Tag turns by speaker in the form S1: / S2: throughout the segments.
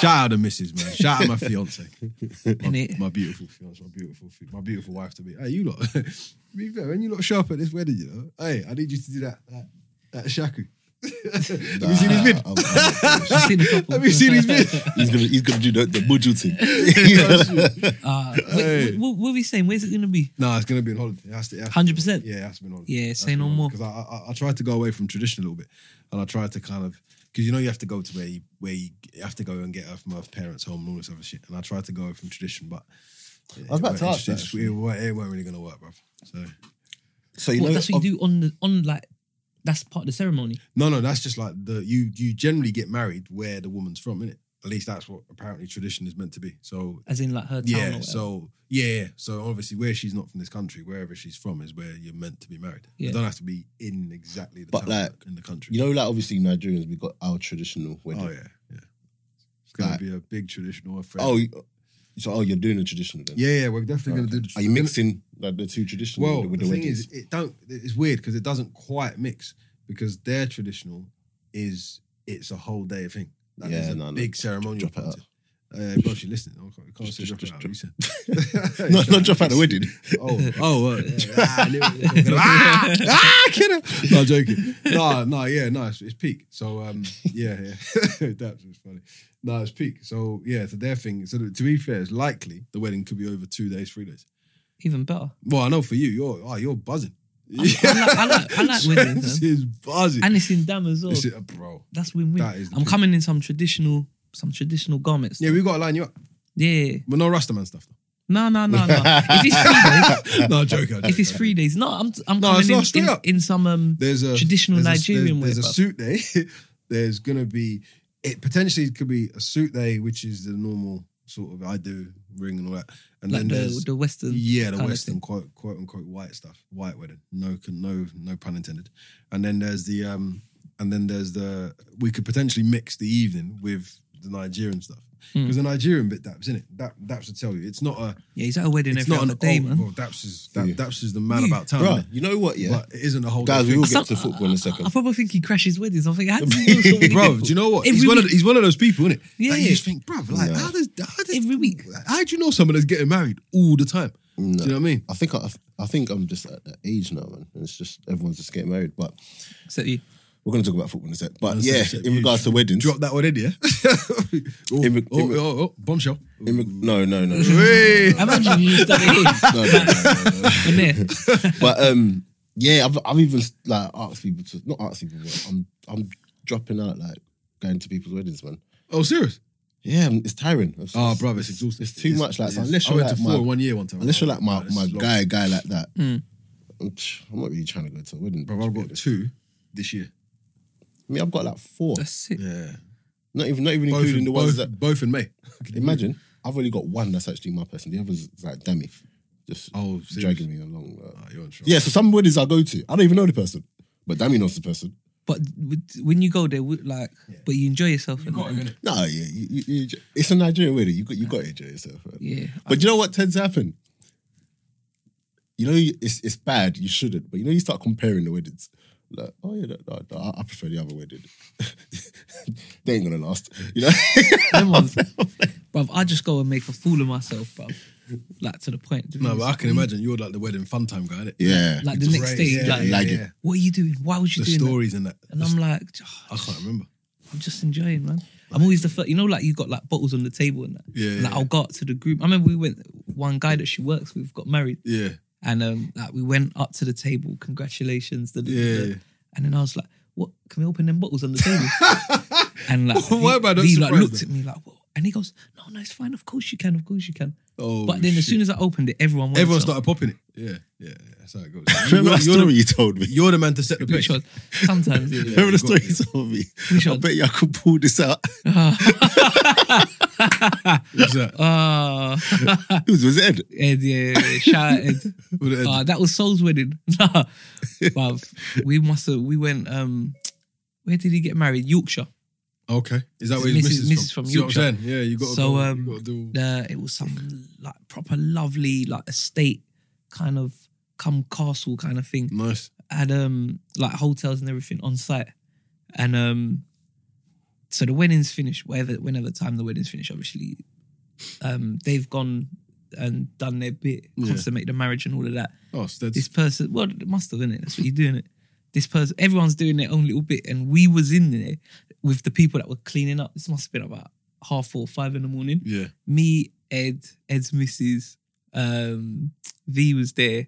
S1: Shout out to Mrs. Man. Shout out my fiance. my,
S2: Innit?
S1: my beautiful fiance. My beautiful, fi- my beautiful wife to be. Hey, you lot. to be fair, when you lot show up at this wedding, you know. Hey, I need you to do that. That, that shaku. Have you seen his vid?
S3: I'm- I'm-
S2: I've seen a couple.
S1: Have you seen his vid?
S3: he's gonna he's gonna do the, the Buju thing.
S2: Uh, wait,
S1: Hey.
S2: wait, what, what are we saying? Where's it going to be?
S1: No, it's gonna be on holiday. It has to- it has to-
S2: 100%?
S1: Yeah, it has to be on holiday.
S2: Yeah, say no more.
S1: Because I, I I tried to go away from tradition a little bit, and I tried to kind of because you know you have to go to where you, where you, you have to go and get her from her parents' home and all this other shit. And I tried to go away from tradition, but
S3: I was about to ask that,
S1: It,
S3: actually.
S1: weren't- it weren't really gonna work, bro. So
S3: So you
S2: What,
S3: know,
S2: that's what you do on the on like that's part of the ceremony.
S1: no, no, that's just like the you you generally get married where the woman's from, innit? At least that's what apparently tradition is meant to be. So
S2: As in like her town or
S1: yeah,
S2: whatever.
S1: so yeah, yeah. so obviously where she's not from this country, wherever she's from is where you're meant to be married.
S2: Yeah.
S1: You don't have to be in exactly the
S3: But
S1: town
S3: like,
S1: in the country.
S3: you know, like obviously Nigerians, we got our traditional wedding.
S1: oh yeah, yeah. It's gonna
S3: Like-
S1: be a big traditional affair.
S3: Oh, you- so oh, you're doing a traditional then?
S1: yeah, yeah. We're definitely gonna do.
S3: Are you mixing like the two traditional
S1: Well,
S3: with
S1: the
S3: the,
S1: thing
S3: weddings?
S1: is, it don't. It's weird because it doesn't quite mix because their traditional is it's a whole day thing. Like,
S3: Yeah,
S1: there's a
S3: no, no.
S1: big ceremonial.
S3: Drop it
S1: part
S3: out.
S1: to Uh, bro, she listening. I can't, I can't
S3: Just-
S1: say
S3: just-
S1: drop
S3: just
S1: it out.
S3: no, not drop out the wedding.
S1: Oh, oh, uh, ah, I knew what you were talking about. ah, ah, kid. No, I'm joking. No, no, yeah, no, it's, it's peak. So, um, yeah, yeah, that was funny. No, it's peak. So, yeah, so their thing. So, to be fair, it's likely the wedding could be over two days, three days.
S2: Even better.
S1: Well, I know for you, you're oh, you're buzzing.
S2: I like- I like weddings,
S1: This
S2: huh?
S1: is buzzing.
S2: And it's in Dam as well.
S1: This is- bro.
S2: that's win win.
S1: That is the
S2: I'm
S1: truth.
S2: coming in some traditional some traditional garments.
S1: Yeah, we got to line you up.
S2: Yeah.
S1: But no Rastaman stuff.
S2: No, no, no, no. if it's three days,
S1: Though. no, I'm joking. I'm
S2: if it's
S1: joking.
S2: three days, no, I'm I'm
S1: No, it's
S2: coming
S1: not
S2: in,
S1: straight
S2: in,
S1: up.
S2: in some um
S1: there's a
S2: Traditional
S1: there's a-
S2: Nigerian
S1: There's,
S2: wear,
S1: there's a suit day. there's gonna be it potentially could be a suit day, which is the normal sort of I do ring and all that, and
S2: like
S1: then
S2: the
S1: there's
S2: the Western.
S1: yeah the
S2: kind of
S1: Western
S2: thing.
S1: quote quote unquote white stuff, white wedding. No con- no no pun intended. And then there's the um and then there's the we could potentially mix the evening with the Nigerian stuff
S2: Hmm.
S1: because the Nigerian bit daps in it. That daps will tell you it's not a
S2: Yeah, he's at a wedding
S1: it's
S2: every
S1: not
S2: other
S1: an
S2: day,
S1: oh,
S2: man.
S1: well, daps is that,
S3: Yeah.
S1: daps is the man
S2: Yeah.
S1: about town.
S3: Bro,
S1: innit?
S3: you know what? Yeah,
S1: But it isn't a whole
S3: guys,
S1: day
S3: we
S1: thing.
S3: will get to
S2: Some-
S3: football in a
S2: I
S3: second.
S2: probably think he crashes weddings. I think how does he know so many
S1: Bro,
S2: people?
S1: do you know what? He's
S2: Every
S1: one, of,
S2: week.
S1: he's one of those people, isn't it?
S2: Yeah,
S1: Like, you
S2: yeah.
S1: just think, bruv, like,
S3: No.
S1: how does, how does
S2: Every week.
S1: How do you know someone that's getting married all the time?
S3: No.
S1: Do you know what I mean?
S3: I think I, I think I'm just at that age now, man. And it's just everyone's just getting married. But
S2: So, yeah.
S3: we're gonna talk about football in a sec. But
S1: That's
S3: yeah,
S1: it, shit.
S3: in
S1: You
S3: regards to weddings,
S1: Drop that one in, yeah? oh,
S3: In re-
S1: oh,
S3: in re-
S1: oh, oh, bombshell.
S3: in reg- no, no, no, no,
S1: Hey!
S2: Imagine you done
S3: no, no, no, no, no.
S2: it in.
S3: But um, yeah, I've I've even like asked people to not asked people. But I'm I'm dropping out like going to people's weddings, man.
S1: Oh, serious?
S3: Yeah, I'm- it's tiring. It's,
S1: Oh,
S3: it's-
S1: bruv, it's exhausting.
S3: It's too
S1: It is-
S3: much. Like
S1: it
S3: so
S1: is.
S3: unless
S1: I
S3: you're
S1: went
S3: like
S1: to
S3: my,
S1: four one year one time.
S3: unless you're like
S1: Oh,
S3: my
S1: this
S3: my
S1: is long.
S3: guy guy like that,
S2: Mm.
S3: I'm tch, I'm not really trying to go to a wedding.
S1: Hmm. Bruv, I've got two this year.
S3: I mean, I've got like four.
S2: That's it.
S1: Yeah.
S3: Not even not even
S1: Both
S3: including
S1: in,
S3: the
S1: both,
S3: ones that
S1: both in May.
S3: Imagine I've only got one that's actually my person. The others is like damn it, just
S1: Oh, serious?
S3: dragging me along. like.
S1: Ah, you're in trouble.
S3: Yeah, so some weddings I go to, I don't even know the person, but Dammy knows the person.
S2: But with- when you go there, with, like, but you enjoy yourself. and-
S3: No, yeah, you, you, you, it's a Nigerian wedding. You got you got to enjoy yourself. right?
S2: yeah.
S3: But you know what tends to happen? You know, it's it's bad. You shouldn't, but you know, you start comparing the weddings. Like, oh yeah, no, no, no, I- I prefer the other wedding. they ain't gonna last, you know.
S2: Them ones, bruv, I just go and make a fool of myself, bruv. Like to the point.
S1: No, but I can imagine you're like the wedding fun time guy, innit?
S3: yeah,
S2: Like the
S1: Just
S2: next
S1: raised,
S2: day,
S1: yeah,
S2: like,
S1: yeah,
S3: like
S1: yeah.
S2: what are you doing? Why was you
S1: The
S2: doing that?
S1: stories in that.
S2: And I'm like, "Oh,
S1: I can't remember.
S2: I'm just enjoying, man. I'm always the first, you know, like you got like bottles on the table and that.
S1: Yeah, yeah,
S2: Like
S1: yeah.
S2: I'll go out to the group. I remember we went. One guy that she works with got married,
S1: Yeah.
S2: and um, like we went up to the table. Congratulations, da, da, da, da."
S1: Yeah.
S2: And then I was like, "What? Can we open them bottles on the table?" and like,
S1: Why am I not
S2: he like
S1: surprised
S2: looked
S1: then?
S2: at me like, "What?" And he goes, "No, no, it's fine. Of course you can. Of course you can."
S1: Oh,
S2: but then as
S1: shit.
S2: soon as I opened it, everyone wanted
S1: Everyone
S2: some.
S1: started popping it. Yeah, yeah, yeah. That's how it goes. You're,
S3: Remember that
S1: you're the,
S3: story you told me?
S1: you're the man to set the pace.
S2: Which was sometimes. yeah.
S3: Remember the
S1: you got-
S3: story you told me?
S2: Which
S3: I
S2: one?
S3: bet you I could pull this out.
S1: Who's that?
S2: Ah,
S3: It was, was it Ed?
S2: Ed, yeah, yeah, yeah. shout out Ed.
S1: With the-
S2: Ah, that was Soul's wedding. Nah, bruv, we must have. We went. Um, where did he get married? Yorkshire.
S1: okay. Is that where
S2: Mrs.
S1: his missus,
S2: Mrs. from
S1: See what I'm
S2: Yorkshire.
S1: saying? Yeah, you got to
S2: So,
S1: go,
S2: um,
S1: you got to do.
S2: Uh, it was some like proper lovely like estate kind of come castle kind of thing.
S1: Nice.
S2: Had um like hotels and everything on site, and um so the wedding's finished. Whenever whenever time the wedding's finished, obviously, um, they've gone and done their bit,
S3: Yeah.
S2: consummate the marriage and all of that.
S1: Oh, so that's
S2: This person, well, it must have, innit? That's what you're doing. It. This person, everyone's doing their own little bit, and we was in there with the people that were cleaning up. This must have been about half four, five in the morning.
S1: yeah.
S2: Me, Ed, Ed's missus, um, V was there,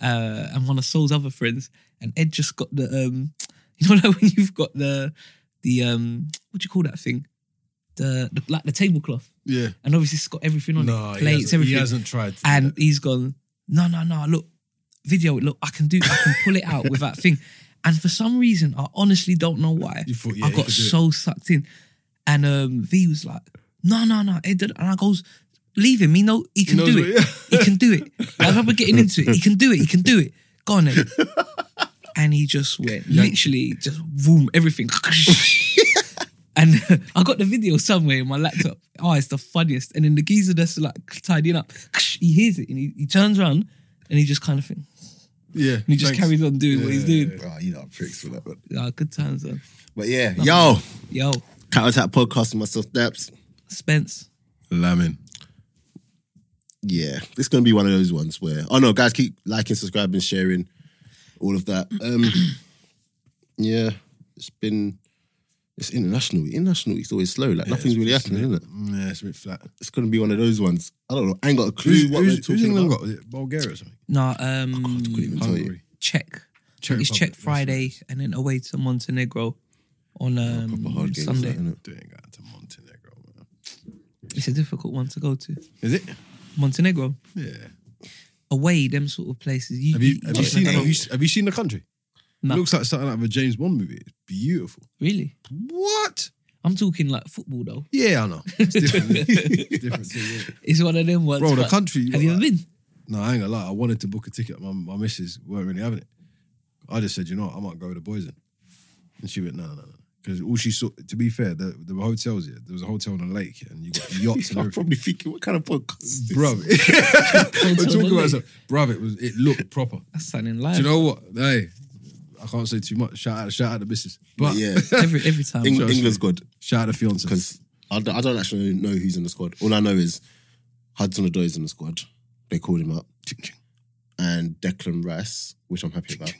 S2: uh, and one of Soul's other friends. And Ed just got the, um, you know, like when you've got the, the um, what do you call that thing? The, the like the tablecloth,
S1: Yeah.
S2: and obviously it's got everything on
S1: No,
S2: it,
S1: he
S2: plates,
S1: hasn't, he
S2: everything
S1: hasn't tried. To
S2: and he's gone, no, no, no, look, video, look, I can do, I can pull it out with that thing. And for some reason, I honestly don't know why,
S1: You thought, yeah,
S2: I
S1: you
S2: got
S1: could do it.
S2: so sucked in. And um, V was like, no, no, no, Ed, and I goes, leave him, he know, he can
S1: knows
S2: do
S1: what-
S2: it, he can do it. I remember getting into it, he can do it, he can do it. Go on, Ed. And he just went, literally, just boom, everything. And uh, I got the video somewhere in my laptop. Oh, it's the funniest. And then the geezer that's like tidying up, he hears it and he, he turns around and he just kind of thinks,
S1: yeah,
S2: and he just
S1: thanks.
S2: carries on doing what he's
S1: Yeah.
S2: doing.
S3: Oh, you know, pricks for that one.
S2: Ah, good times though.
S3: But yeah, yo,
S2: Yo,
S3: counterattack podcasting myself, Daps.
S2: Spence.
S1: Lamin.
S3: yeah, it's gonna be one of those ones where oh no, guys, keep liking, subscribing, sharing, all of that. Um, yeah, it's been it's international. International, it's always slow. Like nothing's really happening, isn't it?
S1: Mm, Yeah, it's a bit flat.
S3: It's gonna be one of those ones. I don't know. I ain't got a clue
S1: Who's,
S3: what
S1: who's,
S3: we're
S1: who's
S3: talking
S1: England
S3: about.
S1: got? Is it Bulgaria or something?
S2: Nah, um,
S3: even tell you.
S1: Hungary.
S2: check.
S1: Czech
S2: it's
S1: Republic,
S2: check Friday and then away to Montenegro on um,
S1: Oh,
S3: Proper hard games,
S2: Sunday.
S3: innit?
S1: They ain't got to Montenegro, man.
S2: It's a difficult one to go to.
S1: Is it?
S2: Montenegro,
S1: Yeah.
S2: away, them sort of places. You,
S1: Have you have you
S2: just
S1: seen it?
S2: don't know.
S1: Have you, have you seen the country?
S2: No.
S1: It looks like something out of a James Bond movie. It's beautiful.
S2: Really?
S1: What?
S2: I'm talking like football though.
S1: Yeah, I know. It's different. it's different to you.
S2: It's one of them ones.
S1: Bro, the
S2: but-
S1: country.
S2: Have you ever
S1: like-
S2: been?
S1: No, I ain't gonna lie. I wanted to book a ticket. My, my missus weren't really having it. I just said, you know what, I might go with the boys in. And she went, no, no, no. Because all she saw, to be fair, there, there were hotels here. There was a hotel on a lake and you got yachts and
S3: I'm
S1: everything.
S3: probably thinking, what kind of podcast? Is this?
S1: Bro, we're
S2: Hotel on
S1: talking
S2: a
S1: about
S2: lake.
S1: something. Bro, it, was, it looked proper.
S2: That's sounding
S1: Do
S2: live.
S1: you know what? Hey, I can't say too much. Shout out, shout out to missus. But
S3: yeah,
S2: every every time.
S3: Eng-
S1: sure it's
S3: England's good
S1: shout out to fiance.
S3: because I, don't- I don't actually know who's in the squad. All I know is Hudson Odoi is in the squad. They called him up. and Declan Rice, which I'm happy about.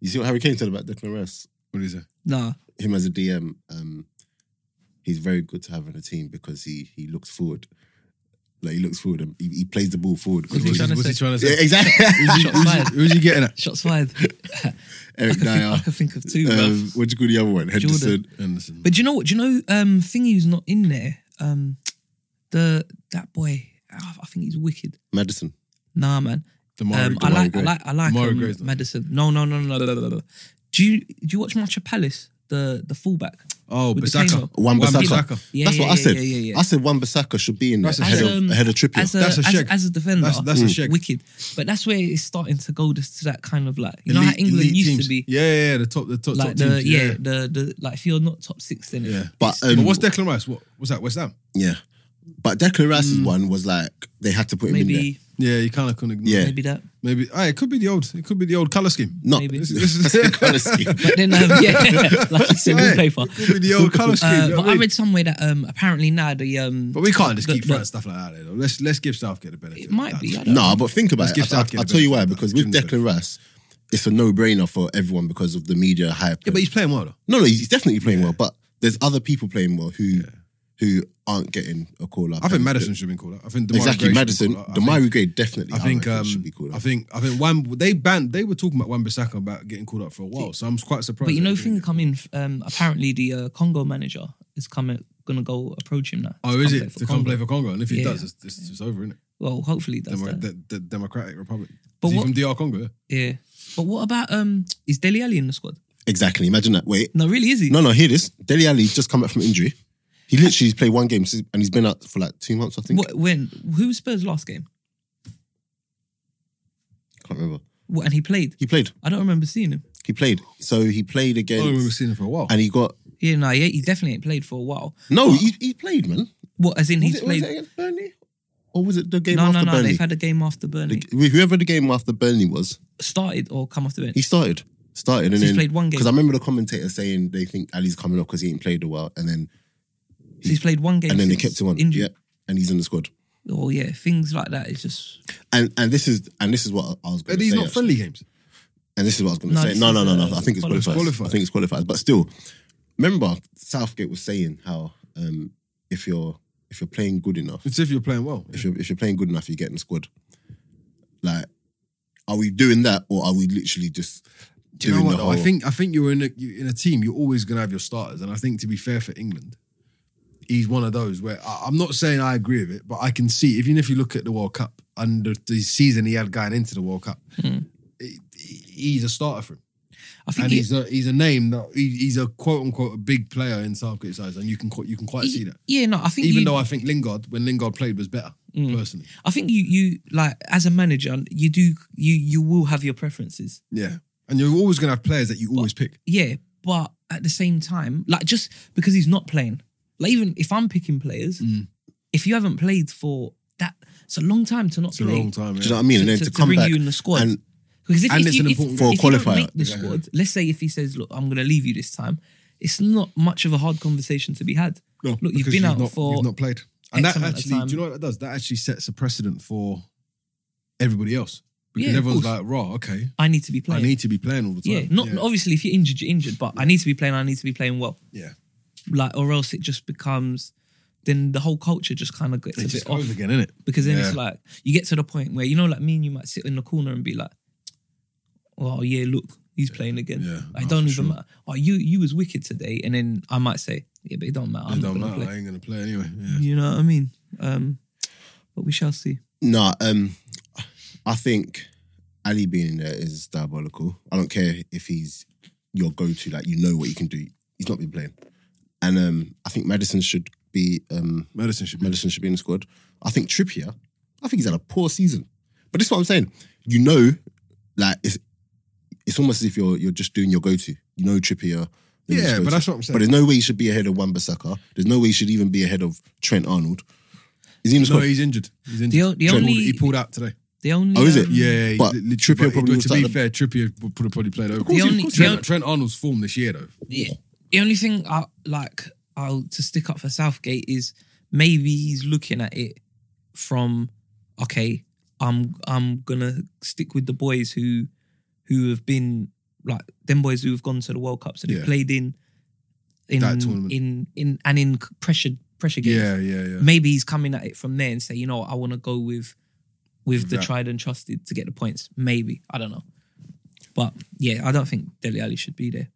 S3: You see what Harry Kane said about Declan Rice?
S1: What is it?
S2: nah,
S3: Him as a DM, um, he's very good to have in a team because he he looks forward. Like he looks forward and he, he plays the ball forward.
S2: What's he
S1: What's
S2: trying
S1: he,
S2: to
S1: what's he
S2: say?
S1: trying to
S3: Yeah,
S1: say?
S3: exactly.
S1: Who's he,
S2: Shots
S1: who's he-
S2: fired.
S1: who's he getting at?
S2: shots fired. I can,
S3: Eric
S2: think, I
S3: Dyer.
S2: can think of two, bruv.
S3: Um, what do you call the other one? Henderson.
S1: Anderson.
S2: But do you know what? Do you know um, thingy who's not in there? Um, the that boy. ah, I, I think he's wicked.
S3: Madison.
S2: Nah, man.
S1: Tomorrow.
S2: Um, I like
S3: Damari
S2: I
S3: Gray.
S2: like I like
S1: Damari
S2: um,
S1: Gray's not-
S2: Madison. No, no, no, no, no, no, no, no. Do you do you watch much of Palace? The the fullback.
S1: oh,
S2: with the cane
S1: Bissaka.
S2: up.
S3: Wan Bissaka.
S1: Bissaka.
S2: Yeah,
S3: that's
S2: yeah,
S3: what I
S2: yeah,
S3: said.
S2: Yeah, yeah, yeah.
S3: I said Wan Bissaka should be in there
S1: That's a
S3: ahead,
S1: shag.
S3: of, ahead of Trippier.
S2: As a,
S1: That's a
S2: as,
S1: shag.
S2: as a defender,
S1: That's-
S2: Hmm.
S1: that's a shag.
S2: wicked. But that's where it's starting to go just to that kind of like you know how
S1: Elite-
S2: England
S1: elite
S2: used
S1: teams.
S2: to be
S1: Yeah, yeah, yeah, the top, the top,
S2: like
S1: top
S2: the
S1: teams.
S2: yeah, the the like if you're not top six then
S1: Yeah.
S3: but, um,
S1: But uh, what's Declan Rice? What what's that? West Ham?
S3: Yeah. But Declan Rice's
S1: Hmm.
S3: one was like they had to put him in there.
S2: maybe
S1: Yeah, you kind of couldn't ignore.
S3: Yeah.
S1: Yeah,
S2: maybe that.
S1: maybe. Ah, it could be the old. It could be the old colour scheme.
S3: Not
S2: Maybe.
S1: This is- this is-
S3: colour scheme.
S2: But then um, yeah, like it's in
S1: Hey,
S2: wallpaper.
S1: it could be the old colour scheme.
S2: Uh,
S1: you know
S2: but
S1: what I
S2: I
S1: mean?
S2: read somewhere that um apparently now the um
S1: but we can't just
S2: the-
S1: keep
S2: the-
S1: throwing stuff like that. out there, Though. Let's let's give Southgate the benefit.
S2: it
S1: of
S2: might
S1: that.
S2: be I don't know.
S3: No, but think about
S1: Let's give
S3: it. I,
S1: Southgate
S3: will
S1: a
S3: tell you
S1: benefit
S3: why.
S1: of that.
S3: Because with
S1: Give him a
S3: Declan Rice, it's a no-brainer for everyone because of the media hype.
S1: Yeah, but he's playing well though.
S3: no, no, he's definitely playing well. But there's other people playing well who who aren't getting a call up.
S1: I think
S3: And
S1: Madison should have been called up. I think Damari
S3: exactly
S1: Gray
S3: Madison,
S1: should have
S3: the
S1: been called up.
S3: Myrie Gray definitely.
S1: I think I
S3: reckon,
S1: think,
S3: should
S1: um,
S3: be called
S1: I
S3: up.
S1: think I think Wan they banned they were talking about Wan Bissaka about getting called up for a while, so I'm quite surprised.
S2: But you
S1: they
S2: know,
S1: didn't.
S2: thing come in. Um, apparently the uh, Congo manager is coming, gonna go approach him now.
S1: Oh,
S2: to
S1: is
S2: come play
S1: it
S2: for
S1: to come
S2: Congo.
S1: play for Congo? And if he
S2: Yeah.
S1: does, it's, it's, it's over, isn't it?
S2: Well, hopefully that's
S1: Demo-
S2: that.
S1: the, the Democratic Republic.
S2: But
S1: But is
S2: what-
S1: he from DR Congo? Yeah.
S2: Yeah. But what about um? Is Deli Ali in the squad?
S3: exactly. Imagine that. Wait,
S2: No, really, is he?
S3: no, no. Hear this. Deli Ali just come back from injury. He literally played one game since- and he's been out for like two months. I think.
S2: What, when who was Spurs last game?
S3: Can't remember.
S2: What, and he played.
S3: He played.
S2: I don't remember seeing him.
S3: He played. So Oh, he played
S1: I don't remember
S3: against,
S1: seeing him for a while.
S3: and he got
S2: Yeah, no, yeah, he definitely ain't played for a while.
S3: no. He, he played, man.
S2: What, as in
S3: Was
S2: he's
S3: it,
S2: played?
S3: was it against Burnley? Or was it the game
S2: no,
S3: after
S2: no, no.
S3: Burnley?
S2: They've had a game after Burnley.
S3: The- whoever the game after Burnley was,
S2: Started or come off the bench?
S3: he started. started and
S2: He's
S3: then
S2: played one game.
S3: because I remember the commentator saying they think Ali's coming off because he ain't played a while, and then
S2: So he's played one game.
S3: and then they
S2: since
S3: kept him on.
S2: Injury.
S3: Yeah, and he's in the squad.
S2: Oh yeah, things like that. It's just
S3: And and this is and this is what I was
S1: Are
S3: going to
S1: these
S3: say.
S1: not
S3: actually.
S1: friendly games?
S3: And this is what I was going to
S2: No,
S3: say.
S2: this
S3: No,
S2: is,
S3: no, no, no.
S2: uh,
S3: I think it's
S2: qualifiers.
S3: qualifiers. I think it's qualifiers. But still, remember Southgate was saying how um, if you're if you're playing good enough,
S1: It's if you're playing well.
S3: if you're if you're playing good enough, you get in the squad. Like, are we doing that or are we literally just
S1: Do you
S3: doing
S1: know what?
S3: the
S1: though?
S3: whole?
S1: I think I think you're in a you in a team. You're always going to have your starters, and I think to be fair for England, he's one of those where I, I'm not saying I agree with it, but I can see even if you look at the World Cup and the, the season he had going into the World Cup, he- he- he's a starter for him,
S2: Hmm. I think
S1: and
S2: he-
S1: he's a he's a name that he, he's a quote unquote a big player in Southgate's eyes, and you can qu- you can quite
S2: he- Hmm.
S1: see that.
S2: Yeah, no, I think
S1: Even
S2: you,
S1: though I think Lingard, when Lingard played, was better personally.
S2: I think you you like as a manager, you do you you will have your preferences.
S1: Yeah, and you're always going to have players that you always pick.
S2: Yeah, but at the same time, like just because he's not playing, like even if I'm picking players,
S1: Mm.
S2: if you haven't played for that, it's a long time to not
S1: It's a
S2: play.
S1: long time.
S3: do
S1: Yeah.
S3: you know what I mean?
S2: To,
S3: and then
S2: to-
S3: to,
S2: to
S3: come
S2: bring
S3: back
S2: you in the squad.
S3: and
S2: because if,
S1: and
S2: if
S1: it's
S2: you,
S1: an
S2: if,
S1: important-
S2: if
S3: for a
S2: you don't
S3: qualifier.
S2: make the
S1: Yeah.
S2: squad, let's say if he says, "Look, I'm going to leave you this time," it's not much of a hard conversation to be had.
S1: No,
S2: Look, you've
S1: because
S2: been out
S1: not,
S2: for
S1: you've not played, and
S2: X
S1: that
S2: amount of
S1: actually,
S2: time.
S1: do you know what that does? That actually sets a precedent for everybody else because
S2: Yeah, of
S1: everyone's
S2: course.
S1: like, "Raw, okay,
S2: I need to be
S1: I
S2: playing.
S1: need to be playing all the
S2: yeah,
S1: time."
S2: not obviously if you're injured, you're injured, but I need to be playing. I need to be playing well.
S1: yeah.
S2: like or else it just becomes then the whole culture just kind of gets
S1: It
S2: a
S1: just
S2: bit off
S1: goes again, innit?
S2: because then
S1: Yeah.
S2: it's like you get to the point where you know like me and you might sit in the corner and be like oh yeah look he's playing again
S1: Yeah,
S2: I
S1: no,
S2: don't
S1: for sure.
S2: even matter oh you you was wicked today and then I might say yeah but it don't matter I'm
S1: It
S2: not
S1: don't
S2: gonna
S1: matter.
S2: play
S1: I ain't gonna play anyway. Yeah.
S2: you know what I mean um but we shall see
S3: No, um, I think Ali being in there is diabolical. I don't care if he's your go-to, like you know what you can do. He's not been playing, and um, I think Madison should be um,
S1: Medicine should be.
S3: Madison should be in the squad. I think Trippier, I think he's had a poor season, but this is what I'm saying. You know, like it's it's almost as if you're you're just doing your go-to. You know Trippier. then
S1: Yeah,
S3: his
S1: but
S3: go-to.
S1: that's what I'm saying.
S3: But there's no way he should be ahead of Wan Bissaka. There's no way he should even be ahead of Trent Arnold. Is he in the
S1: no,
S3: squad?
S1: he's injured. He's injured.
S2: The o- the
S1: He pulled-
S2: only-
S1: he pulled out today.
S2: the only
S3: Oh, is it?
S2: um,
S1: Yeah, yeah
S3: But
S1: he literally-
S3: Trippier
S1: but-
S3: probably
S1: but to
S3: will
S1: be
S3: start
S1: fair, Trippier would have probably played over.
S2: course he- of only- course he the would.
S1: Trent, Trent Arnold's form this year though.
S2: Yeah. The only thing I like I'll to stick up for Southgate is maybe he's looking at it from okay, I'm I'm gonna stick with the boys who who have been like them boys who have gone to the World Cups and
S1: Yeah.
S2: who played in in
S1: That tournament.
S2: in in and in pressure pressure games.
S1: Yeah, yeah, yeah.
S2: Maybe he's coming at it from there and say, you know, what, I want to go with with the
S1: That.
S2: tried and trusted to get the points. Maybe I don't know, but yeah, I don't think Deli Ali should be there.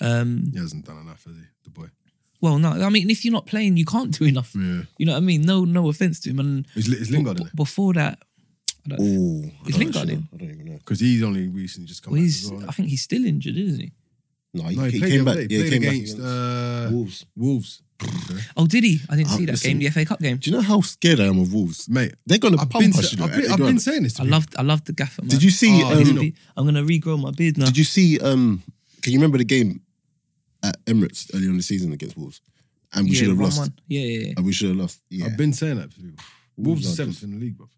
S2: Um,
S1: He hasn't done enough, has he? The boy.
S2: well, no, I mean, if you're not playing, you can't do enough.
S1: Yeah.
S2: You know what I mean? No, no offense to him. And
S1: Is, is Lingard in
S2: b-
S1: there?
S2: before that,
S3: Ooh, I
S2: Is
S3: don't
S2: Lingard
S3: actually
S2: in?
S3: know. I don't even know.
S1: Because he's only recently just come
S2: well,
S1: back
S2: he's,
S1: as well, innit?
S2: I think he's still injured, isn't he?
S3: No, he,
S1: No,
S3: he
S1: he,
S3: came
S1: played the
S3: back.
S1: other day.
S3: yeah,
S1: He
S3: he
S1: played
S3: came
S1: against,
S3: back
S1: uh,
S3: Wolves.
S1: Wolves.
S2: Oh, did he? I didn't
S3: Oh,
S2: see that
S3: listen.
S2: game, the FA Cup game.
S3: Do you know how scared I am of Wolves?
S1: Mate,
S3: They're gonna
S1: I've
S3: pump
S1: been,
S3: us. You know,
S1: I've been,
S3: at
S1: I've
S3: Iguana.
S1: been saying this to
S2: I
S1: people.
S2: loved, I loved the gaffer, man.
S3: Did you see?
S1: Oh,
S3: um,
S1: I
S2: His
S1: didn't know.
S2: be- I'm gonna regrow my beard now.
S3: did you see? Um, can you remember the game at Emirates early on the season against Wolves? And we
S2: yeah,
S3: should have
S2: one,
S3: lost.
S2: one. Yeah, yeah, yeah.
S3: And we should have lost. Yeah.
S1: I've been saying that to people. Wolves
S3: are
S1: are seventh
S3: just-
S1: in the league, bro.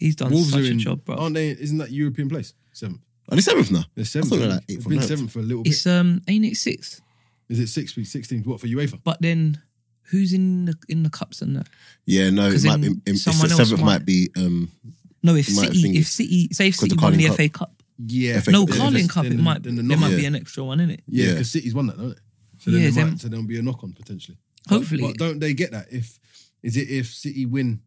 S2: He's done
S1: Wolves
S2: such
S1: are
S2: a
S1: in,
S2: job, bro.
S1: aren't they? Isn't that European place? Seventh.
S3: Are they seventh now?
S1: They're
S3: I
S1: seventh.
S3: thought
S1: in
S3: they were
S1: the
S3: like
S1: league.
S3: eighth
S1: They've
S3: or
S1: been
S3: ninth.
S1: seventh for a little bit.
S2: It's um, ain't it six?
S1: Is it six weeks, sixteen? What for UEFA?
S2: But then, who's in the in the cups and that?
S3: Yeah, no, it
S2: 'Cause
S3: might
S2: in
S3: be. It, it's
S2: someone
S3: the
S2: else
S3: seventh
S2: might-
S3: might be. Um,
S2: No, if
S3: It might have
S2: City,
S3: fingers.
S2: if City, say if
S3: 'Cause the
S2: City won the
S3: Carling
S2: FA Cup,
S1: Yeah.
S3: FA
S2: no,
S3: Cup.
S2: Carling
S1: Then-
S2: Cup, it
S1: then-
S2: might
S1: then the
S2: there might
S1: knock-
S2: be an extra one in it.
S1: Yeah,
S3: Yeah.
S1: because City's won that, don't it? So then
S2: Yeah,
S1: they
S2: them-
S1: might, so there'll be a knock on potentially.
S2: Hopefully.
S1: But, but don't they get that? If is it if City win?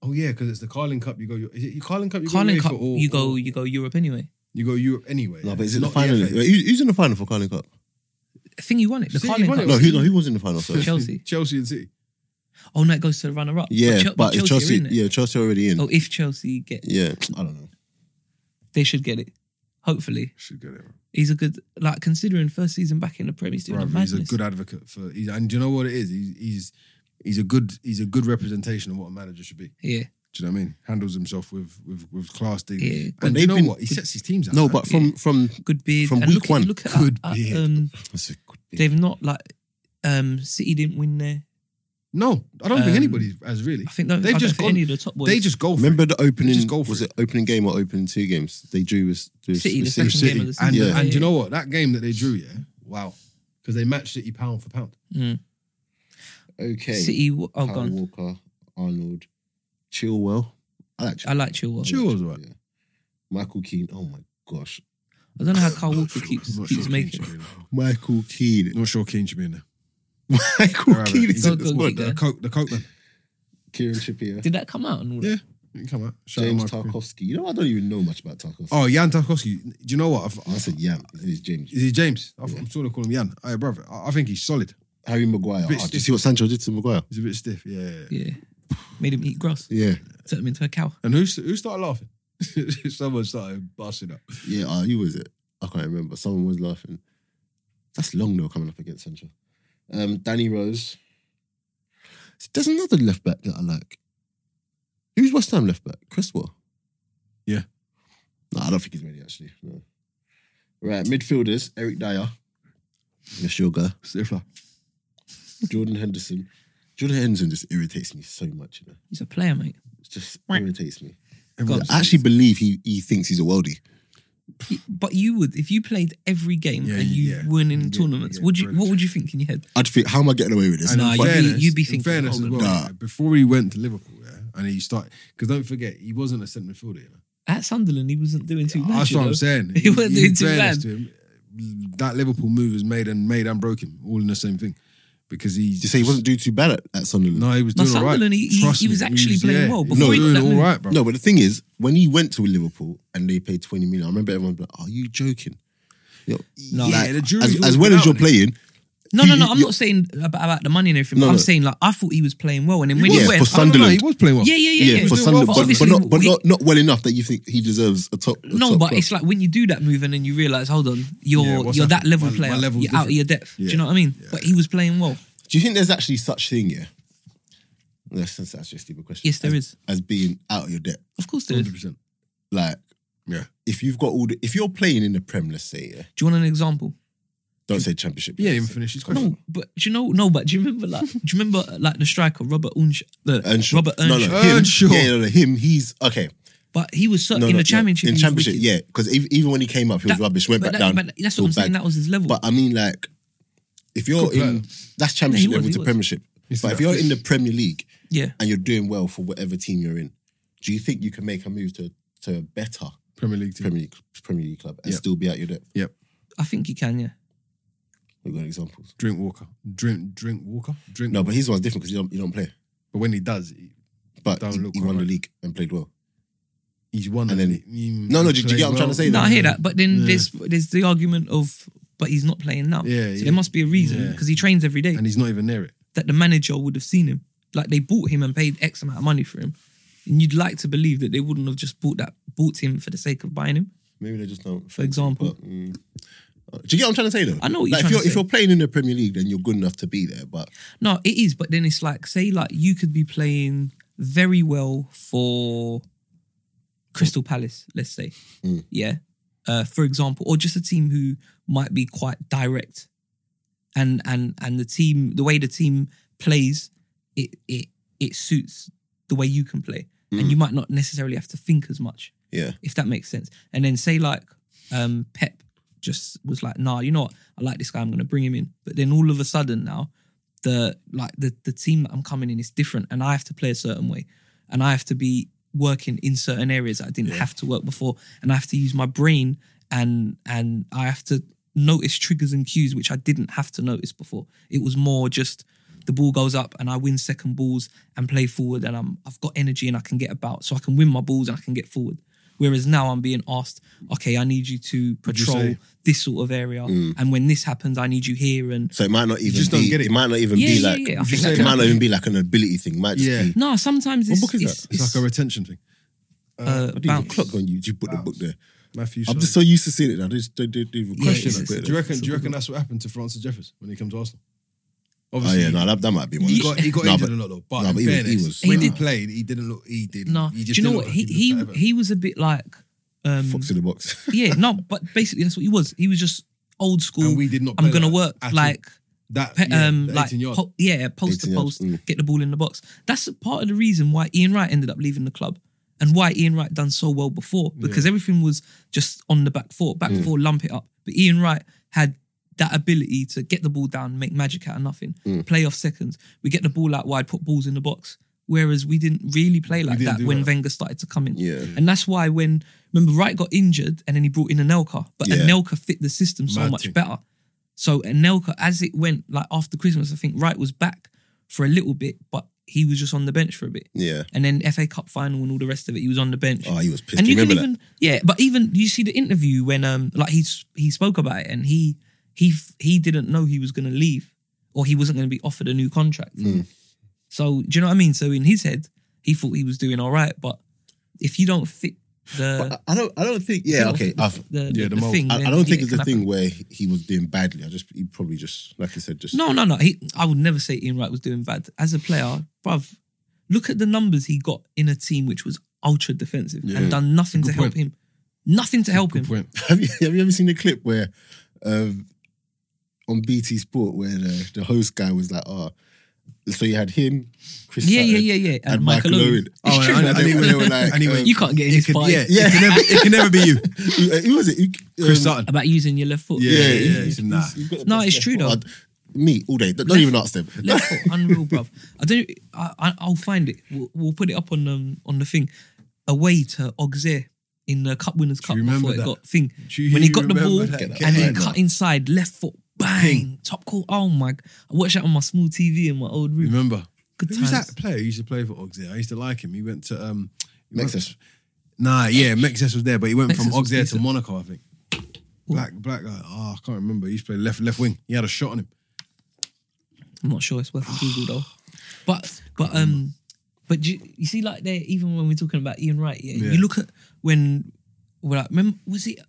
S1: Oh yeah, because it's the Carling Cup. You go. Is it Carling Cup? You
S2: Carling
S1: go UEFA
S2: Cup,
S1: or,
S2: you go
S1: or-
S2: you go Europe anyway.
S1: You go Europe anyway.
S3: no,
S1: yeah?
S3: but is it the
S1: Not E
S3: final?
S1: FA.
S3: Who- who's in the final for Carling Cup?
S2: I think you won it. The
S1: See, you
S2: Carling
S1: won
S2: Cup.
S1: it.
S3: No, who? No, who was in the final? Sorry.
S2: Chelsea.
S1: Chelsea and City.
S2: Oh no, it goes to the runner up.
S3: Yeah, but if
S2: are
S3: Chelsea,
S2: in it.
S3: yeah, Chelsea already in.
S2: Oh, if Chelsea get,
S3: Yeah, I don't know.
S2: they should get it. Hopefully,
S1: Should get it. bro.
S2: he's a good like considering first season back in the Premier. He's doing
S1: Bruv,
S2: a
S1: he's a
S2: madness.
S1: good advocate for. He's, and do you know what it is? He's, he's he's a good he's a good representation of what a manager should be.
S2: Yeah,
S1: Do you know what I mean? Handles himself with with with class. Thing.
S2: Yeah.
S1: And
S3: But
S1: do you
S3: they've
S1: know
S3: been-
S1: what? He sets his teams out.
S3: No,
S1: man.
S3: but from from
S2: good beard.
S3: From
S2: and
S3: week
S2: look
S3: one,
S2: At, look at
S1: good
S2: uh,
S1: beard.
S2: um,
S3: that's a good-
S2: they've not like um, City didn't win their
S1: No, I don't think
S2: Um,
S1: anybody has really.
S2: I think that,
S1: they've
S2: I
S1: just
S2: don't think
S1: gone.
S2: any of the top boys.
S1: they just go. For
S3: Remember the opening?
S1: Just go for
S3: was
S1: it.
S3: it opening game or opening two games? They drew with, with
S2: City, the
S3: with
S2: second
S3: City.
S2: game of the
S1: it. and
S2: season.
S3: Yeah.
S1: and do you know what? That game that they drew, yeah, wow, because they matched City pound for pound.
S3: Okay.
S2: Mm. City. w- Oh,
S3: Kyle
S2: gone.
S3: Walker, Arnold, Chilwell. I like
S2: I
S3: Chilwell.
S2: like Chilwell.
S1: Chilwell's all right.
S3: Yeah. Michael Keane. Oh my gosh.
S2: I don't know how Carl Walker
S1: I'm
S2: keeps
S1: not
S2: keeps
S1: sure
S2: making.
S1: Keane should be in there.
S3: Michael Keane.
S1: Not sure Keane should be in there.
S3: Michael
S1: Alright,
S3: Keane is
S1: he's-
S3: in this
S2: Go, go,
S3: one.
S2: Keane.
S1: The coke, the coke man.
S3: Kieran Trippier,
S2: Did that come out? And all
S1: Yeah.
S2: that?
S1: You can Come on,
S3: James Tarkovsky. You know, I don't even know much about Tarkovsky.
S1: Oh, Jan Tarkowski. Do you know what? I've,
S3: I said Yam. His name's James.
S1: Is he James? I am sure they call him Jan. Hey, brother, I, I think he's solid.
S3: Harry Maguire. Oh,
S1: Bit
S3: did you
S1: stiff.
S3: see what Sancho did to Maguire?
S1: He's a bit stiff. Yeah. yeah, yeah.
S2: Yeah. Made him eat grass.
S3: Yeah.
S2: Turned him into a cow.
S1: And who st- who started laughing? Someone started busting up.
S3: Yeah. Uh, who was it? I can't remember. Someone was laughing. That's long though coming up against Sancho. Um, Danny Rose. There's another left back that I like. Who's West Ham left back? Cresswell.
S1: Yeah.
S3: No, I don't think he's ready actually. No. Right, midfielders, Eric Dyer. Yes, your guy.
S1: Stifler.
S3: Jordan Henderson. Jordan Henderson just irritates me so much, you know.
S2: He's a player, mate.
S3: It just
S2: Right.
S3: irritates me.
S2: Go on.
S3: I actually believe he he thinks he's a worldie.
S2: He- But you would, if you played every game
S1: Yeah,
S2: and you
S1: yeah.
S2: won in
S1: Yeah,
S2: tournaments,
S1: yeah,
S2: would you?
S1: brilliant.
S2: What would you think in your head?
S3: I'd think, how am I getting away with this?
S1: And
S2: Nah,
S1: in
S2: you'd be-
S1: fairness-
S2: you'd be
S1: in
S2: thinking,
S1: fairness as
S2: hold
S1: well.
S2: on.
S3: Nah.
S1: yeah, before he went to Liverpool, yeah, and he started because don't forget he wasn't a centre midfielder. You know?
S2: At Sunderland, he wasn't doing too much.
S1: That's
S2: you
S1: what
S2: know?
S1: I'm saying.
S2: He wasn't
S1: In
S2: doing too
S1: fairness
S2: bad.
S1: to him, that Liverpool move was made and made and broke him all in the same thing because he.
S3: Did you say he wasn't doing too bad at, at Sunderland?
S1: No, he was
S2: No,
S1: doing all right.
S2: Sunderland, he- he-
S1: Trust
S2: he
S1: me,
S2: was actually playing well
S1: he
S2: before
S1: was
S2: he got
S1: doing
S2: that
S1: all
S2: move.
S1: right, bro.
S3: No, but the thing is, when he went to Liverpool and they paid 20 million, I remember everyone being like, Are you joking? Yo,
S2: No.
S1: Yeah, the jury's
S3: as,
S1: always
S3: as well
S1: been
S3: as you're
S1: out on it.
S3: playing,
S2: No, no, no.
S3: You-
S2: I'm
S3: you-
S2: not saying about, about the money and everything.
S3: No,
S2: but I'm
S3: no.
S2: saying like I thought he was playing well, and then when
S3: Yeah,
S2: he went,
S3: for
S1: No, no,
S2: I-
S1: no,
S3: Sunderland.
S1: he was playing well.
S2: yeah, yeah, yeah,
S3: yeah,
S2: yeah.
S3: for
S1: doing
S3: Sunderland,
S1: well,
S3: but, but
S2: obviously,
S3: not, but
S2: we-
S3: not, not well enough that you think he deserves a top. a
S2: No,
S3: top
S2: but
S3: club.
S2: it's like when you do that move and then you realize, hold on, you're
S1: Yeah, what's
S2: you're that
S1: happened?
S2: level
S1: My-
S2: player.
S1: my
S2: you're
S1: level's
S2: out of your depth. Do you know what I mean? But he was playing well.
S3: Do you think there's actually such thing? Yeah, that's that's actually a stupid question.
S2: Yes, there
S3: as,
S2: is.
S3: as being out of your depth.
S2: Of course, there is.
S1: hundred
S2: Do
S1: percent.
S3: Like,
S1: Yeah.
S3: if you've got all the, if you're playing in the Prem, let's say, yeah,
S2: you want an example?
S3: don't say Championship.
S1: Yeah, he
S3: yes.
S1: even finished his question.
S2: No, but do you know? No, but do you remember like? do you remember like the striker Robert Unsh, the
S3: Earnshaw.
S2: Robert Earnshaw?
S3: No, no, him.
S1: Earnshaw.
S3: Yeah, no, no, him. He's okay.
S2: But he was so,
S3: No,
S2: Uh, in
S3: no,
S2: the championship.
S3: No.
S2: he
S3: In
S2: was
S3: championship,
S2: wicked.
S3: yeah, because even when he came up, he was
S2: That-
S3: rubbish. Went
S2: but
S3: back
S2: that-
S3: down.
S2: but that's what I'm
S3: was
S2: saying.
S3: back.
S2: That was his level.
S3: But I mean, like, if you're
S1: Good player.
S3: in that's championship
S2: No, he was,
S3: level
S2: he
S3: to
S2: was.
S3: Premiership,
S1: He's
S3: but if
S1: the-
S3: you're in the Premier League
S2: yeah,
S3: and you're doing well for whatever team you're in, do you think you can make a move to to a better
S1: Premier League team.
S3: Premier League Premier League club and
S1: Yeah.
S3: still be out your depth?
S1: Yep.
S2: I think he can. Yeah,
S3: We've got examples.
S1: Drink Walker. Drink drink Walker. Drink.
S3: No, but his one's different because you don't you don't play.
S1: But when he does, he,
S3: But
S1: Don't
S3: he,
S1: look
S3: he won the
S1: alright.
S3: league and played well.
S1: he's won.
S3: And
S1: that
S3: then-
S1: league. He-
S3: No, no, do- do you
S1: played
S3: get what I'm trying to say, Yeah.
S2: no, I hear that. But then
S1: Yeah.
S2: there's there's the argument of, but he's not playing now.
S1: Yeah,
S2: so
S1: yeah.
S2: there must be a reason
S1: Yeah.
S2: because he trains every day
S1: And he's not even near it.
S2: that the manager would have seen him. Like they bought him and paid X amount of money for him, and you'd like to believe that they wouldn't have just bought that bought him for the sake of buying him.
S3: Maybe they just don't.
S2: For example.
S3: But, mm. Uh, do you get what I'm trying to say though?
S2: I know what you're
S3: like,
S2: trying
S3: if
S2: to
S3: you're if
S2: say.
S3: you're playing in the Premier League, then you're good enough to be there. But
S2: No, it is, but then it's like say like you could be playing very well for Crystal Palace, let's say.
S3: Mm.
S2: Yeah. Uh, for example, or just a team who might be quite direct. And and and the team the way the team plays, it it it suits the way you can play. And
S3: Mm.
S2: you might not necessarily have to think as much
S3: yeah,
S2: if that makes sense. And then say like um Pep just was like, nah, you know what? I like this guy, I'm gonna bring him in. But then all of a sudden now, the like the the team that I'm coming in is different and I have to play a certain way. And I have to be working in certain areas that I didn't have to work before. And I have to use my brain and and I have to notice triggers and cues which I didn't have to notice before. It was more just the ball goes up and I win second balls and play forward and I'm I've got energy and I can get about. So I can win my balls and I can get forward. Whereas now I'm being asked, okay, I need you to
S1: you
S2: patrol
S1: say?
S2: this sort of area.
S3: Mm.
S2: And when this happens, I need you here and
S3: so it might not even
S1: just
S3: be.
S1: don't get it.
S3: it. might not even
S2: Yeah,
S3: be
S2: yeah,
S3: like.
S2: yeah, I
S3: It
S2: think
S1: that
S3: might
S1: can
S3: not even be like an ability thing. It might just
S1: Yeah.
S3: be.
S2: No, sometimes it's,
S3: book is
S2: it's,
S3: that?
S1: It's,
S2: it's,
S1: like a retention thing.
S2: uh,
S3: I didn't
S2: bounce.
S3: even clock on you. You put the book there.
S1: Matthew.
S3: I'm
S1: Sharp.
S3: just so used to seeing it. I just don't, don't, don't even question
S2: it's-
S3: it.
S2: it's-
S3: Put it
S1: do you
S3: there.
S1: reckon? Do you reckon that's what happened to Francis Jeffers when he came to Arsenal?
S3: Oh
S1: Obviously,
S3: yeah, no, that, that might be one.
S1: he got, he got
S3: No,
S1: injured
S3: but-
S1: a lot though. But,
S3: no,
S1: in
S3: but he was- he
S1: fairness,
S3: was-
S1: when he
S2: Nah.
S1: played, he didn't look. He did.
S2: No,
S1: not
S2: do
S1: He
S2: you know
S1: didn't
S2: what?
S1: look
S2: He
S1: like
S2: he
S1: looked better.
S2: he was a bit like, um,
S3: Fox in the box.
S2: yeah, no, but basically that's what he was. He was just old school.
S1: And we did not.
S2: I'm
S1: play
S2: gonna
S1: like that
S2: work
S1: at all.
S2: like
S1: That
S2: Pe-
S1: yeah,
S2: um,
S1: the
S2: like
S1: 18 yard.
S2: po- yeah, post to
S3: 18 yard,
S2: post,
S3: mm.
S2: get the ball in the box. That's part of the reason why Ian Wright ended up leaving the club, and why Ian Wright done so well before because everything was just on the back four,
S3: Mm.
S2: back four, lump it up. But Ian Wright had that ability to get the ball down, make magic out of nothing,
S3: Mm.
S2: play off seconds. We get the ball out wide, put balls in the box. Whereas we didn't really play like
S1: didn't
S2: that
S1: do
S2: when
S1: that.
S2: Wenger started to come in.
S3: Yeah.
S2: And that's why when remember Wright got injured and then he brought in Anelka, but
S3: Yeah.
S2: Anelka fit the system so
S1: Mad
S2: much
S1: thing.
S2: better. So Anelka, as it went, like after Christmas, I think Wright was back for a little bit, but he was just on the bench for a bit.
S3: Yeah.
S2: And then FA Cup final and all the rest of it, he was on the bench.
S3: Oh, he was pissed.
S2: and
S3: Do
S2: you
S3: you
S2: can
S3: remember
S2: even yeah, but even you see the interview when um like he s- he spoke about it and he he f- he didn't know he was gonna leave or he wasn't gonna be offered a new contract.
S3: Hmm.
S2: So do you know what I mean? So in his head, he thought he was doing all right, but if you don't fit the
S3: that? I I don't. I don't think. Yeah. Okay. I've,
S2: the,
S1: Yeah,
S2: the,
S1: the
S2: the
S1: mold.
S2: thing,
S3: I, I
S2: then,
S3: don't
S2: yeah,
S3: think
S2: it
S3: it's
S2: can
S3: the
S2: happen.
S3: thing where he he was doing badly. I just he probably just like I said just
S2: No, no, no. He, I would never say Ian Wright was doing bad as a player, bruv. Look at the numbers he got in a team which was ultra defensive and done nothing to help
S1: point.
S2: him. Nothing to help him.
S1: Good point.
S3: Have you, have you ever seen the clip where um, on BT Sport where the, the host guy was like, oh, so you had him, Chris
S2: Yeah,
S3: Sutton,
S2: yeah, yeah, yeah. And,
S3: and, Michael Owen.
S2: It's
S1: Oh,
S2: true.
S1: and- and
S3: they were-
S1: he
S3: they were
S1: went-
S3: like,
S1: and he went-
S2: you can't get in
S1: It
S2: his
S1: can,
S2: fight
S1: yeah, It, can never, it can never be you,
S3: Who, uh, who was it? Who-
S1: Chris
S3: um,
S1: Sutton.
S2: about using your left foot.
S1: Yeah, yeah, yeah. He's, nah.
S3: he's- he's got the
S2: No,
S3: best
S2: it's
S3: left
S2: true,
S3: foot.
S2: though.
S3: I- me all day. Don't, don't even ask them.
S2: left foot, unreal, bruv. I don't. I, I, I'll find it. We'll, we'll put it up on um, on the thing. Away to Auxerre in the Cup Winners' Cup
S1: you
S2: before
S1: remember
S2: it
S1: that?
S2: got thing.
S1: Do you
S2: when he got the
S1: remember
S2: ball
S1: that?
S3: Get that
S2: and he
S3: back,
S2: cut
S3: man.
S2: inside left foot, bang, top court. Oh my! I watched that on my small TV in my old room.
S1: Remember?
S2: Good
S1: Who was
S2: times.
S1: that player who used to play for Auxerre? I used to like him. He went to um he went-
S3: Nexus.
S1: Nah, yeah, Mexes was there, but he went
S2: Mexes
S1: from
S2: was
S1: Auxerre to
S2: decent.
S1: Monaco, I think. Black black guy. Oh, I can't remember. He used to play left left wing. He had a shot on him.
S2: I'm not sure it's worth a Google though. But but um but you, you see like there even when we're talking about Ian Wright, yeah,
S1: Yeah.
S2: you look at when we're like remember was it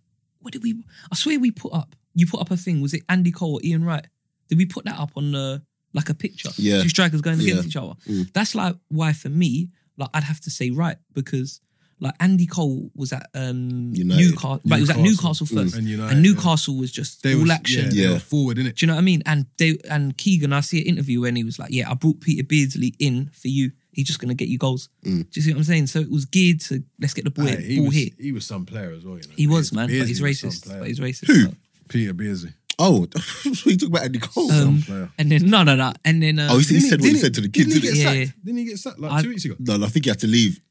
S2: what did we I swear we put up you put up a thing, was it Andy Cole or Ian Wright? Did we put that up on the like a picture?
S3: Yeah.
S2: Two strikers going against
S3: Yeah.
S2: each other.
S1: Mm.
S2: That's like why for me, like I'd have to say right because like Andy Cole was at um
S3: United.
S2: Newcastle, right? He was at Newcastle
S1: Newcastle.
S2: first,
S1: Mm.
S2: and,
S1: And United, yeah.
S2: Newcastle was just all
S1: was,
S2: action.
S1: Yeah, they
S3: Yeah.
S1: were forward, innit?
S2: Do you know what I mean? And they and Keegan, I see an interview and he was like, "Yeah, I brought Peter Beardsley in for you. He's just gonna get you goals."
S3: Mm.
S2: Do you see what I'm saying? So it was geared to let's get the ball,
S1: Aye, he,
S2: ball
S1: was,
S2: here.
S1: he was some player as well, you know.
S2: He was
S1: Beardsley-
S2: man, but he's
S1: Beardsley was some
S2: racist.
S1: player.
S2: But he's racist. Um, so.
S1: Peter Beardsley.
S3: Oh, you talk about Andy Cole.
S2: Um,
S1: player.
S2: and then no, no, no. And then uh,
S3: oh, he said, he
S1: Didn't
S3: said what he
S1: didn't
S3: said to the kids.
S1: Didn't he
S3: Didn't
S1: get
S3: he?
S2: Yeah,
S1: sacked? Didn't he get sacked like
S2: I-
S1: two weeks ago?
S3: No, no, I think he had to leave.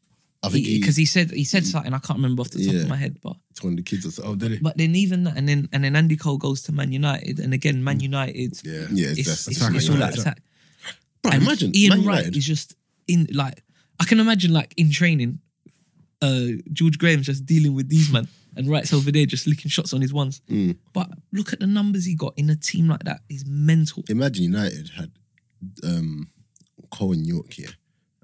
S3: I think he, Mm.
S2: because he, said he said something I can't remember off the top
S3: Yeah.
S2: of my head, but
S3: to one of the kids or
S1: Oh,
S3: something.
S1: did he?
S2: but then even that, and then and then Andy Cole goes to Man United, and again Man United,
S1: Yeah.
S3: Mm. yeah, it's,
S2: it's,
S3: just-
S2: it's,
S3: attack
S2: it's
S3: at
S2: all
S3: United.
S2: that attack.
S3: Bro,
S2: And
S3: imagine
S2: Ian
S3: Man
S2: Wright
S3: United.
S2: is just in like I can imagine like in training, uh George Graham's just dealing with these men and Wright's over there just licking shots on his ones.
S1: Mm.
S2: But look at the numbers he got in a team like that. He's mental.
S3: imagine United had um, Cole and York here,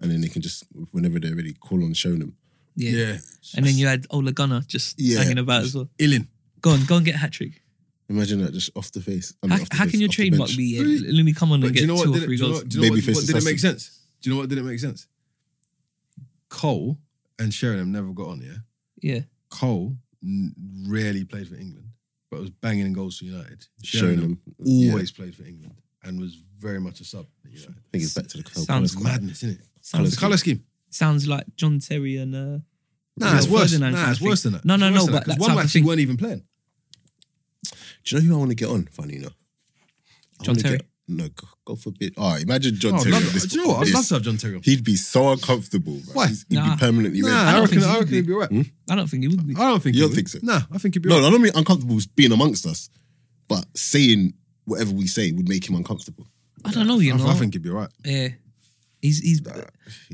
S3: and then they can just whenever they're ready, call on Shonen.
S2: Yeah.
S1: Yeah.
S2: And then you had Ola Gunnar just
S3: Yeah.
S2: hanging about as well.
S1: Illin.
S2: Go on, go and get a hat trick.
S3: Imagine that just off the face. I mean,
S2: How,
S3: off the
S2: how
S3: face,
S2: can your
S3: off the
S2: trademark
S3: bench.
S2: be? Yeah, let me come on
S1: But
S2: and
S1: do
S2: get
S1: you know what?
S2: two or
S1: Did it,
S2: three
S1: do you know,
S2: goals.
S1: what- do you know what,
S3: Babyface
S1: what didn't
S3: assassin.
S1: make sense? Do you know what didn't make sense? Cole and Sheringham never got on. Yeah,
S2: Yeah,
S1: Cole n- rarely played for England, but was banging in goals for United.
S3: Sheringham,
S1: Sheringham always played for England and was very much a sub. at United.
S3: I think it's back to the Cole
S2: Sounds
S1: It's
S3: Palace.
S1: madness, isn't it?
S2: Sounds
S1: the colour scheme.
S2: sounds like John Terry and uh,
S1: Nah, it's
S2: Rio
S1: worse.
S2: Ferdinand kind
S1: Nah,
S2: of
S1: it's
S2: thing.
S1: worse than that.
S2: No, no,
S1: It's worse
S2: no,
S1: than
S2: but
S1: that, 'cause
S2: that
S1: one
S2: type of
S1: actually
S2: thing.
S1: weren't even playing.
S3: Do you know who I want to get on? Funny enough, I
S2: John
S3: wanna
S2: Terry.
S3: Get, no, God, God forbid. Oh, imagine John
S1: Oh, I'd
S3: Terry.
S1: love-
S3: on this
S1: do you know what? I'd love
S3: podcast.
S1: to have John Terry. on.
S3: He'd be so uncomfortable. Bro.
S1: Why?
S3: He'd
S2: Nah.
S3: be permanently.
S1: Nah,
S3: red.
S1: I,
S2: don't
S1: reckon.
S2: think
S1: I
S2: he'd
S1: reckon
S2: be-
S1: he'd be alright.
S2: I don't think he would be.
S1: I don't think. he
S3: You don't
S1: would.
S3: think so?
S1: Nah, I think he'd be
S3: No,
S1: alright.
S3: no, I don't mean uncomfortable as being amongst us, but saying whatever we say would make him uncomfortable.
S2: I don't know. You
S1: I,
S2: know.
S1: I think he'd be alright.
S2: Yeah, he's he's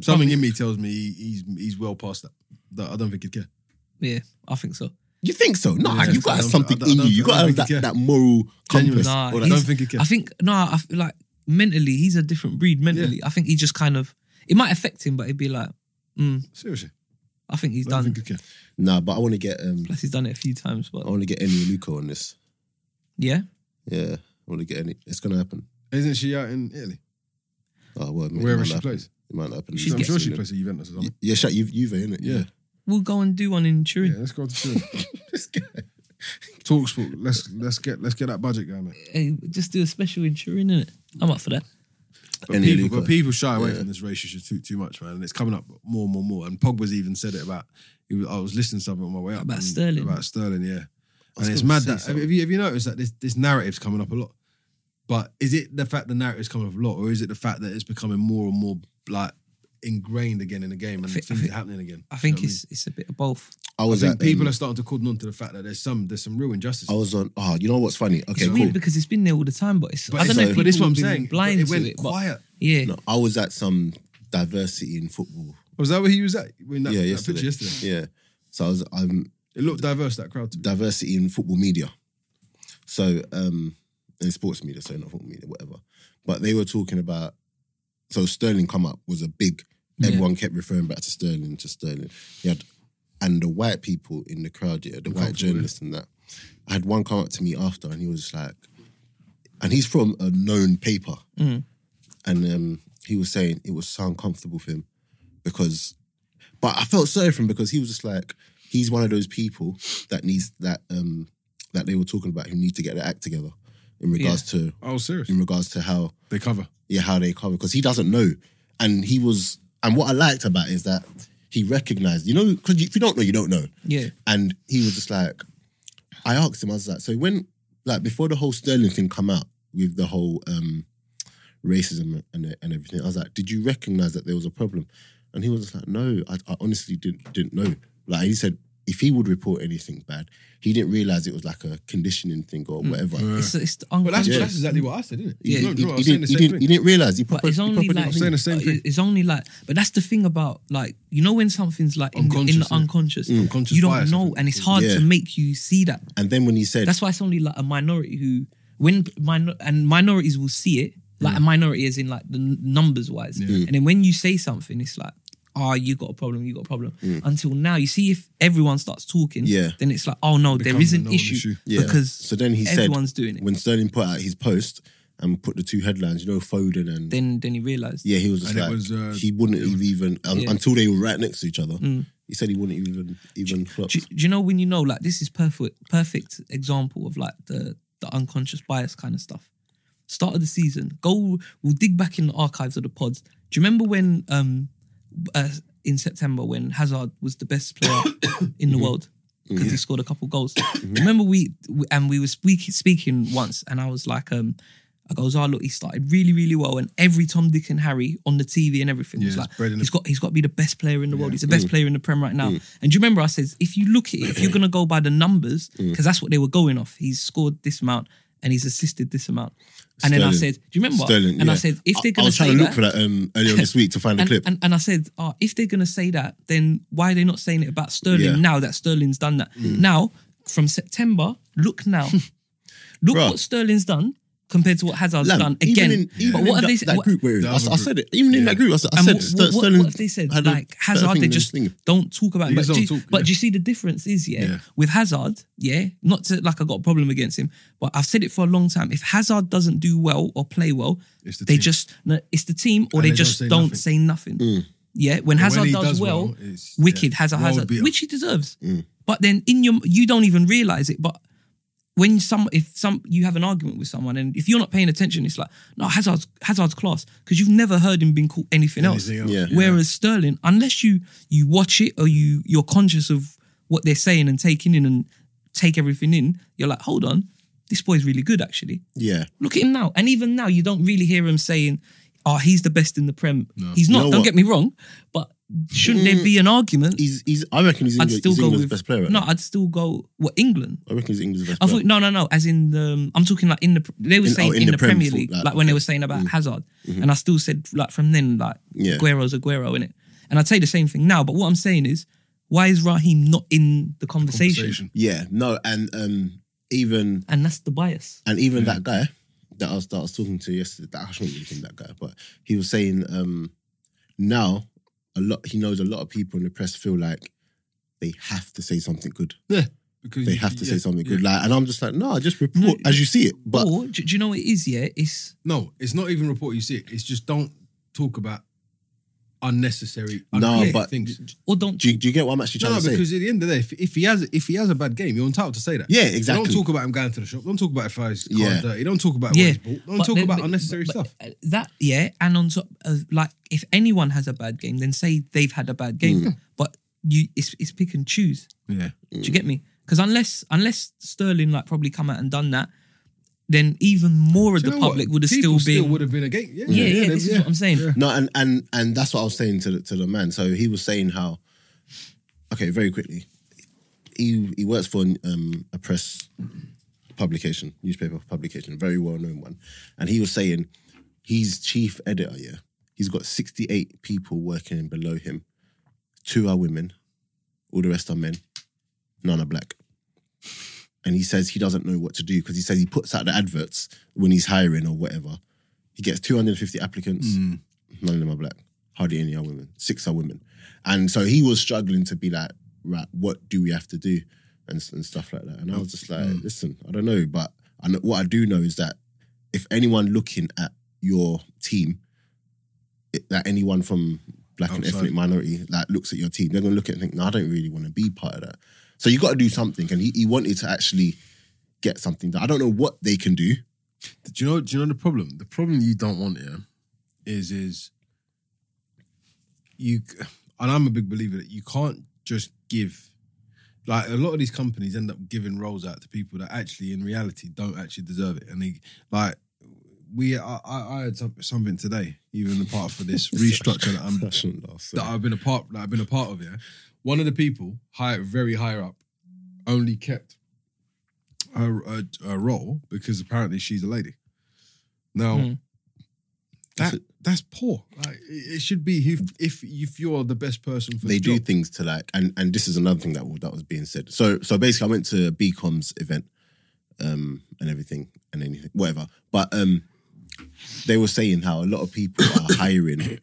S1: Something in me tells me he- he's he's well past that. That I don't think he'd care.
S2: yeah. I think so.
S3: You think so? No,
S1: Yeah,
S3: you got to have
S1: I don't-
S3: something
S1: I don't-
S3: in
S1: I don't
S3: you. You
S1: think-
S3: got
S1: I
S3: to
S1: don't
S3: have that,
S1: think he
S3: that moral compass.
S1: I
S2: Nah,
S3: or that-
S1: don't
S2: he's-
S1: think he can.
S2: I think no. I feel like mentally, he's a different breed. Mentally, I think he just kind of it might affect him, but it'd be like, mm,
S1: Seriously,
S2: I think he's
S1: I don't
S2: done.
S1: think he'd care.
S3: Nah, but I want to get um,
S2: Plus, he's done it a few times. But
S3: I
S4: Oh.
S3: want to get Eni Luco on this.
S2: yeah,
S3: Yeah, I want to get Eni. It's gonna happen.
S1: Isn't she out in Italy?
S3: Oh well, it might
S1: Wherever
S3: not
S1: she
S3: happen.
S1: plays.
S3: it might not happen.
S2: She's
S1: I'm
S2: getting-
S1: sure she plays at Juventus or something.
S3: Yeah, shut Juve, innit?
S1: Yeah.
S2: we'll go and do one in
S1: Yeah,
S2: Turin.
S1: let's go to Turin.
S3: this guy.
S4: Talk sport. Let's let's get let's get that budget going, mate.
S2: Hey, just do a special in Turin, innit? I'm up for that.
S4: But
S3: Any
S4: people,
S3: Luka.
S4: but people shy away
S3: Yeah.
S4: from this relationship too too much, man. And it's coming up more and more and more. And Pogba's even said it about. He was, I was listening to something on my way up
S2: About
S4: and-
S2: Sterling.
S4: About Sterling, yeah.
S3: was
S4: And it's
S3: gonna
S4: mad
S3: say
S4: that have
S3: something.
S4: you, have you noticed that this this narrative's coming up a lot? But is it the fact the narrative's coming up a lot, or is it the fact that it's becoming more and more like ingrained again in the game and
S2: thi- I
S4: things
S2: think-
S4: are happening again?
S2: I think
S4: You know what
S2: it's it's a bit of both.
S3: I was
S4: I mean? I
S3: at,
S4: think people
S3: um,
S4: are starting to cordon on to the fact that there's some there's some real injustice.
S3: I was on. Oh, you know what's funny?
S2: It's
S3: Okay,
S2: weird
S3: cool.
S2: because it's been there all the time, but it's
S4: but
S2: I don't
S4: it's-
S2: know.
S3: like-
S2: If
S4: but this is
S2: people
S4: what I'm
S2: have been
S4: saying.
S2: Blind
S4: it went
S2: to it, but
S4: quiet.
S2: yeah,
S3: No, I was at some diversity in football.
S4: Was that where he was at? When that,
S3: yeah,
S4: that
S3: yesterday.
S4: picture yesterday.
S3: Yeah. So I was. um, I'm
S4: It looked diverse that crowd. To me.
S3: diversity in football media. So, um, in sports media, so not football media, whatever. But they were talking about so Sterling come up was a big.
S2: Yeah.
S3: Everyone kept referring back to Sterling to Sterling. You had and the white people in the crowd, yeah, the white
S4: Uncomfortable, yeah.
S3: journalists and that. I had one come up to me after, and he was just like, and he's from a known paper,
S2: Mm.
S3: and um, he was saying it was so uncomfortable for him because, but I felt sorry for him because he was just like he's one of those people that needs that um that they were talking about who need to get their act together in regards to
S4: Oh, serious.
S3: in regards to how
S4: They cover.
S3: yeah how they cover because he doesn't know and he was and what I liked about it is that he recognized you know because if you don't know you don't know
S2: yeah,
S3: and he was just like, I asked him, I was like, so when, like, before the whole Sterling thing come out with the whole um, racism and and everything, I was like, did you recognize that there was a problem? And he was just like, no, I, I honestly didn't didn't know. Like he said, if he would report anything bad, he didn't realize it was like a conditioning thing or
S2: Mm.
S3: whatever.
S2: it's it's the
S4: But that's,
S2: uncle-
S3: Yeah.
S4: that's exactly what I said, isn't it?
S2: Yeah,
S4: no, no,
S3: He,
S4: I
S3: he
S4: was saying
S3: didn't,
S4: the
S3: he,
S4: same
S3: didn't,
S4: thing.
S3: he didn't realize. He
S2: But
S3: proper-
S2: it's
S3: he
S2: only
S3: proper
S2: like
S3: didn't-
S4: saying the same
S2: it-
S4: thing.
S2: it's only like but that's the thing about like you know when something's like in, the, in the
S4: Unconscious, yeah.
S2: unconscious,
S4: Unconscious
S2: you don't
S4: bias, I
S2: know,
S4: think.
S2: and it's hard
S3: Mm. Yeah.
S2: to make you see that.
S3: and then when he said,
S2: That's why it's only like a minority who when minor and minorities will see it like a
S3: Mm.
S2: minority is in like the n- numbers wise, and then when you say something, it's like. Oh, you got a problem, you got a problem. Until now, you see, if everyone starts talking,
S3: Mm. Yeah.
S2: then it's like, oh no, there
S4: Becomes
S2: is
S4: a
S2: an
S4: known
S2: issue,
S4: issue.
S3: Yeah.
S2: because
S3: so then he said,
S2: everyone's doing it.
S3: When Sterling put out his post and put the two headlines, you know, Foden and
S2: then, then he realized,
S3: Yeah, he was just
S4: And it
S3: like
S4: was, uh,
S3: he wouldn't have even un-
S2: Yeah. Mm.
S3: until they were right next to each other. He said he wouldn't even even flop.
S2: do, do you know when you know like this is perfect perfect example of like the the unconscious bias kind of stuff start of the season go we'll dig back in the archives of the pods do you remember when um uh, in september when hazard was the best player in the
S4: Mm-hmm.
S2: world because he scored a couple goals remember we, we and we were speak, speaking once and i was like um I goes, oh look, he started really, really well, and every Tom, Dick, and Harry on the TV and everything
S4: Yeah,
S2: was
S4: he's
S2: like,
S4: bred in the-
S2: he's got, he's got to be the best player in the world. He's the best
S3: Mm.
S2: player in the Prem right now. And do you remember I said, if you look at it, if you're gonna go by the numbers,
S3: Mm.
S2: because that's what they were going off. He's scored this amount and he's assisted this amount. And then I
S3: Sterling.
S2: said, do you remember?
S3: Sterling,
S2: and I
S3: yeah.
S2: said, if they're
S3: I
S2: gonna
S3: was
S2: say
S3: trying to
S2: that,
S3: look for that um, earlier this week to find a
S2: and,
S3: clip.
S2: And, and I said, oh, if they're going to say that, then why are they not saying it about Sterling
S3: Yeah. Mm.
S2: now that Sterling's done that? Now, from September, look now. look
S3: Bruh.
S2: what Sterling's done compared to what Hazard's
S3: Lam,
S2: done
S3: even
S2: again.
S3: in- even
S2: but
S3: in
S2: what
S3: that,
S2: have they
S3: that
S2: said?
S3: group we're in,
S4: The
S3: I,
S4: other
S3: I
S4: group.
S3: said it. Even in that
S4: Yeah.
S3: group, I said, I
S2: And
S3: said
S2: what,
S3: Ster-
S2: what, what,
S3: Sterling.
S2: what have they said?
S3: had a
S2: Like
S3: better
S2: Hazard,
S3: thing
S2: they
S3: than
S2: just
S3: Sterling.
S2: don't talk about it.
S4: They
S2: But,
S4: just
S2: do,
S4: don't
S2: you-
S4: talk,
S2: but
S4: yeah.
S2: do you see the difference is, yeah,
S4: Yeah.
S2: with Hazard, yeah, not to like I got a problem against him, but I've said it for a long time. If Hazard doesn't do well or play well,
S4: It's the
S2: they
S4: team.
S2: just, no, it's the team or
S4: And they
S2: they,
S4: don't
S2: just
S4: say
S2: don't,
S4: nothing.
S2: say nothing.
S3: Mm.
S2: Yeah, when
S4: when
S2: Hazard
S4: he
S2: does,
S4: does
S2: well,
S4: well, it's-
S2: wicked
S4: yeah,
S2: Hazard,
S4: world
S2: Hazard,
S4: beater.
S2: which he deserves.
S4: Mm.
S2: But then in your, you don't even realize it. But when some, if some, you have an argument with someone, and if you're not paying attention, it's like, no, Hazard's Hazard's class because you've never heard him being called anything else.
S4: Anything else,
S3: Yeah.
S4: yeah.
S2: Whereas Sterling, unless you you watch it or you you're conscious of what they're saying and taking in and take everything in, you're like, hold on, this boy's really good actually
S3: Yeah,
S2: look at him now. And even now, you don't really hear him saying, oh, he's the best in the Prem. He's not,
S3: You
S2: don't
S3: know what? Mm.
S2: get me wrong, but shouldn't there be an argument?
S3: he's he's. I reckon he's,
S2: I'd
S3: England,
S2: still
S3: he's
S2: go
S3: England's
S2: with.
S3: best player. Right
S2: no,
S3: now.
S2: I'd still go. What, England?
S3: I reckon he's England's best
S2: I
S3: player.
S2: thought, no, no, no. As in the, I'm talking like in the, they were
S3: In-
S2: saying
S3: oh,
S2: in, the, Premier League,
S3: like,
S2: like, when they
S3: okay. Mm-hmm.
S2: were saying about Hazard. And I still said, like, from then, like,
S3: Yeah.
S2: Guerrero's a Guerrero, innit? And I'd say the same thing now, but what I'm saying is, why is Raheem not in the conversation?
S4: Conversation.
S3: yeah, no, and um, even
S2: And that's the bias.
S3: and even
S4: Mm.
S3: that guy that I was that I was talking to yesterday. That I shouldn't link him that guy, but he was saying um, now a lot. He knows a lot of people in the press feel like they have to say something good.
S4: Because
S3: they
S4: you-
S3: have to
S4: yeah,
S3: say something
S4: yeah. Oh.
S3: good. Like, and I'm just like, no, just report as you see it. But
S2: or do, do you know what it is? Yeah, it's
S4: No, it's not even report you see it. It's just don't talk about unnecessary.
S3: No,
S4: unnecessary
S3: but-
S4: things.
S2: Or don't.
S3: Do you, do you get what I'm actually
S4: No,
S3: trying
S4: no,
S3: to say?
S4: because at the end of the day, if, if he has if he has a bad game, you're entitled to say that.
S3: Yeah,
S4: So
S3: exactly.
S4: Don't talk about him going to the shop. Don't talk about if his car
S3: Yeah.
S4: dirty. Don't talk about
S2: yeah,
S4: what he's bought. Don't
S2: but
S4: talk
S2: then-
S4: about
S2: but-
S4: unnecessary
S2: but-
S4: stuff.
S2: uh, That yeah, and on top of like, if anyone has a bad game, then say they've had a bad game. But you, it's it's pick and choose.
S4: Yeah.
S2: Do you get me? Because unless unless Sterling like probably come out and done that, then even more of the public would have
S4: People
S2: still been.
S4: still would have been a game. Yeah,
S2: yeah, yeah,
S4: they-
S2: this is
S4: yeah.
S2: what I'm saying.
S4: Yeah.
S3: No, and and and that's what I was saying to the, to the man. So he was saying how, okay, very quickly, he he works for um, a press publication, newspaper publication, a very well known one, and he was saying he's chief editor. Yeah, he's got sixty eight people working below him. Two are women, all the rest are men. None are black. And he says he doesn't know what to do because he says he puts out the adverts when he's hiring or whatever. He gets 250 applicants none of them are black. Hardly any are women. Six are women. And so he was struggling to be like, right, what do we have to do? And, s- and stuff like that. And I was just like, listen, I don't know. But I know, what I do know is that if anyone looking at your team, it, that anyone from black and
S4: Outside.
S3: ethnic minority like looks at your team, they're going to look at it and think, no, I don't really want to be part of that. So you got to do something. And he, he wanted to actually get something done. I don't know what they can do.
S1: Do you know? Do you know the problem? The problem you don't want here is is you, and I'm a big believer that you can't just give. Like a lot of these companies end up giving roles out to people that actually, in reality, don't actually deserve it. And they like we, I, I I had some- something today, even apart for this restructure that I'm
S3: shouldn't laugh.
S1: that I've been a part that I've been a part of. Yeah, one of the people high, very high up, only kept her, her, her role because apparently she's a lady. Now,
S3: Hmm.
S2: Mm.
S1: that that's poor. Like, it, it should be if if if you're the best person for
S3: they
S1: the
S3: do
S1: job.
S3: things to like and and this is another thing that that was being said so so basically i went to a bcom's event um and everything and anything whatever but um they were saying how a lot of people are hiring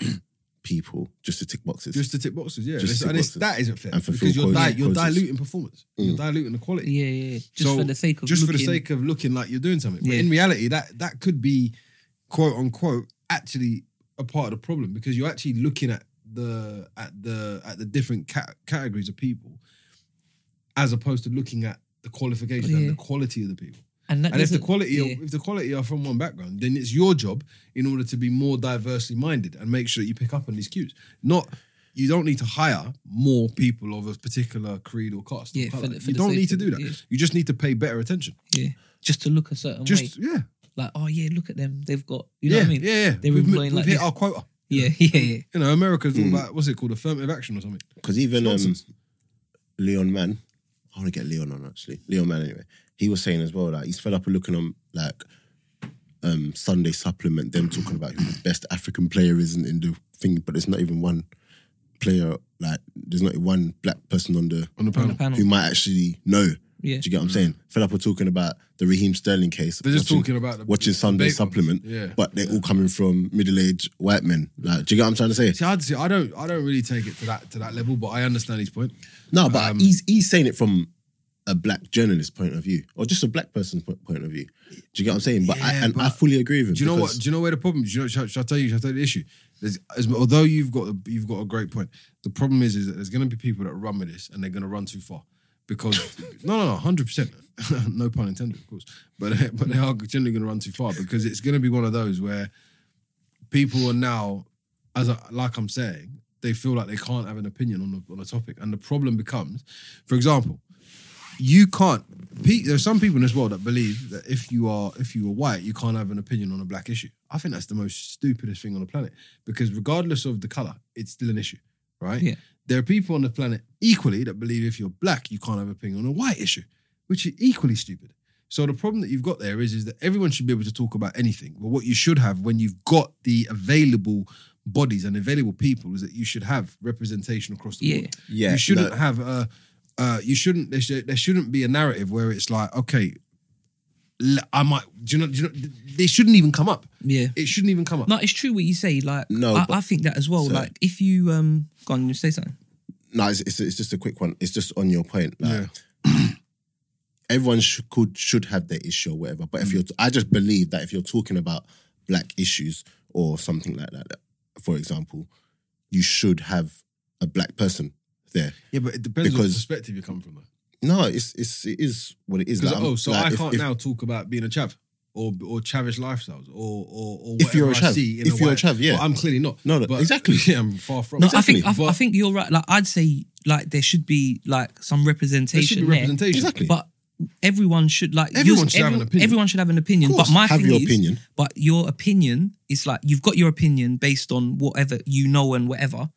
S3: people just to tick boxes
S1: Just to tick boxes, yeah.
S3: Just to tick
S1: and it's,
S3: boxes.
S1: that isn't fair
S3: And fulfill
S1: because you're, di-
S3: quotas.
S1: you're
S3: Quotas.
S1: diluting performance. You're
S3: Mm.
S1: diluting the quality.
S2: Yeah, yeah, yeah. Just
S1: So,
S2: for the sake of
S1: just for the
S2: looking-
S1: sake of looking like you're doing something. But
S2: Yeah.
S1: in reality, that that could be quote unquote actually a part of the problem because you're actually looking at the at the at the different cat- categories of people as opposed to looking at the qualifications
S2: Yeah.
S1: and the quality of the people.
S2: and, that
S1: and if the
S2: doesn't-
S1: quality
S2: yeah.
S1: are, if the quality are from one background, then it's your job in order to be more diversely minded and make sure that you pick up on these cues. Not you don't need to hire more people of a particular creed or caste. or
S2: Yeah, for
S1: colour.
S2: the- for
S1: you
S2: the
S1: don't
S2: sake
S1: need to
S2: of
S1: do
S2: it,
S1: that.
S2: yeah.
S1: You just need to pay better attention.
S2: yeah, just to look a certain way.
S1: Just yeah,
S2: Like, oh yeah, look at them. They've got. You know
S1: yeah,
S2: what I mean?
S1: yeah, yeah.
S2: They're
S1: we've
S2: employing
S1: we've
S2: like
S1: hit
S2: this.
S1: our quota.
S2: Yeah, yeah, yeah.
S1: You know, America's all about what's it called, affirmative action or something.
S3: because even um,
S1: Nonsense.
S3: leon mann i want to get leon on actually leon mann anyway he was saying as well like he's fed up of looking on like um sunday supplement them talking about who the best african player is in, in the thing but it's not even one player like there's not one black person on the
S1: On the panel,
S2: On
S1: Mm.
S2: the panel.
S3: who might actually know.
S2: Yeah.
S3: Do you get what I'm saying? Fed up with talking about the Raheem Sterling case.
S1: They're just talking about the-
S3: watching
S1: the
S3: Sunday
S1: big ones.
S3: supplement,
S1: Yeah.
S3: but they're all coming from middle-aged white men. Like, do you get what I'm trying to say?
S1: See, I'd see, I don't, I don't really take it to that to that level, but I understand his point.
S3: No, but
S1: Um,
S3: he's he's saying it from a black journalist point of view, or just a black person's po- point of view. Do you get what I'm saying? But I
S1: Yeah,
S3: and I
S1: but-
S3: fully agree with him.
S1: Do you know what?
S3: because-
S1: Do you know where the problem? Do you know? Shall, shall I tell you? Shall I tell you the issue? There's, as, although you've got you've got a great point. The problem is, is that there's going to be people that run with this, and they're going to run too far. Because no, no, no, hundred percent, no pun intended, of course. But but they are generally going to run too far because it's going to be one of those where people are now, as I, like I'm saying, they feel like they can't have an opinion on the on a topic, and the problem becomes, for example, you can't. Pe- There's some people in this world that believe that if you are if you are white, you can't have an opinion on a black issue. I think that's the most stupidest thing on the planet because regardless of the color, it's still an issue, right?
S2: Yeah.
S1: There are people on the planet equally that believe if you're black, you can't have an opinion on a white issue, which is equally stupid. So the problem that you've got there is is that everyone should be able to talk about anything. But what you should have when you've got the available bodies and available people is that you should have representation across the
S2: Yeah.
S1: board.
S3: Yeah,
S1: you shouldn't
S3: no.
S1: have a. Uh, you shouldn't. There, should, there shouldn't be a narrative where it's like, okay, l- I might. Do you know? Do you know? They shouldn't even come up.
S2: Yeah.
S1: It shouldn't even come up.
S2: No, it's true what you say. Like,
S3: No,
S2: I,
S3: but-
S2: I think that as well.
S3: So-
S2: like, if you um, go on, you say something.
S3: No, it's, it's, it's just a quick one. It's just on your point. Like,
S1: Yeah.
S3: everyone should, could should have their issue or whatever.
S1: Mm.
S3: But if you're, I just believe that if you're talking about black issues or something like that, for example, you should have a black person there.
S1: Yeah, but it depends on the
S3: Because-
S1: perspective you come from. though.
S3: No, it's it's it is what it is.
S1: Because
S3: Like, I'm-
S1: oh, so
S3: like,
S1: I
S3: if-
S1: can't
S3: if-
S1: now talk about being a chav or or chavish lifestyles or or, or
S3: If you're a
S1: whatever I
S3: chav.
S1: see in
S3: If you're a
S1: white-
S3: chav, yeah.
S1: Well, I'm clearly not.
S3: No, no,
S1: But-
S3: exactly.
S1: Yeah, I'm far from.
S3: No,
S1: it.
S2: I think I,
S1: But
S2: I think you're right. Like I'd say, like there should be like some
S1: there should
S2: representation
S1: be representation.
S3: Exactly.
S2: but everyone should like you-
S1: Everyone should have
S2: every-
S1: an opinion.
S2: Everyone should have an opinion.
S3: Of course,
S2: but my
S3: have
S2: thing
S3: your
S2: is,
S3: opinion.
S2: but your opinion is like you've got your opinion based on whatever you know and whatever,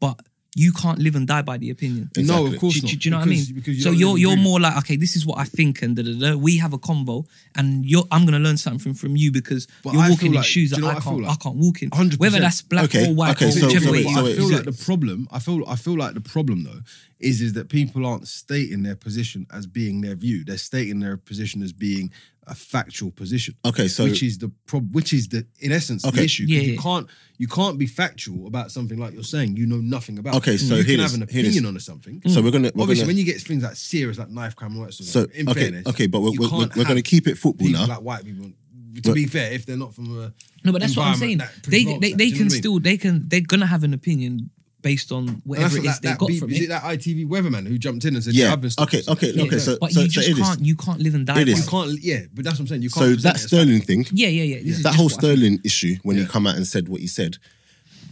S2: but you can't live and die by the opinion.
S1: No,
S3: Exactly.
S1: of
S2: Do,
S1: course
S2: do-
S1: not.
S2: do you
S1: Because-
S2: know what I mean?
S1: because you
S2: so
S1: don't
S2: you're
S1: really
S2: you're
S1: agree.
S2: more like okay, this is what I think, and da, da, da, we have a combo, and you're I'm gonna learn something from you because
S1: But
S2: you're
S1: I
S2: walking
S1: feel
S2: in
S1: like- do
S2: shoes that
S1: you know what
S2: I
S1: I
S2: can't
S1: feel
S2: I
S1: like?
S2: can't walk in.
S1: 100%.
S2: Whether that's black
S3: Okay,
S2: or white
S3: okay,
S2: or
S3: so-
S2: whichever
S3: so
S2: way
S3: wait,
S2: it is.
S3: so wait,
S1: I feel
S3: is
S1: like
S3: it-
S1: the problem. I feel. I feel like the problem though is is that people aren't stating their position as being their view. They're stating their position as being a factual position.
S3: Okay, so-
S1: which is the prob- which is the in essence the
S3: Okay.
S1: issue. 'cause
S2: Yeah,
S1: you
S2: yeah.
S1: can't you can't be factual about something like you're saying you know nothing about.
S3: Okay, so
S1: you
S3: here
S1: can
S3: it is,
S1: have an
S3: here it is.
S1: opinion on something.
S3: So we're gonna we're
S1: Obviously,
S3: gonna,
S1: when you get things like serious, like knife crime and all that sort of
S3: so
S1: stuff, in
S3: okay
S1: fairness,
S3: okay, but we're
S1: you
S3: we're, we're,
S1: can't
S3: we're gonna
S1: have
S3: keep it football
S1: people
S3: now.
S1: Like white people, to
S3: But-
S1: be fair, if they're not from a
S2: No, but that's what I'm saying.
S1: environment that
S2: They
S1: promotes
S2: they,
S1: that,
S2: they
S1: do you know what I
S2: can
S1: mean?
S2: still they can they're gonna have an opinion based on
S1: And that's
S2: whatever it
S1: what
S2: is
S1: that-
S2: they
S1: that
S2: got
S1: beep-
S2: from
S1: Is it
S2: it.
S1: that ITV weatherman who jumped in and said,
S3: Yeah,
S1: "I've been stopped
S3: okay,
S1: and
S3: okay,
S1: stopped."
S3: okay,
S2: Yeah.
S3: so-
S2: but
S3: so-
S2: you
S3: so
S2: just
S3: it is.
S2: can't you can't live and die.
S3: It is.
S2: by
S1: you can't. Yeah, but that's what I'm saying. You can't.
S3: So
S1: present it
S3: that
S1: as
S3: Sterling thing,
S2: Yeah, yeah, yeah. This is just
S3: that whole
S2: what I think.
S3: Sterling issue when
S1: Yeah.
S3: he come out and said what he said,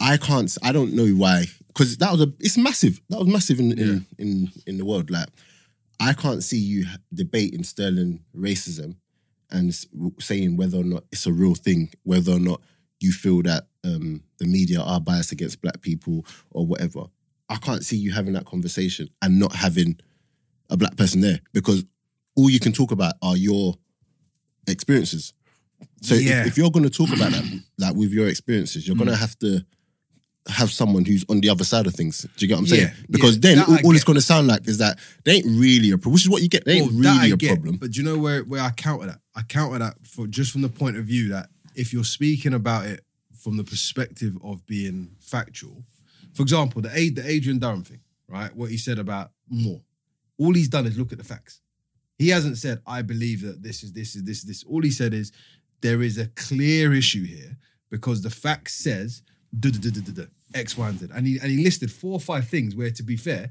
S3: I can't. s- I don't know why because that was a. It's massive. That was massive in in, in in the world. Like I can't see you h- debating Sterling racism and s- w- saying whether or not it's a real thing, whether or not you feel that um, the media are biased against black people or whatever. I can't see you having that conversation and not having a black person there because all you can talk about are your experiences. So if-
S1: Yeah. Mm.
S3: if, you're going to talk about that, like with your experiences, you're going to have to have someone who's on the other side of things. Do you get what I'm saying?
S1: Yeah,
S3: because
S1: yeah,
S3: then
S1: that
S3: all,
S1: I
S3: all it's
S1: get.
S3: going to sound like is that they ain't really a problem, which is what you get. They ain't
S1: Well, oh, that
S3: really
S1: I
S3: a
S1: get,
S3: problem.
S1: But do you know where where I counter that? I counter that for just from the point of view that if you're speaking about it from the perspective of being factual, for example, the aid the Adrian Durham thing, right? What he said about more, all he's done is look at the facts. He hasn't said I believe that this is this is this is this. All he said is there is a clear issue here because the fact says duh, duh, duh, duh, duh, duh, X, Y, and Z, and he and he listed four or five things where, to be fair,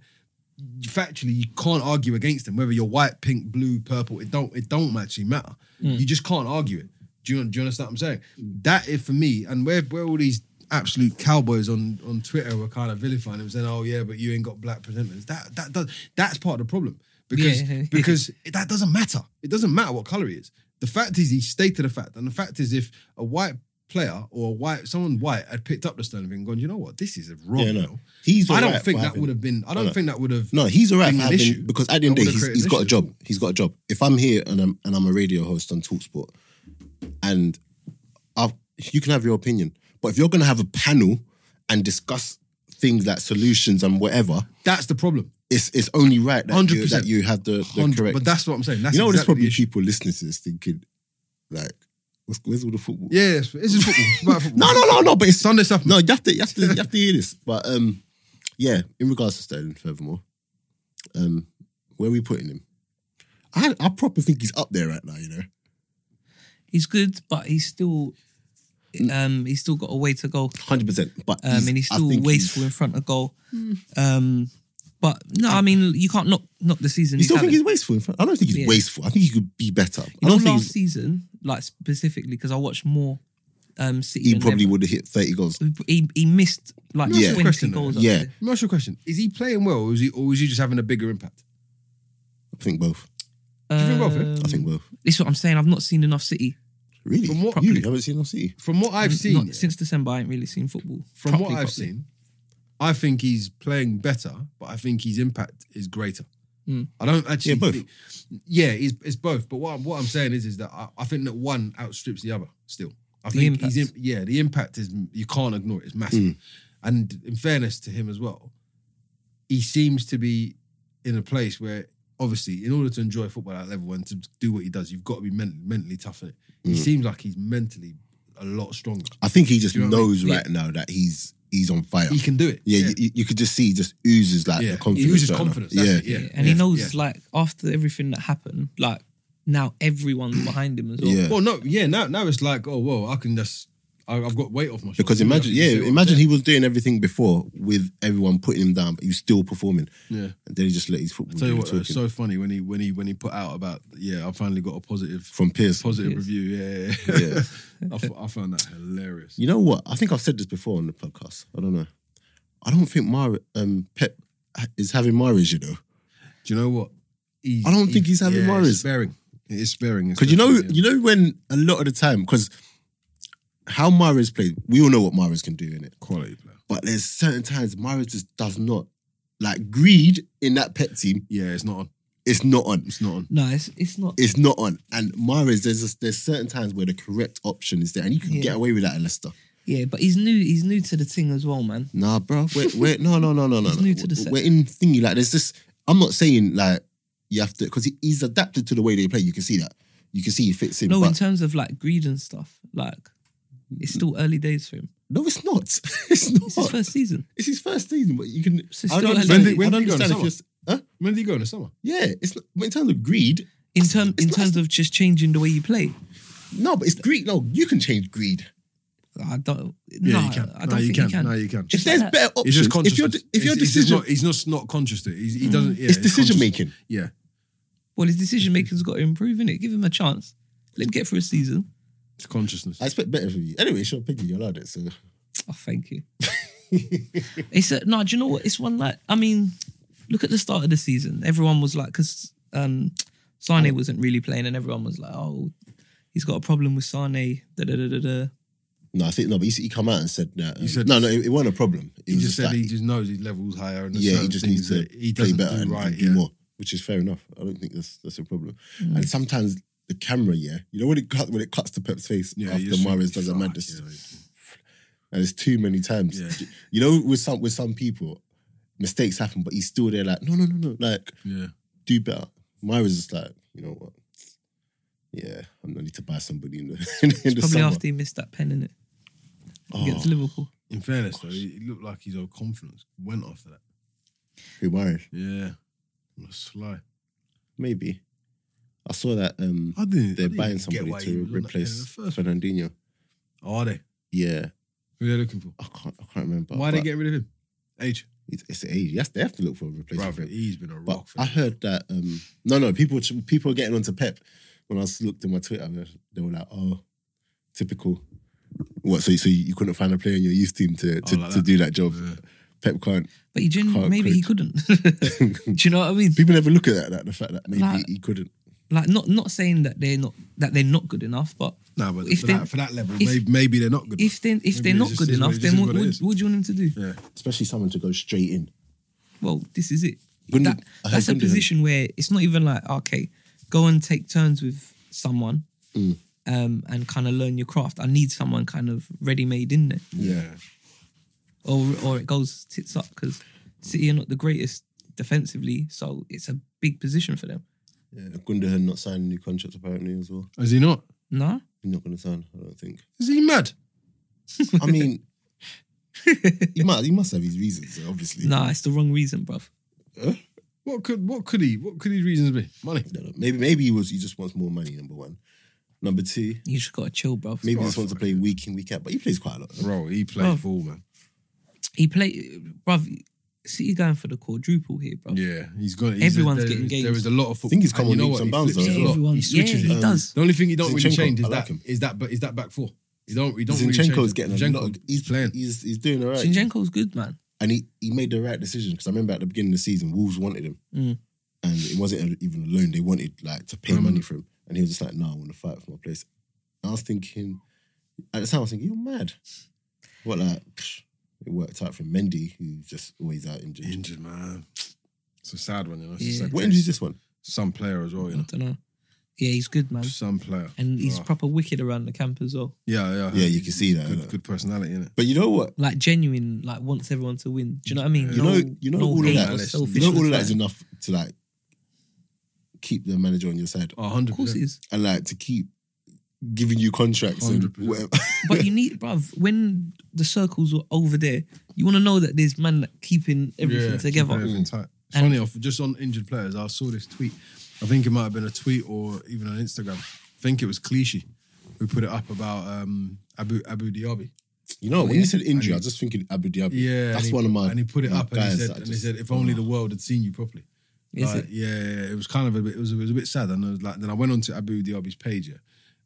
S1: factually you can't argue against them whether you're white pink blue purple it don't it don't actually matter
S2: Mm.
S1: you just can't argue it do you, do you understand what i'm saying that is for me and where where all these absolute cowboys on on twitter were kind of vilifying him saying oh yeah but you ain't got black presenters that that does that's part of the problem because
S2: Yeah.
S1: because that doesn't matter it doesn't matter what color he is the fact is he stated a fact and the fact is if a white player or a white someone white had picked up the stone thing and gone you know what this is wrong
S3: Yeah, no.
S1: yo."
S3: He's
S1: i don't
S3: alright for
S1: think that
S3: having-
S1: would have been i don't
S3: no.
S1: think that would have
S3: No, he's alright
S1: Being
S3: for
S1: an
S3: having
S1: issue.
S3: because at the end
S1: That
S3: of the day,
S1: would've
S3: he's,
S1: created
S3: he's got a
S1: issues at
S3: job. He's got a job. If I'm here and I'm and I'm a radio host on Talksport, and I've, you can have your opinion, but if you're going to have a panel and discuss things like solutions and whatever,
S1: that's the problem
S3: it's it's only right that, you,
S1: 100%.
S3: that you have the, the
S1: 100
S3: correct.
S1: But that's what I'm saying. That's
S3: you know, there's
S1: exactly
S3: probably
S1: the issue.
S3: people listening to this thinking, like, where's, where's all the football?
S1: Yeah, it's, it's just football. It's about football.
S3: No, no, no, no. But it's
S1: Sunday stuff.
S3: no. You have to, you have to, you have to hear this. But um, yeah. In regards to Sterling, furthermore, um, where are we putting him? I I proper think he's up there right now. You know,
S2: He's good, but he's still
S1: Mm.
S2: um he's still got a way to go.
S3: hundred percent. But
S2: Um, and he's
S3: I
S2: still
S3: think
S2: wasteful in front of goal. Um, but no, I mean you can't knock knock the season.
S3: You still
S2: having.
S3: think he's wasteful? in front- I don't think he's
S2: Yeah.
S3: wasteful. I think he could be better.
S2: You
S3: I
S2: know,
S3: don't think
S2: last
S3: he's-
S2: season, like specifically, because I watched more um, City.
S3: he
S2: than
S3: probably
S2: them.
S3: would have hit thirty goals.
S2: He, he missed like
S1: Let me ask you a
S2: twenty
S1: question, though.
S2: goals. up
S3: Yeah,
S2: there.
S1: Let me ask you a question. Is he playing well or is he, or is he just having a bigger impact?
S3: I think both.
S2: Um,
S1: you think both, yeah?
S3: I think both.
S2: this is what I'm saying. I've not seen enough City.
S3: Really?
S1: From what-
S3: you haven't seen enough City.
S1: From what I've
S2: Not-
S1: seen, yeah,
S2: since December. I ain't really seen football.
S1: from
S2: properly,
S1: what I've
S2: properly.
S1: seen, I think he's playing better, but I think his impact is greater.
S2: Hmm.
S1: I don't actually.
S3: Yeah, both.
S1: Think, yeah, it's, it's both. But what I'm, what I'm saying is, is that I, I think that one outstrips the other. Still, I
S2: The
S1: think he's
S2: impact.
S1: in, yeah, the impact is you can't ignore it. It's massive.
S3: Hmm.
S1: And in fairness to him as well, he seems to be in a place where obviously in order to enjoy football at that level and to do what he does you've got to be men- mentally tough in it he
S3: Hmm.
S1: seems like he's mentally a lot stronger
S3: I think he just
S1: Do you know what I mean?
S3: knows right now that he's he's on fire.
S1: he can do it
S3: Yeah, You, you could just see he just oozes like
S1: Yeah,
S3: the
S1: he
S3: confidence.
S1: oozes
S3: right now.
S1: confidence, that's
S3: yeah.
S1: it, yeah.
S2: and he knows
S1: yeah.
S2: like after everything that happened, like now everyone's behind him as well.
S3: Yeah.
S1: Well, no, yeah. Now, now it's like, oh, well, I can just, I, I've got weight off my shoulders.
S3: Because imagine,
S1: You see
S3: yeah,
S1: what I'm
S3: imagine
S1: saying?
S3: he was doing everything before with everyone putting him down, but he was still performing.
S1: Yeah.
S3: And then he just let his football
S1: Tell you
S3: do the
S1: what, uh, it's
S3: talking.
S1: so funny when he when he when he put out about yeah, I finally got a positive
S3: From Pierce.
S1: positive
S2: Yes.
S1: review. Yeah, yeah. yeah. I, f- I found that hilarious.
S3: You know what? I think I've said this before on the podcast. I don't know. I don't think Mar- um, Pep ha- is having Mares, you know.
S1: Do you know what? He-
S3: I don't think he's having
S1: yeah,
S3: Mahrez.
S1: It's sparing. It's sparing.
S3: Because you know,
S1: especially, yeah.
S3: you know when a lot of the time, because how Mares played, we all know what Mares can do in it.
S1: quality player.
S3: But there's certain times Mares just does not. Like greed in that Pep team,
S1: Yeah, it's not on.
S3: it's not on.
S1: It's not on.
S2: No, it's it's not.
S3: It's not on. And Mares, there's just, there's certain times where the correct option is there, and you can
S2: Yeah.
S3: get away with that in Leicester.
S2: Yeah, but he's new. He's new to the thing as well, man.
S3: Nah, bro. Wait, wait. No, no, no, no, no.
S2: He's
S3: no.
S2: new to the set.
S3: We're in thingy. Like, there's this. I'm not saying like you have to because he, he's adapted to the way they play. You can see that. You can see he fits in.
S2: No,
S3: but
S2: in terms of like greed and stuff, like it's still early days for him.
S3: no, it's not. it's not.
S2: It's his first season.
S3: It's his first season, but you can.
S2: So it's
S3: I
S2: still
S3: don't
S2: early
S3: understand.
S2: days.
S3: it- I
S1: When did
S3: don't
S1: he go in
S3: understand if
S1: the
S3: you're. s- Huh?
S1: When did he go in the summer?
S3: Yeah, it's not, but in terms of greed.
S2: In term, in
S3: not-
S2: terms of just changing the way you play,
S3: No, but it's greed. No, you can change greed.
S2: I don't.
S1: Yeah,
S2: no,
S1: you can.
S2: I don't
S1: no,
S2: think
S1: you can.
S2: you can.
S1: No, you can.
S3: If
S2: Just
S3: there's
S2: like that.
S3: better
S1: He's
S3: options,
S1: just conscious.
S3: if your if your
S1: he's,
S3: decision, Mm.
S1: he's not, he's just not conscious to it. He's, he doesn't. Yeah,
S3: it's
S1: he's
S3: decision
S1: conscious.
S3: making.
S1: Yeah,
S2: Well, his decision making's got to improve in it. Give him a chance. Let him get through a season.
S1: it's consciousness.
S3: I expect better from you. Anyway, sure, Piggy, you allowed it. So
S2: Oh, thank you. it's a, no. Do you know what? It's one like I mean, look at the start of the season. Everyone was like, because um,
S1: Oh.
S2: Sane wasn't really playing, and everyone was like, oh, he's got a problem with Sane. Da da da da da.
S3: no, I think no, but he, he come out and said that. uh,
S1: He said-
S3: no, no, it, it wasn't a problem. It
S1: he
S3: was
S1: just said
S3: that
S1: he just knows his levels higher and there's
S3: yeah, he
S1: certain
S3: just needs
S1: things
S3: to
S1: that he
S3: play
S1: doesn't
S3: better
S1: do
S3: and,
S1: right.
S3: and do
S1: yeah. Mm.
S3: more, which is fair enough. I don't think that's that's a problem. And sometimes the camera, yeah, you know when it cut, when it cuts to Pep's face
S1: Yeah, you
S3: after
S1: just
S3: Mares
S1: think,
S3: does a
S1: "Fuck,
S3: madness,
S1: yeah."
S3: and it's too many times.
S1: Yeah.
S3: You know, with some with some people, mistakes happen, but he's still there. Like, no, no, no, no, like
S1: Yeah,
S3: do better. Mares is like, you know what? Yeah, I'm gonna need to buy somebody in the in, the
S2: Probably
S3: summer.
S2: after he missed that pen in it
S3: oh,
S2: against Liverpool.
S1: in fairness though, he he looked like his old confidence went after that.
S3: who Mahrez?
S1: Yeah, I'm sly.
S3: Maybe. I saw that um,
S1: I didn't. I
S3: they're
S1: didn't
S3: buying
S1: get
S3: somebody
S1: why he
S3: to
S1: was on that pen in
S3: replace
S1: the first.
S3: Fernandinho.
S1: Oh, are they?
S3: Yeah,
S1: Who they're looking for?
S3: I can't, I can't remember.
S1: Why are they
S3: but
S1: getting rid of him? Age.
S3: It's, it's the age. Yes, they have to look for a replacement. for
S1: Brother,
S3: him.
S1: he's been a
S3: But
S1: rock. for
S3: I
S1: them.
S3: heard that. Um, no, no, people people are getting onto Pep. When I s- looked at my Twitter, they were like, "Oh, typical." What? So, so you couldn't find a player in your youth team to to,
S1: Oh, like
S3: to
S1: that.
S3: do that job?
S1: Yeah.
S3: Pep can't.
S2: But he genuinely,
S3: Can't
S2: maybe he couldn't. Do you know what I mean?
S3: People never look at that. that the fact that maybe
S2: Like-
S3: he couldn't.
S2: Like not not saying that they're not that they're not good enough, but
S1: No, but
S2: If
S1: for,
S2: they-
S1: that, for that level,
S2: if-
S1: maybe, maybe they're not good.
S2: if they if
S1: Maybe
S2: they're
S1: it
S2: not
S1: just
S2: good
S1: is what-
S2: enough,
S1: it just
S2: then
S1: is
S2: what,
S1: what it
S2: what,
S1: is.
S2: what do you want him to do?
S1: enough.
S3: Especially someone to go straight in.
S2: Well, this is it.
S3: Gundogan-
S2: That,
S3: I heard
S2: that's a
S3: Gundogan.
S2: position where it's not even like okay, go and take turns with someone,
S1: Mm.
S2: um, and kind of learn your craft. I need someone kind of ready made in there,
S1: Yeah. yeah.
S2: or or it goes tits up because City are not the greatest defensively, so it's a big position for them.
S3: Yeah, Gundogan not signing a new contract apparently as well.
S1: Is he not?
S2: No,
S3: He's not going to sign. I don't think.
S1: Is he mad?
S3: I mean, he might. He must have his reasons. Obviously.
S2: nah, it's the wrong reason, bruv.
S1: What could what could he what could his reasons be? Money.
S3: No, no. Maybe maybe he was he just wants more money. Number one, number two,
S2: You just gotta chill, bruv.
S3: maybe he just wants to play week in week out. But he plays quite a lot.
S1: Bro, he played
S2: Bro.
S1: ball, man.
S2: He play, bruv. City going for the quadruple here, bruv.
S1: Yeah, he's got. He's
S2: Everyone's
S1: there,
S2: getting
S1: there
S2: games.
S1: is a lot of football.
S3: think he's come
S1: and
S3: on
S1: you know
S3: leaps
S1: what?
S3: and
S1: He
S3: bounds,
S1: flips it
S3: though, as
S1: a
S3: well.
S1: lot.
S2: Everyone-
S1: He switches.
S2: yeah, he
S1: it.
S2: does.
S1: The only thing he don't really
S3: Zinchenko,
S1: change is
S3: I like
S1: that
S3: him.
S1: is that but is that back four. He don't he don't really change.
S3: Zinchenko's getting
S1: Zinchenko,
S3: a lot. Of, he's
S1: playing.
S3: He's he's doing all Um, right.
S2: Zinchenko's good, man.
S3: and he, he made the right decision because I remember at the beginning of the season, Wolves wanted him,
S2: Mm.
S3: and it wasn't even a loan. They wanted like to pay
S1: Mm.
S3: money for him, and he was just like, "No, I want to fight for my place." I was thinking at the time, I was thinking, "You're mad." What like psh, it worked out for Mendy, who's just always out injured.
S1: Injured, man. It's a sad one, you know. It's a
S2: Yeah.
S1: sad
S3: What
S1: case.
S3: injury is this one?
S1: Some player as
S3: Oh,
S1: well,
S2: I
S1: you know.
S2: don't know. Yeah, he's good, man.
S1: Some player.
S2: And he's
S1: Oh.
S2: proper wicked around the camp as well.
S1: yeah, yeah,
S3: Yeah, you can see that, innit?
S1: Good, good personality, innit?
S3: But you know what?
S2: Like genuine, like wants everyone to win. Do you know what I mean?
S1: Yeah.
S3: You
S2: No-
S3: know, you know
S2: no
S3: all of
S2: hate
S3: that.
S2: or
S1: Alex,
S2: selfish
S3: You know
S2: on
S3: all
S2: the
S3: of that is
S2: side.
S3: enough to like keep the manager on your side
S1: Oh, 100
S2: Of course it is.
S3: and like to keep giving you contracts and
S1: 100%.
S3: whatever.
S2: But you need, bruv, when the circles were over there, you want to know that there's man that keeping everything together.
S1: Everything tight. It's
S2: And-
S1: funny, I've- just on injured players, I saw this tweet. I think it might have been a tweet or even on Instagram. I think it was Clichy. who put it up about um, Abu Abu Dhabi.
S3: You know, when you said injury,
S1: And-
S3: I was just thinking Abu Dhabi.
S1: Yeah,
S3: that's
S1: and he-
S3: one of my.
S1: And he put it
S3: my
S1: up and he
S3: guys
S1: said,
S3: that
S1: and he
S3: just-
S1: said, if only the world had seen you properly.
S2: Is
S1: Like,
S2: it?
S1: Yeah, yeah, yeah. it was kind of a bit. It was, it was a bit sad. And I was like, then I went on to Abu Dhabi's page, yeah,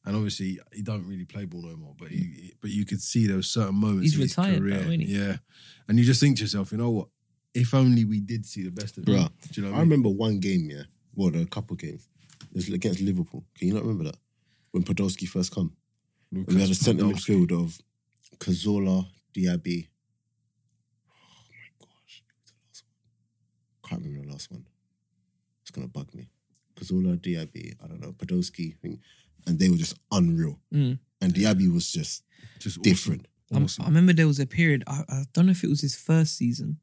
S1: and obviously he don't really play ball no more. But he, he- but you could see those certain moments.
S2: He's
S1: in his
S2: retired now,
S1: career.
S2: isn't he?
S1: Yeah, and you just think to yourself, you know what? If only we did see the best of him.
S3: Bruh,
S1: Do you know what
S3: I
S1: I mean?
S3: remember one game, yeah. Well, there were a couple games. It was against Liverpool. Can you not remember that? When Podolski first come. And we had a
S1: Lucas
S3: centre
S1: Podolski.
S3: midfield of Kazola, Diaby. Oh my gosh. who's the last one? Can't remember the last one. It's going to bug me. Kazola, Diaby, I don't know, Podolski. thing. And they were just unreal.
S2: Mm.
S3: And Diaby was just
S1: Just awesome.
S3: different.
S2: I'm-
S1: Awesome.
S2: I remember there was a period. I, I don't know if it was his first season,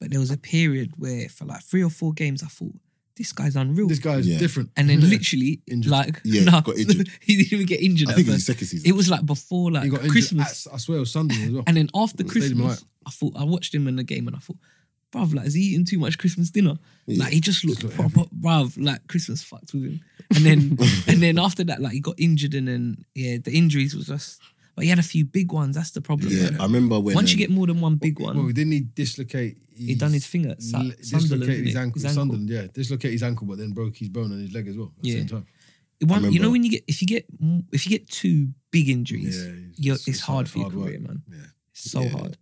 S2: but there was a period where for like three or four games, I thought this guy's unreal.
S1: This guy is
S3: Yeah.
S1: different.
S2: and then literally,
S1: Injured.
S2: like,
S3: Yeah,
S2: nah,
S3: got injured.
S2: he didn't even get injured.
S3: I
S2: at
S3: think it was his
S2: first.
S3: second season.
S2: It was like before
S1: he
S2: like
S1: got injured
S2: Christmas,
S1: at- I swear it was Sunday as well.
S2: and then after
S1: Stayed in
S2: Christmas, I thought I watched him in the game, and I thought, bruv, like, is he eating too much Christmas dinner?
S3: Yeah.
S2: Like, he just looked
S1: Just
S2: proper, bruv, like Christmas fucked with him. And then, and then after that, like, he got injured, and then yeah, the injuries was just. But he had a few big ones. That's the problem.
S3: yeah,
S2: man.
S3: I remember when.
S2: Once
S3: um,
S2: you get more than one big one,
S1: Well, didn't he dislocate?
S2: he done his finger. Sa-
S1: L-
S2: Sunderland,
S1: dislocated his
S2: innit?
S1: ankle,
S2: His ankle.
S1: Sunderland, yeah, dislocated his ankle, but then broke his bone and his leg as well at
S2: Yeah.
S1: the same time.
S2: One, you know
S3: remember.
S2: when you get if you get m- if you get two big injuries,
S1: Yeah, it's-
S2: you're,
S1: it's-
S2: it's,
S1: it's hard-
S2: hard for your
S1: hard work.
S2: career, man.
S1: Yeah.
S2: It's so
S3: Yeah.
S2: hard.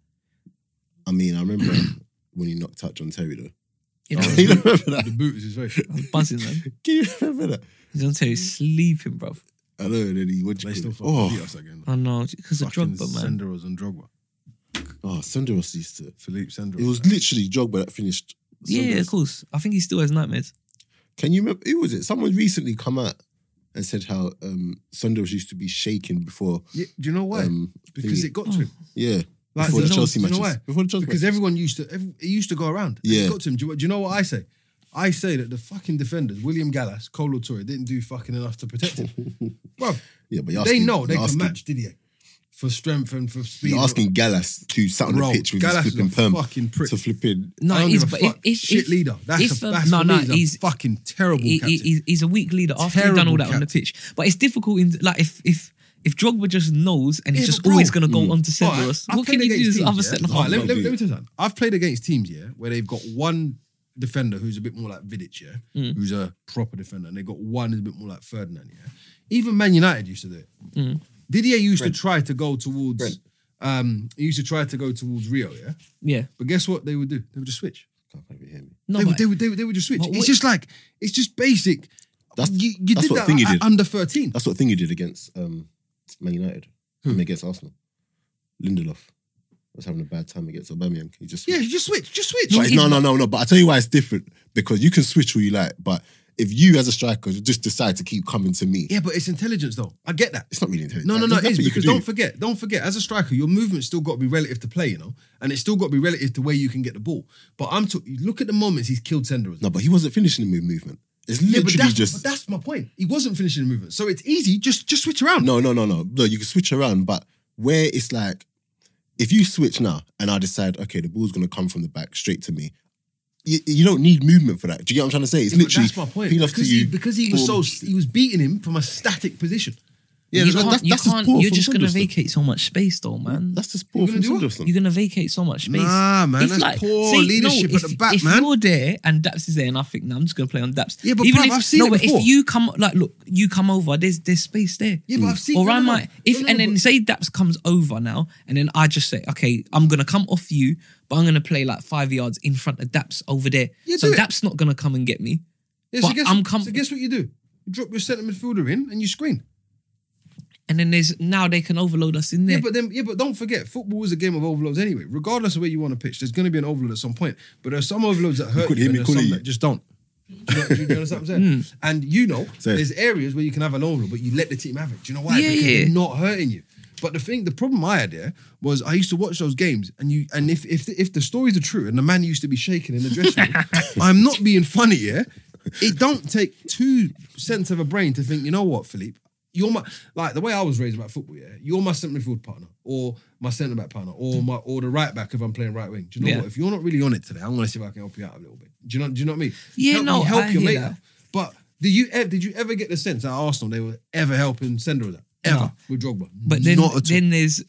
S3: I mean, I remember when you knocked out John Terry, though.
S2: You know,
S1: Oh,
S3: you don't remember that?
S1: The boot is his face.
S2: I was buzzing, man.
S3: Can you remember that?
S2: Zonte's sleeping, bro.
S3: I know, and then he went
S1: They still
S3: to.
S1: fucking beat
S3: Oh,
S1: us again.
S2: Oh no, because of
S1: Fucking
S2: drug, but man,
S1: Senderos and Drogba.
S3: oh, Sandro was used to.
S1: Philippe Senderos.
S3: It was literally Jogba that finished.
S2: yeah,
S3: Sandro's.
S2: of course. I think he still has nightmares.
S3: Can you remember? Who was it? Someone recently come out and said how um, Sanders used to be shaking before.
S1: Yeah, do you know why?
S3: Um,
S1: because
S3: thingy.
S1: it got
S2: Oh.
S1: to him.
S3: yeah,
S1: Like,
S3: before
S1: do
S3: the
S1: you know-
S3: Chelsea
S1: do you
S3: matches.
S1: know why?
S3: Before the Chelsea
S1: Because
S3: matches.
S1: everyone used to, every, it used to go around. And
S3: Yeah.
S1: It got to him. Do you, do you know what I say? I say that the fucking defenders, William Gallas, Colo Torre, didn't do fucking enough to protect him. Bro,
S3: yeah, but you're
S1: they
S3: asking,
S1: know they
S3: you're
S1: can
S3: asking,
S1: match Didier for strength and for speed.
S3: You're asking Gallas to sat on
S1: Bro,
S3: the pitch with
S1: Gallas is
S3: his
S1: a
S3: flipping perm
S1: fucking prick.
S3: to flipping.
S2: No,
S1: I don't
S2: he's
S1: give a
S2: but if,
S1: fuck.
S2: if,
S1: shit
S2: if-
S1: leader. That's
S2: if,
S1: a
S2: um,
S1: that's
S2: no,
S1: for
S2: no,
S1: me, he's,
S2: he's
S1: a fucking terrible
S2: he-
S1: captain.
S2: he- he's, he's a weak leader after he's done
S1: Terrible
S2: all that on the
S1: captain.
S2: pitch. But it's difficult in like if if if Drogba just knows and he's
S1: Yeah,
S2: just
S1: but bro,
S2: always going to go on to
S1: Right,
S2: Senderos,
S1: I've
S2: what
S1: played
S2: can you do
S1: against
S2: as
S1: teams,
S2: other
S1: yeah?
S2: centre
S1: All
S2: half?
S1: right, let, me- let me-
S3: do
S1: let me tell you something. I've played against teams, yeah, where they've got one defender who's a bit more like Vidic, yeah,
S2: Mm.
S1: who's a proper defender, and they've got one who's a bit more like Ferdinand, yeah. Even Man United used to do it.
S2: Mm.
S1: Didier used to try to go towards, um, he used to try to go towards Rio, yeah.
S2: Yeah,
S1: But guess what they would do? They would just switch.
S3: Can't even hear me.
S2: no,
S1: they, would,
S2: but
S1: they, would, they, would, they would just switch.
S2: But
S1: It's
S2: what-
S1: just like, it's just basic.
S3: That's-
S1: you you
S3: that's
S1: did
S3: what
S1: that
S3: thing he
S1: at-
S3: did.
S1: under 13.
S3: That's what thing you did against um, Man United.
S1: Who?
S3: I mean, against Arsenal. Lindelof was having a bad time against Aubameyang. He just
S1: Yeah, you just switch, just switch.
S3: But no, no, no, no. But I tell you why it's different because you can switch all you like, but if you as a striker just decide to keep coming to me,
S1: Yeah, but it's intelligence though. I get that.
S3: it's not really intelligent.
S1: No, no,
S3: Like,
S1: no. It is
S3: there's nothing you
S1: because
S3: can do.
S1: don't forget, don't forget. As a striker, your movement's still got to be relative to play, you know, and it's still got to be relative to where you can get the ball. But I'm to look at the moments he's killed Senderos.
S3: No, but he wasn't finishing the move movement. It's literally
S1: but that's,
S3: just
S1: but that's my point. He wasn't finishing the movement, so it's easy. Just just switch around.
S3: no, no, no, no. No, you can switch around, but where it's like if you switch now and I decide okay, the ball's gonna come from the back straight to me. You, you don't need movement for that. Do you get what I'm trying to say? It's
S1: Yeah, but
S3: literally
S1: that's my point.
S3: peel off to
S1: Because
S3: you,
S1: he, because he was so
S3: boom.
S1: he was beating him from a static position.
S3: yeah.
S2: you
S3: that's-
S2: can't,
S3: that's,
S2: you
S3: that's just
S2: can't,
S3: poor
S2: you're
S3: from
S2: just going to
S3: Sunderland.
S2: vacate so much space, though, man.
S3: That's just poor
S1: You're
S3: from
S1: gonna do what?
S3: Sunderland.
S2: You're gonna vacate so much space.
S1: Nah, man,
S2: It's
S1: that's poor leadership
S2: if,
S1: at the back,
S2: if
S1: man.
S2: you're there and Daps is there, and I think, no, I'm just gonna play on Daps.
S1: Yeah, but bruv,
S2: if,
S1: I've seen
S2: no,
S1: it
S2: but
S1: before.
S2: if you come, like, look, you come over. There's there's space there.
S1: Yeah, but I've seen-
S2: Or
S1: no,
S2: I
S1: no,
S2: might
S1: no.
S2: if
S1: No, no,
S2: and then
S1: but-
S2: say Daps comes over now, and then I just say, okay, I'm gonna come off you, but I'm gonna play like five yards in front of Daps over there.
S1: Yeah,
S2: so
S1: do it.
S2: Daps not gonna come and get me.
S1: Yeah, so,
S2: But
S1: guess,
S2: I'm com-
S1: so guess what you do? You drop your centre midfielder in and you screen.
S2: And then there's now they can overload us in there.
S1: Yeah, but then yeah, but don't forget, football is a game of overloads anyway. Regardless of where you want to pitch, there's going to be an overload at some point. But there's some overloads that hurt
S3: could
S1: you,
S3: hear
S1: and
S3: me
S1: there's
S3: calling
S1: some
S3: you. Hmm.
S1: that just don't. Do you, know, do you understand what I'm saying? And you know,
S3: Say.
S1: there's areas where you can have an overload, but you let the team have it. Do you know why?
S2: Yeah,
S1: because
S2: yeah.
S1: they're not hurting you. But the thing, the problem I had there was I used to watch those games, and you, and if if the, if the stories are true, and the man used to be shaking in the dressing room, I'm not being funny, yeah. It don't take two cents of a brain to think, you know what, Philippe, you're my like the way I was raised about football, yeah. You're my centre midfield partner, or my centre back partner, or my or the right back if I'm playing right wing. Do you know
S2: Yeah.
S1: what? If you're not really on it today, I'm gonna see if I can help you out a little bit. Do you know? Do you know what I mean?
S2: Yeah,
S1: help
S2: no,
S1: me help
S2: I
S1: your
S2: hear
S1: mate
S2: that.
S1: out. But Did you ever, did you ever get the sense that Arsenal they were ever helping Sender with that? Ever
S2: No.
S1: with Drogba?
S2: But then,
S1: not at all.
S2: then there's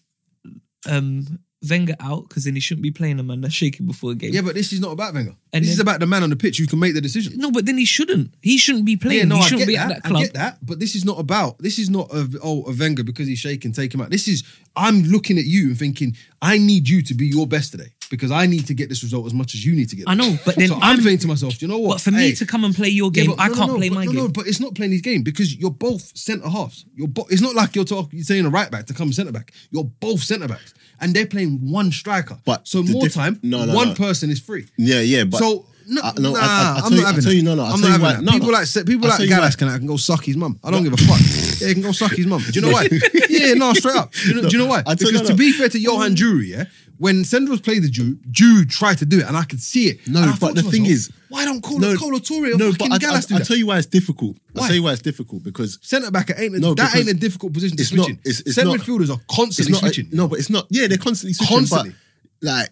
S2: um, Wenger out because then he shouldn't be playing a man that's shaking before a game.
S1: Yeah, but this is not about Wenger.
S2: And
S1: this is
S2: then-
S1: about the man on the pitch who can make the decision.
S2: No, but then he shouldn't. He shouldn't be playing.
S1: Yeah, no,
S2: he
S1: I
S2: shouldn't
S1: get,
S2: be
S1: that.
S2: at that club.
S1: I get that. But this is not about. This is not a oh a Wenger because he's shaking, take him out. This is I'm looking at you and thinking I need you to be your best today because I need to get this result as much as you need to get.
S2: I know,
S1: this.
S2: but then
S1: so I'm,
S2: I'm-
S1: thinking to myself, do you know what?
S2: But for me
S1: Hey,
S2: to come and play your
S1: yeah,
S2: game,
S1: but
S2: I
S1: no, no,
S2: can't
S1: no,
S2: play
S1: but
S2: my
S1: no,
S2: game.
S1: No, but it's not playing his game because you're both centre halves. You're bo- it's not like you're talking. You're saying a right back to come centre back. You're both centre backs, and they're playing one striker.
S3: But
S1: so
S3: the
S1: more
S3: diff-
S1: time,
S3: no, no,
S1: one
S3: no.
S1: person is free.
S3: Yeah, yeah, but
S1: so no,
S3: I-
S1: nah,
S3: I- I- I
S1: I'm
S3: tell you-
S1: not having
S3: I tell
S1: that.
S3: you, no, no, I
S1: I'm
S3: tell
S1: not
S3: you
S1: having
S3: why-
S1: that.
S3: no,
S1: people
S3: no.
S1: like se- people
S3: I
S1: like
S3: tell you why.
S1: Gallas can, can go suck his mum. I don't give a fuck. Yeah, he can go suck his mum. Do you know why? yeah, no, straight up. Do you know, do you know why?
S3: I tell you,
S1: Because
S3: no,
S1: to
S3: no.
S1: be fair to Johan Jury, yeah, when Sender was playing the Jew, Jew tried to do it, and I could see it.
S3: No,
S1: And I
S3: but
S1: thought
S3: the
S1: to
S3: thing
S1: myself,
S3: is-
S1: why don't Colo
S3: no,
S1: Colo Torre or
S3: no,
S1: fucking
S3: but I,
S1: Gallas do
S3: I, I
S1: that?
S3: tell you why it's difficult. I
S1: Why?
S3: will tell you why it's difficult because
S1: Centre back it ain't
S3: No,
S1: that ain't a
S3: because
S1: difficult position to
S3: it's
S1: switch
S3: not-
S1: in.
S3: it's- it's
S1: Centre
S3: not-
S1: midfielders are constantly
S3: it's not
S1: switching.
S3: no, but it's not. Yeah, they're constantly switching.
S1: Constantly.
S3: But, like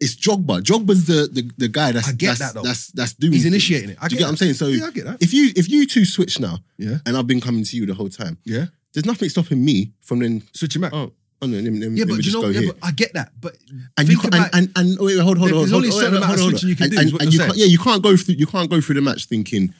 S3: it's Jogba. Jogba's the the, the guy that's
S1: I get
S3: that's,
S1: that, though.
S3: that's that's doing.
S1: He's
S3: things.
S1: initiating it. I
S3: Do you
S1: get
S3: get what I'm
S1: that.
S3: saying? So
S1: Yeah, I get that.
S3: If you if you two switch now,
S1: Yeah.
S3: and I've been coming to you the whole time,
S1: yeah,
S3: there's nothing stopping me from then.
S1: switching back.
S3: Oh, oh no, let me, let me,
S1: yeah,
S3: let me
S1: but you
S3: just
S1: know,
S3: go
S1: yeah,
S3: here.
S1: but I get that. But
S3: and you
S1: think
S3: can't,
S1: about
S3: and, and and wait, wait, hold, hold,
S1: There-
S3: hold.
S1: there's
S3: hold,
S1: only a
S3: hold,
S1: certain
S3: hold,
S1: amount of
S3: hold, hold,
S1: switching you can
S3: and,
S1: do,
S3: And,
S1: is what
S3: and you
S1: you're
S3: can't, yeah,
S1: saying.
S3: you can't go through. You can't go through the match thinking,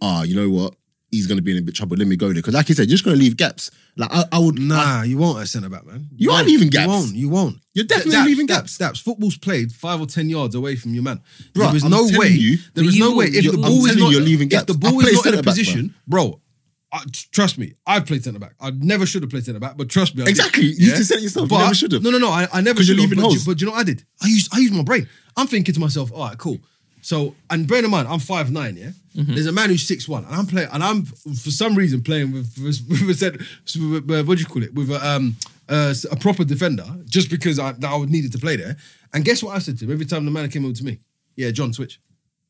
S3: ah, you know what, he's going to be in a bit of trouble. Let me go there because, like you said, you're just going to leave gaps. Like I, I would. I,
S1: Nah, you won't at centre back, man.
S3: You aren't
S1: won't.
S3: leaving gaps.
S1: You won't. You won't.
S3: You're definitely leaving gaps.
S1: Daps, Football's played five or ten yards away from your man.
S3: Bruh,
S1: there is
S3: I'm
S1: no
S3: telling
S1: way.
S3: you-
S1: there is
S2: You-
S1: no way. If
S3: you're-
S1: the
S3: I'm
S1: ball is
S3: telling
S1: not,
S3: you, you're leaving
S1: if the
S3: gaps. I
S1: ball
S3: play
S1: is not in a
S3: centre-back, bro.
S1: position, bro. I, trust me, I've played centre back. I never should have played centre back, but trust me, I did.
S3: Exactly. You just said it yourself, you
S1: But-
S3: never should have.
S1: No, no, no. I, I never
S3: 'Cause you're
S1: should have.
S3: leaving
S1: But, do-
S3: holes.
S1: but do you know what I did? I used I used my brain. I'm thinking to myself, all right, cool. So and bear in mind, I'm five nine. Yeah, there's a man who's six one, and I'm playing, and I'm for some reason playing with with, with, said- with, with- what do you call it with a, um uh, a proper defender just because I that I would needed to play there. And guess what I said to him every time the man came over to me? Yeah, John switch.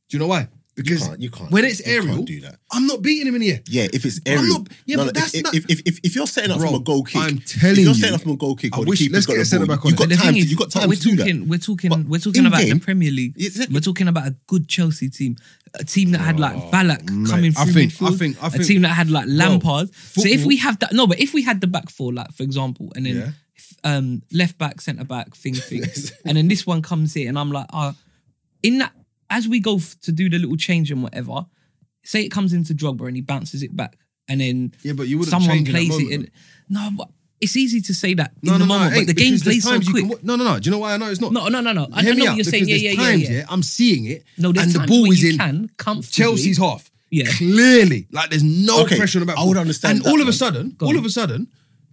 S1: Do you know why? Because
S3: can't- you can't-
S1: when it's
S3: you can't
S1: aerial,
S3: do that.
S1: I'm not beating him in the air.
S3: yeah, if it's
S1: I'm
S3: aerial,
S1: not- yeah,
S3: no,
S1: but
S3: no,
S1: that's
S3: if,
S1: not-
S3: if, if, if, if you're setting up
S1: Bro,
S3: from a goal kick,
S1: I'm
S3: if
S1: telling
S3: you're
S1: you.
S3: setting up from a goal kick,
S1: I
S3: or the
S1: wish-
S3: keeper's
S1: let's
S3: got
S1: get a
S3: the
S1: centre
S3: ball,
S1: back on
S3: you've
S1: it.
S3: got
S2: the
S3: time.
S2: thing
S3: to-
S2: is,
S3: You've got
S2: but
S3: time
S2: we're
S3: to do
S2: talking,
S3: that.
S2: we're talking,
S3: But
S2: we're talking about
S3: in-game-
S2: the Premier League.
S3: Exactly.
S2: We're talking about a good Chelsea team, a team that had like Ballack coming
S1: Oh, I
S2: through
S1: think-
S2: midfield,
S1: I think- I
S2: a
S1: think-
S2: team that had like Lampard. so if
S1: football-
S2: we have that, no, but if we had the back four, like for example, and then
S1: Yeah.
S2: f- um, left back, centre back, thing, thing, and then this one comes here, and I'm like, ah, in that as we go f- to do the little change and whatever, say it comes into Drogba and he bounces it back, and then
S1: Yeah, but you wouldn't
S2: someone
S1: change in that
S2: plays
S1: moment,
S2: it. In,
S1: though.
S2: no, but it's easy to say that in the moment,
S1: it
S2: but
S1: ain't,
S2: the game
S1: because there's
S2: plays so
S1: times you
S2: quick.
S1: can wa- no, no, no. Do you know why I know it's not?
S2: No, no, no, no. I, I
S1: Hear me
S2: know
S1: out,
S2: what you're saying.
S1: because
S2: Yeah,
S1: there's
S2: yeah, yeah,
S1: times,
S2: yeah.
S1: I'm seeing it.
S2: No, there's
S1: and the
S2: times
S1: ball
S2: where
S1: is
S2: you
S1: in
S2: can comfortably-
S1: Chelse's half.
S2: Yeah.
S1: Clearly. Like there's no
S3: Okay,
S1: pressure on the back.
S3: I would
S1: foot.
S3: understand
S1: And
S3: that
S1: all of a
S3: one.
S1: sudden,
S2: Go
S1: all
S2: on.
S1: of a sudden,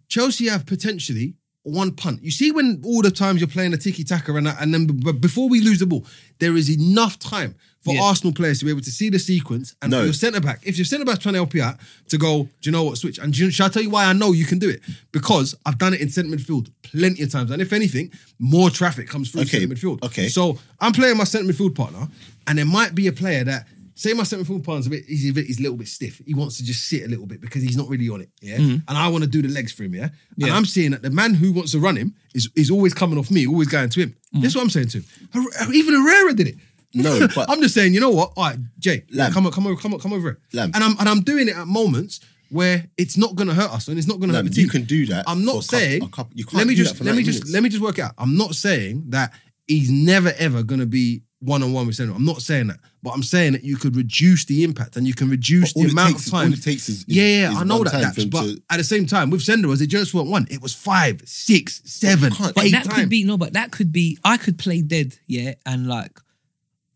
S1: Chelsea have potentially one punt. You see when all the times you're playing a tiki taka and that, and then b- before we lose the ball, there is enough time for
S2: Yeah.
S1: Arsenal players to be able to see the sequence and
S3: No.
S1: for your centre back, if your centre back's trying to help you out, to go, do you know what, switch? And do you, shall I tell you why I know you can do it? Because I've done it in centre midfield plenty of times. And if anything, more traffic comes through
S3: Okay,
S1: centre midfield.
S3: okay.
S1: So I'm playing my centre midfield partner, and there might be a player that say my centre midfield partner's a bit he's a bit he's a little bit stiff. He wants to just sit a little bit because he's not really on it. Yeah.
S3: Mm-hmm.
S1: And I want to do the legs for him, yeah? And
S2: Yeah.
S1: I'm seeing that the man who wants to run him is is always coming off me, always going to him. That's what I'm saying to him. Her- Even Herrera did it.
S3: Mm. No, but-
S1: I'm just saying, you know what? All right, Jay,
S3: Lamb.
S1: come on, come over, come on, come over here.
S3: Lamb.
S1: And I'm and I'm doing it at moments where it's not going to hurt us and it's not going to
S3: Lamb,
S1: hurt the team.
S3: you can do that
S1: I'm not
S3: for a cou-
S1: saying.
S3: a couple- you can't
S1: let me
S3: do that
S1: just
S3: for
S1: let me
S3: 90
S1: just
S3: minutes.
S1: let me just work it out. I'm not saying that he's never ever going to be one on one with Senna. I'm not saying that, but I'm saying that you could reduce the impact and you can reduce
S3: But all
S1: the
S3: it
S1: amount
S3: takes
S1: of
S3: is-
S1: time.
S3: all it takes is- is-
S1: yeah, yeah,
S3: is
S1: I know
S3: one
S1: that,
S3: time for
S1: Daps,
S3: him
S1: but
S3: to-
S1: at the same time with Sender, was it just weren't one? It was five, six, seven,
S3: can't-
S2: But
S1: eight
S2: that
S1: times.
S2: could be no, but that could be I could play dead, yeah, and like,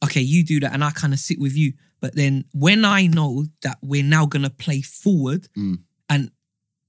S2: okay, you do that, and I kind of sit with you. But then when I know that we're now gonna play forward,
S1: Mm.
S2: and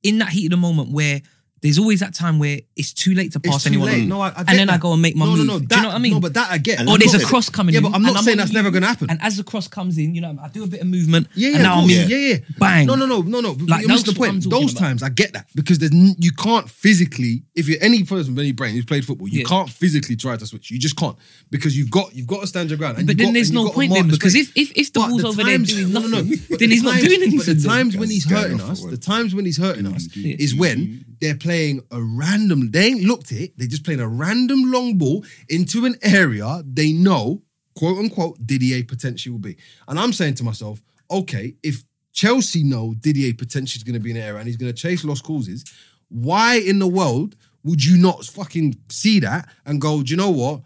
S2: in that heat of the moment where there's always that time where it's too late to
S1: It's
S2: pass
S1: too
S2: anyone
S1: late.
S2: on,
S1: No, I, I
S2: and
S1: get
S2: then I
S1: that.
S2: go and make my
S1: no,
S2: move.
S1: No, no,
S2: do you know
S1: that-
S2: what I mean?
S1: No, but that I get.
S3: And
S2: or
S3: I'm
S2: there's
S3: not-
S2: a cross coming
S1: Yeah,
S2: in.
S1: but I'm not
S2: and
S1: saying
S2: on
S1: that's
S2: you,
S1: never gonna happen.
S2: And as the cross comes in, you know, I do a bit of movement.
S1: Yeah, yeah,
S2: and
S1: of
S2: now I'm
S1: course.
S2: in.
S1: yeah, yeah.
S2: Bang.
S1: No, no, no, no, no.
S2: Like,
S1: you missed the
S2: that's what I'm
S1: point.
S2: talking
S1: Those
S2: about.
S1: times I get that because there's n- you can't physically. If you're any person with any brain who's played football, you
S2: Yeah.
S1: can't physically try to switch. You just can't because you've got you've got to stand your ground. And
S2: But
S1: you've
S2: then
S1: got-
S2: there's
S1: and you've
S2: no
S1: got to
S2: point
S1: mark
S2: then
S1: the
S2: because
S1: space.
S2: if if if the
S1: But
S2: ball's over there doing
S1: no,
S2: nothing,
S1: no, no. But
S2: then
S1: the
S2: he's not
S1: times-
S2: doing anything.
S1: But the
S2: then.
S1: times when he's
S3: Guys,
S1: hurting
S3: going off
S1: us,
S3: for
S1: the
S3: one.
S1: times when he's hurting us is when they're playing a random. They ain't looked it. They're just playing a random long ball into an area they know, quote unquote, Didier potentially will be. And I'm saying to myself, okay, if Chelsea know Didier potentially is going to be in the area and he's going to chase lost causes. Why in the world would you not fucking see that and go, do you know what?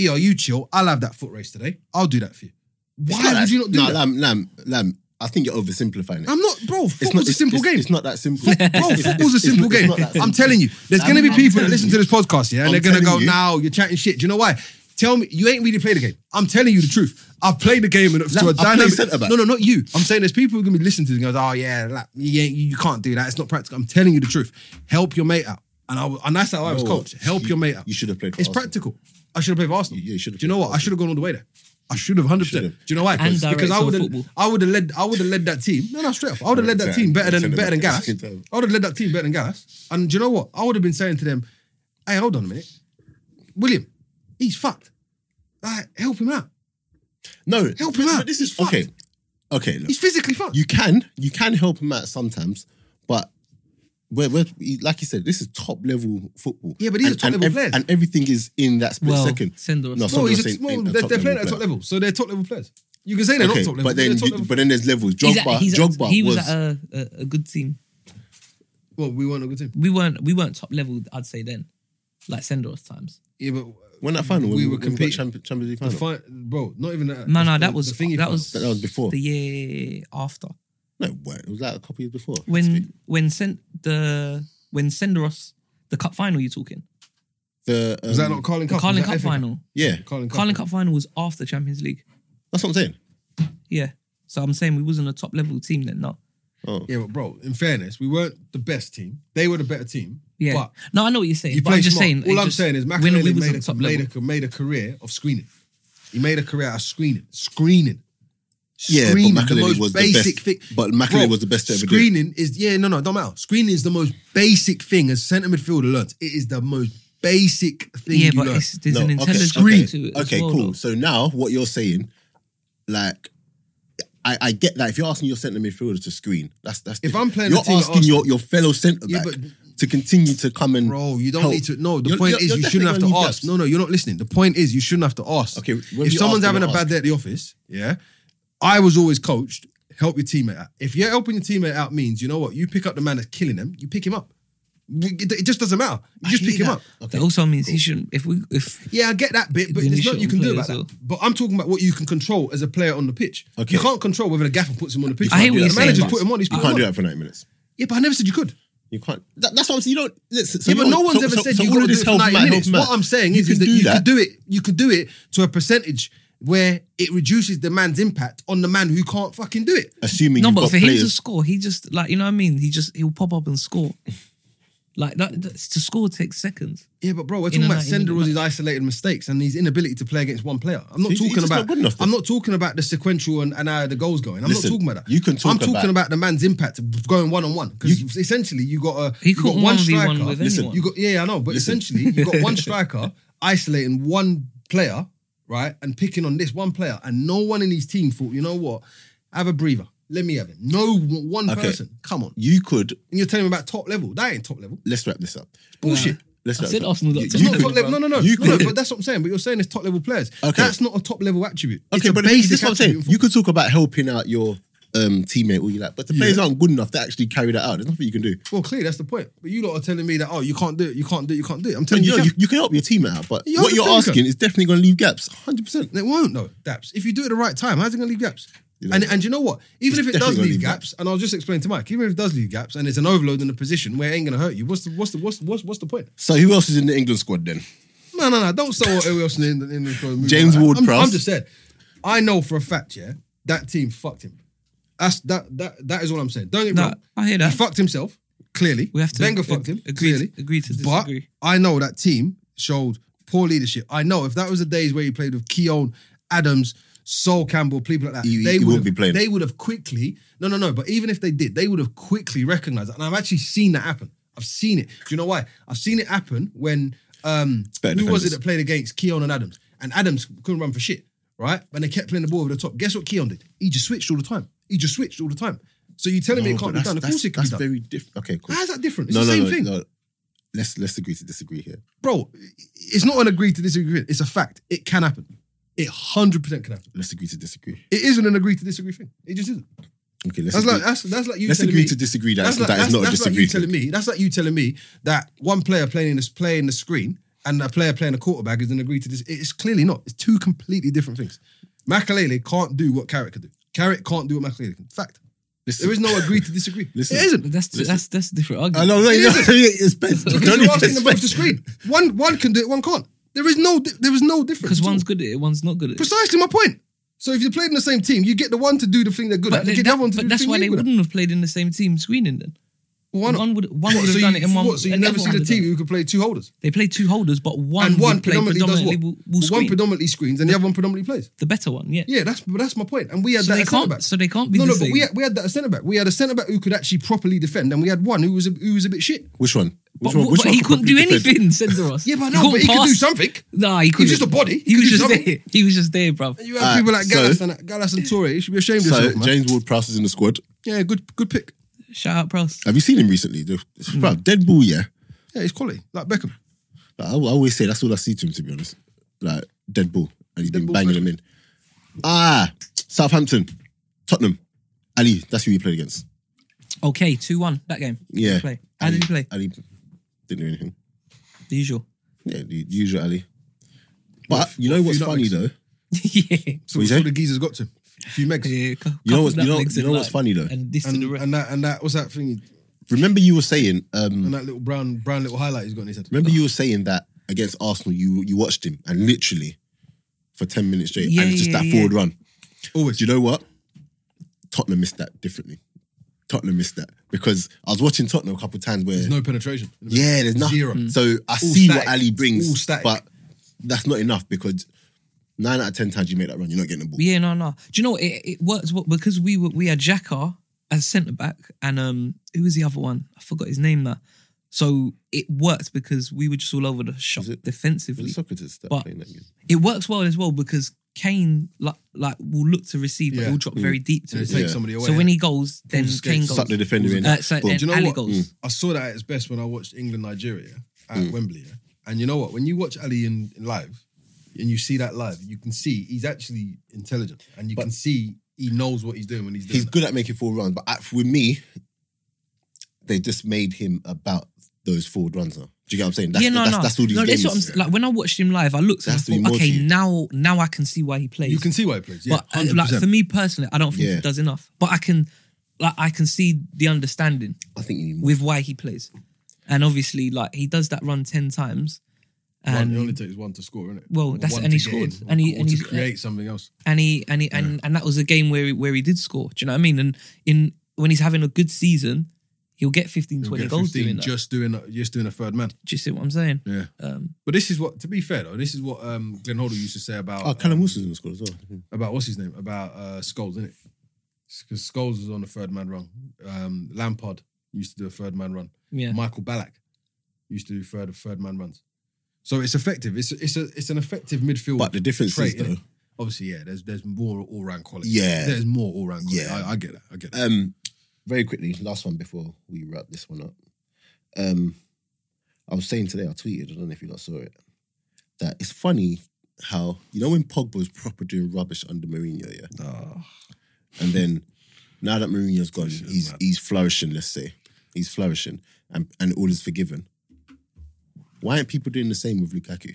S1: ER, you chill. I'll have that foot race today. I'll do that for you. Why would you not do
S3: no,
S1: that?
S3: Lam, Lam, Lam. I think you're oversimplifying it.
S1: I'm not, bro. Football's a simple
S3: it's-
S1: game.
S3: It's not that simple.
S1: Bro,
S3: It's- it's-
S1: football's a
S3: it's
S1: simple
S3: not- it's
S1: game.
S3: not that
S1: I'm
S3: simple.
S1: telling you, there's going to be
S3: I'm
S1: people that
S3: telling
S1: listen to this podcast, yeah, and
S3: I'm
S1: they're going to go,
S3: telling you.
S1: "Now you're chatting shit." Do you know why? Tell me, you ain't really played the game. I'm telling you the truth. I've played the game and to
S3: Lam,
S1: a
S3: I play
S1: dynamic.
S3: centre-back.
S1: No, no, not you. I'm saying there's people who are going to be listening to this and goes, "Oh yeah, like, you, ain't, you can't do that. It's not practical." I'm telling you the truth. Help your mate out, and I was- and that's how I was
S3: know what?
S1: coached. Help
S3: Oh, You-
S1: your mate out.
S3: you should have played for
S1: It's
S3: Arsenal.
S1: practical. I should have played for Arsenal.
S3: Yeah, you should have
S1: Do you know
S3: played for
S1: what? I should have gone all the way there. I should have 100.
S3: should
S1: percent
S3: have.
S1: Do you know why?
S2: And direct
S1: I
S2: on
S1: would
S2: football.
S1: have, I would have led, I would have led that team. No, no, straight up. I would have led that
S3: Exactly.
S1: team better than
S3: Centre
S1: better than
S3: back.
S1: Gallas. I would have led that team better than Gallas. And do you know what? I would have been saying to them, "Hey, hold on a minute, William, he's fucked. Like, help him out.
S3: No,
S1: Help him
S3: but
S1: out.
S3: This
S1: He's
S3: is
S1: fucked.
S3: okay. Okay, look,
S1: He's physically fucked."
S3: you can you can help him out sometimes, but we're, we're, like you said, this is top level football.
S1: Yeah, but these are
S3: And-
S1: top
S3: and
S1: level players.
S3: and everything is in that split
S2: Well,
S3: second.
S2: Sendor-
S3: No,
S2: No,
S1: no,
S3: Sendor's
S1: he's a,
S3: saying
S1: well,
S3: ain't a
S1: they're,
S3: top
S1: they're playing at
S3: level
S1: top
S3: player.
S1: level, so they're top level players. You can say they're
S3: Okay,
S1: not top level,
S3: but then
S1: they're top
S3: you-
S1: level.
S3: but then there's levels.
S2: He's
S3: Jogba,
S2: at- he's at-
S3: Jogba
S2: he was,
S3: was,
S2: at a, a, a good team.
S1: well, we weren't a good team.
S2: We weren't we weren't top level. I'd say then, like Sendor's times.
S1: Yeah, but
S3: when that final
S1: we
S3: when
S1: were
S3: when
S1: competing.
S3: Champions Champions League
S1: the
S3: final.
S1: fi- bro, not even that.
S2: No, no,
S1: The-
S2: that
S1: the
S2: was
S1: thingy
S2: that
S1: final.
S2: was
S3: That was before.
S2: the year after
S3: no, it weren't. it was like a couple years before.
S2: when when sent the when Sendoros the cup final. You talking
S3: the um,
S1: was that not Carling
S2: the
S1: Cup?
S2: Carling
S1: Was that
S2: Cup
S1: FA
S2: final?
S3: yeah,
S1: Carling Cup.
S2: Carling Cup final was after Champions League.
S3: that's what I'm saying.
S2: Yeah, so I'm saying we wasn't a top level team then. No,
S3: Oh,
S1: Yeah, but bro, in fairness, we weren't the best team. They were the better team.
S2: yeah,
S1: But
S2: no, I know what you're saying.
S1: you
S2: but I'm
S1: play
S2: just
S1: smart.
S2: saying.
S1: All
S2: it
S1: I'm
S2: just-
S1: saying is
S2: when we
S1: McAlealy
S2: was
S1: made,
S2: at
S1: a,
S2: the top
S1: made,
S2: level.
S1: a, made a career of screening. He made a career out of screening. Screening.
S3: yeah, but
S1: Screening, the
S3: McAlealy
S1: most
S3: was the
S1: basic
S3: best.
S1: thing.
S3: But McAlealy
S1: Bro,
S3: was the best to ever do. it.
S1: Screening is yeah, no, no, don't matter. Screening is the most basic thing a centre midfielder learns. It is the most basic thing
S2: Yeah,
S1: you
S2: but
S1: learn.
S2: it's, there's an
S3: okay,
S2: intelligence
S3: okay,
S2: to it.
S3: Okay,
S2: as well,
S3: cool.
S2: though.
S3: So now what you're saying, like, I, I get that if you're asking your centre midfielder to screen, that's that's.
S1: If
S3: different.
S1: I'm playing a
S3: you're
S1: team at
S3: asking your, your fellow centre
S1: Yeah,
S3: back
S1: but-
S3: to continue to come and.
S1: Bro, you don't
S3: help.
S1: need to. No, the
S3: You're-
S1: point
S3: you're-
S1: is
S3: you're
S1: you shouldn't have to
S3: definitely gonna leave
S1: ask. No, no, you're not listening. The point is you shouldn't have to ask.
S3: Okay, whether
S1: if
S3: you
S1: someone's
S3: ask or
S1: having a
S3: not
S1: bad
S3: ask.
S1: day at the office, yeah, I was always coached help your teammate out. If you're helping your teammate out means you know what you pick up the man that's killing them, you pick him up. It it just doesn't matter. You just
S3: I
S1: pick
S3: hear
S1: him
S3: that.
S1: up.
S3: Okay.
S2: That also means he shouldn't. If we if
S1: Yeah, I get that bit, but
S2: Then
S1: there's
S2: you
S1: nothing
S2: shouldn't
S1: you can do
S2: play
S1: about
S2: as well.
S1: that. But I'm talking about what you can control as a player on the pitch.
S3: Okay.
S1: You can't control whether the gaffer puts him on the pitch.
S2: I hear what
S1: the
S2: you're saying,
S1: manager's
S2: but-
S1: put him on. He's put
S3: You
S1: him
S3: can't do
S1: on.
S3: that for 90 minutes.
S1: Yeah, but I never said you could.
S3: You can't. That, that's what I'm saying. You don't. Listen, so
S1: yeah, but
S3: you
S1: no
S3: don't-
S1: one's
S3: so-
S1: ever
S3: so-
S1: said
S3: so
S1: you
S3: all
S1: got
S3: of
S1: to do
S3: this
S1: it for
S3: help
S1: 90
S3: man, help
S1: minutes.
S3: man.
S1: What I'm saying
S3: You
S1: is, is
S3: can
S1: that
S3: do
S1: you
S3: that.
S1: could do it. You could do it to a percentage where it reduces the man's impact on the man who can't fucking do it.
S3: Assuming
S2: no,
S3: you've
S2: but
S3: got
S2: for him to
S3: players.
S2: score, he just like you know what I mean. He just he'll pop up and score. Like that, that's, to score takes seconds.
S1: Yeah, but bro, we're
S2: In
S1: talking
S2: and
S1: about
S2: out, in and
S1: Sender was his isolated mistakes and his inability to play against one player. I'm not
S3: He's- he's
S1: talking
S3: just
S1: about.
S3: not good enough,
S1: I'm
S3: though.
S1: not talking about the sequential and, and how the goals going. I'm
S3: Listen,
S1: not talking about that.
S3: you can talk
S1: I'm talking
S3: about-
S1: about, the man's impact of going one on one because essentially you got a
S2: He
S1: you got
S2: couldn't
S1: one
S2: 1v1
S1: striker.
S2: with anyone.
S1: you got yeah, yeah, I know, but essentially you got one striker isolating one player, right, and picking on this one player, and no one in his team thought, you know what, have a breather. Let me have him. No one
S3: Okay.
S1: person. Come on.
S3: You could.
S1: And you're telling me about top level. That ain't top level.
S3: Let's wrap this up.
S1: Bullshit.
S3: Let's
S2: I
S3: wrap
S2: said
S3: this up.
S2: Arsenal got
S3: You-
S2: to-
S3: you
S1: Not
S3: could-
S1: top level. No, no, no.
S3: You
S1: no,
S3: could-
S1: but that's what I'm saying. But you're saying it's top level players.
S3: Okay.
S1: That's not a top level attribute.
S3: Okay,
S1: it's a
S3: but
S1: basic
S3: this is what I'm saying.
S1: attribute in
S3: You could talk about helping out your um, teammate all you like, but the players aren't good enough to actually carry that out. There's nothing you can do.
S1: football. Well, clearly that's the point. But you lot are telling me that oh, you can't do it, you can't do it, you can't do it. I'm
S3: And
S1: telling
S3: you,
S1: you,
S3: know,
S1: you
S3: you, you can help your teammate out, but
S1: You
S3: what you're
S1: understand,
S3: asking is definitely going to leave gaps. 100%.
S1: can. it won't though, Daps. If you do it at the right time, how's it gonna leave gaps?
S3: know
S1: and
S3: what?
S1: and you know what? Even
S3: It's
S1: if it does
S3: definitely gonna
S1: leave
S3: leave
S1: gaps, and I'll just explain to Mike, even if it does leave gaps and it's an overload in a position where it ain't gonna hurt you, what's the what's the what's the, what's, what's the point?
S3: So who else is in the England squad then?
S1: No, no, no. Don't sell who else in the in the move
S3: James
S1: on. I'm-
S3: Ward-Prowse.
S1: I'm, just saying. I know for a fact, yeah, that team fucked him. That's that that that is all I'm saying. Don't get me
S2: No,
S1: wrong.
S2: I hear that.
S1: He fucked himself. Clearly,
S2: We have to
S1: Wenger
S2: ag-
S1: fucked him.
S2: agree to-
S1: clearly,
S2: agree to disagree.
S1: But I know that team showed poor leadership. I know if that was the days where he played with Keown, Adams, Sol Campbell, people like that,
S3: He-
S1: they
S3: he
S1: would
S3: wouldn't
S1: have,
S3: be playing.
S1: They would have quickly. No, no, no. But even if they did, they would have quickly recognised that. And I've actually seen that happen. I've seen it. Do you know why? I've seen it happen when um,
S3: better
S1: who was
S3: defenders.
S1: it that played against Keon and Adams? And Adams couldn't run for shit, right? And they kept playing the ball over the top. Guess what Keon did? He just switched all the time. He just switched all the time. So you telling me
S3: No,
S1: it can't
S3: but
S1: be done? Of
S3: that's-
S1: course it can be
S3: that's
S1: done.
S3: very different. Okay, cool.
S1: How's that different? It's the same thing.
S3: Let's, let's agree to disagree here.
S1: Bro, it's not an agree to disagree. It's a fact. It can happen. It 100% can happen.
S3: Let's agree to disagree.
S1: It isn't an agree to disagree thing. It just isn't.
S3: Okay, let's
S1: That's
S3: agree,
S1: like uh, that's that's like you
S3: let's
S1: telling
S3: agree
S1: me
S3: to disagree. That,
S1: that's
S3: that's
S1: like, that's,
S3: not a
S1: that's like you
S3: disagreement.
S1: telling me that's like you telling me that one player playing in the playing the screen and a player playing the quarterback is going to agree to this. It's clearly not. It's two completely different things. Makalele can't do what Carrot can do. Carrot can't do what Makalele can. Fact.
S3: Listen.
S1: There is no agree to disagree.
S3: Listen.
S1: It isn't.
S2: But that's that's that's a different
S3: I
S2: argument.
S3: know, no, no, it's best.
S1: Because
S3: Don't
S1: you're
S3: even
S1: asking them both
S3: expect-
S1: to screen. One one can do it, one can't. There is no di- there is no difference.
S2: Because
S1: at all.
S2: one's good at it, one's not good at it.
S1: precisely my point. So if you played in the same team, you get the one to do the thing they're good
S2: But,
S1: at. You
S2: they-
S1: get the
S2: that-
S1: other one to
S2: but
S1: do
S2: that's
S1: the thing
S2: why
S1: they're
S2: they
S1: good at.
S2: wouldn't have played in the same team screening then.
S1: Why not?
S2: One would one
S1: What,
S2: would have
S1: so you,
S2: done it and one
S1: what, so you
S2: and the
S1: never
S2: other
S1: seen a
S2: one
S1: team
S2: done it.
S1: who could play two holders.
S2: They play two holders, but one
S1: and one
S2: would play
S1: predominantly,
S2: predominantly
S1: does
S2: will,
S1: what?
S2: will
S1: one
S2: screen
S1: predominantly screens and the other one predominantly plays.
S2: the better one. Yeah,
S1: Yeah, that's that's my point. And we had
S2: So
S1: that
S2: they
S1: at centre
S2: can't-
S1: back.
S2: so they can't be
S1: No,
S2: the
S1: no, but
S2: same.
S1: we had, we had that at centre back. We had a centre back who could actually properly defend, and we had one who was a, who was a bit shit.
S3: Which one?
S2: but,
S3: Which one?
S2: but
S3: Which one
S2: he
S3: could
S2: couldn't do
S3: probably defend?
S2: anything, Senderos.
S1: Yeah, but I know, but he could do something.
S2: Nah, he
S1: He
S2: could.
S1: was just a body. He
S2: He
S1: could
S2: was
S1: do
S2: just
S1: something.
S2: there. He was just there, bruv.
S1: You
S3: All
S1: have
S3: right,
S1: people like
S3: so-
S1: Gallas and Gallas and Torre. You should be ashamed of
S3: So
S1: yourself, man.
S3: James Ward Prowse is in the squad.
S1: Yeah, good good pick.
S2: Shout out, Pros.
S3: Have you seen him recently? The-
S2: Hmm.
S3: Bro, dead ball, yeah.
S1: Yeah, he's quality like Beckham.
S3: Like, I, I always say that's all I see to him, to be honest. Like dead ball, and he's
S1: Dead
S3: been
S1: ball
S3: banging
S1: special.
S3: them in. Ah, Southampton, Tottenham, Ali. That's who he played against.
S2: Okay, two one that game.
S3: Yeah.
S2: Play. How did he play?
S3: Ali didn't do anything.
S2: The usual.
S3: Yeah, the usual Ali. But
S1: What-
S3: you know
S1: what
S3: what's
S1: few
S3: funny
S1: nutmegs?
S3: though.
S2: yeah.
S1: So,
S3: What you
S1: so
S3: say?
S1: the geezer's got to him. A few megs.
S2: Yeah, cou-
S3: You
S2: couple
S3: know what- you know-
S2: nutmegs
S3: you know
S2: and
S3: what's
S2: like-
S3: funny though?
S2: And this to
S1: And,
S2: the rest.
S1: and that and that what's that thing? he-
S3: Remember you were saying. um
S1: And that little brown brown little highlight he's got in his head.
S3: Remember you were saying that against Arsenal, you you watched him and literally for ten minutes straight,
S2: Yeah,
S3: and it's just
S2: yeah,
S3: that
S2: yeah.
S3: forward run.
S1: Always.
S3: Do you know what? Tottenham missed that differently. Tottenham missed that because I was watching Tottenham a couple of times where
S1: There's no penetration.
S3: yeah, there's nothing.
S1: Zero.
S3: So I see
S1: static.
S3: what Ali brings,
S1: All static.
S3: but that's not enough because nine out of ten times you make that run, you're not getting the ball.
S2: Yeah, no, no. Do you know what? It, it works well, because we were, we had Jacka as centre back, and um, who was the other one? I forgot his name now. So it worked because we were just all over the shop
S3: it-
S2: defensively.
S3: Was it Socrates that
S2: But-
S3: playing that game?
S2: it works well as well because Kane like like will look to receive, but
S1: Yeah.
S2: he'll drop very
S3: Mm.
S2: deep to
S1: And it
S2: receive.
S1: takes
S3: Yeah.
S1: somebody away.
S2: So when he goes, then
S1: Who's
S2: Kane
S1: scared?
S2: goes.
S3: Suck the defender in.
S2: Uh, so,
S3: Boom.
S2: and
S1: Do you know
S2: Ali
S1: what? Mm.
S2: goes.
S1: I saw that at its best when I watched England Nigeria at
S2: Mm.
S1: Wembley. yeah? And you know what? When you watch Ali in, in live, and you see that live, you can see he's actually intelligent, and you can see he knows what he's doing when he's doing.
S3: He's good at making forward runs, but at- with me, they just made him about those forward runs now. Do you get what I'm saying? That's,
S2: yeah, no,
S3: that's,
S2: no,
S3: that's all these
S2: no.
S3: games.
S2: That's what I'm s- like. When I watched him live, I looked and I
S3: That's the
S2: thought, okay,
S3: emoji.
S2: now now I can see why he
S1: that.
S2: plays.
S1: You can see why he plays. Yeah,
S2: but uh, like
S1: 100%.
S2: for me personally, I don't think
S3: Yeah.
S2: he does enough. But I can, like, I can see the understanding
S3: I think you need more.
S2: with why he plays, and obviously, like, he does that run ten times,
S1: one,
S2: and
S1: it only takes one to score, innit?
S2: Well,
S1: Or
S2: that's-
S1: one
S2: and
S1: to
S2: he
S1: get in,
S2: scored.
S1: or-
S2: And he-
S1: or
S2: and
S1: to
S2: he's- uh,
S1: create something else.
S2: and he and he, and and that was a game where he, where he did score. Do you know what I mean? And in when he's having a good season, he'll get 15,
S1: He'll
S2: 20
S1: get
S2: goals
S1: 15
S2: doing that. Just,
S1: just doing just doing a third man.
S2: Do you see what I'm saying?
S1: Yeah,
S2: Um,
S1: but this is what to be fair though. This is what um, Glenn Hoddle used to say about
S3: Oh, Callum Wilson's in the squad as well.
S1: about what's his name about uh, Skulls, isn't it? Because Skulls was on the third man run. Um, Lampard used to do a third man run.
S2: yeah,
S1: Michael Ballack used to do third third man runs. So it's effective. It's it's a it's an effective midfield.
S3: But the difference
S1: trait,
S3: is though,
S1: innit? obviously, yeah. There's there's more all round quality.
S3: Yeah.
S1: there's more all round. quality.
S3: Yeah.
S1: I, I get that. I get that.
S3: um, very quickly, last one before we wrap this one up. Um, I was saying today, I tweeted, I don't know if you lot saw it, that it's funny how you know when Pogba was proper doing rubbish under Mourinho, yeah, and then now that Mourinho's gone,
S1: Shit,
S3: he's
S1: man.
S3: he's flourishing. Let's say he's flourishing, and and all is forgiven. Why aren't people doing the same with Lukaku?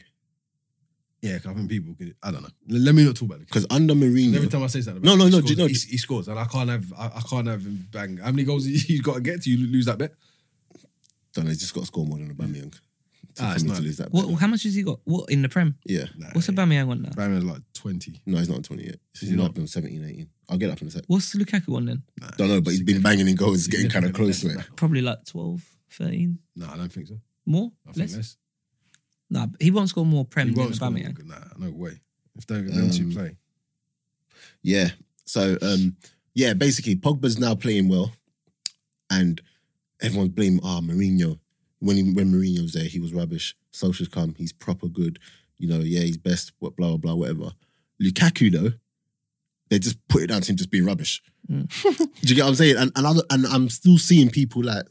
S1: yeah, 'cause I think people. Could, I don't know. L- Let me not talk about it.
S3: Because under Mourinho,
S1: Every time I say something,
S3: No,
S1: about
S3: no,
S1: him,
S3: no,
S1: he
S3: do
S1: Scores,
S3: you know-
S1: he, he scores, and I can't have I, I can't have him bang. How many goals he- he's got to get to you lose that bet?
S3: don't know, he's just got to score more than Aubameyang. So
S1: Ah,
S3: for
S1: it's
S3: me to
S1: not-
S3: lose that
S2: What,
S3: bet.
S2: how much has he got? What in the prem?
S3: Yeah.
S1: Nah,
S2: What's Aubameyang on now?
S1: Aubameyang's like twenty.
S3: No, he's not on 20 yet. He's
S1: he
S3: not
S1: not?
S3: up on 17, 18. I'll get up in a sec.
S2: What's Lukaku on then?
S3: Don't know, but he's been banging in goals, getting kind of close to it.
S2: Probably like 12, 13
S1: No, I don't think so.
S2: more.
S1: I think
S2: Less?
S1: less.
S2: Nah, he won't score more prem
S1: He
S2: than
S1: won't score. Nah,
S2: Aubameyang.
S1: no way. If they them two
S3: Um,
S1: play,
S3: Yeah. So, um, yeah, basically, Pogba's now playing well, and everyone's blaming ah Mourinho. When he, when Mourinho was there, he was rubbish. Solskjaer's come, he's proper good. You know, yeah, he's best. What blah blah blah, whatever. Lukaku though, they just put it down to him just being rubbish. Do you get what I'm saying? And and, other, and I'm still seeing people like,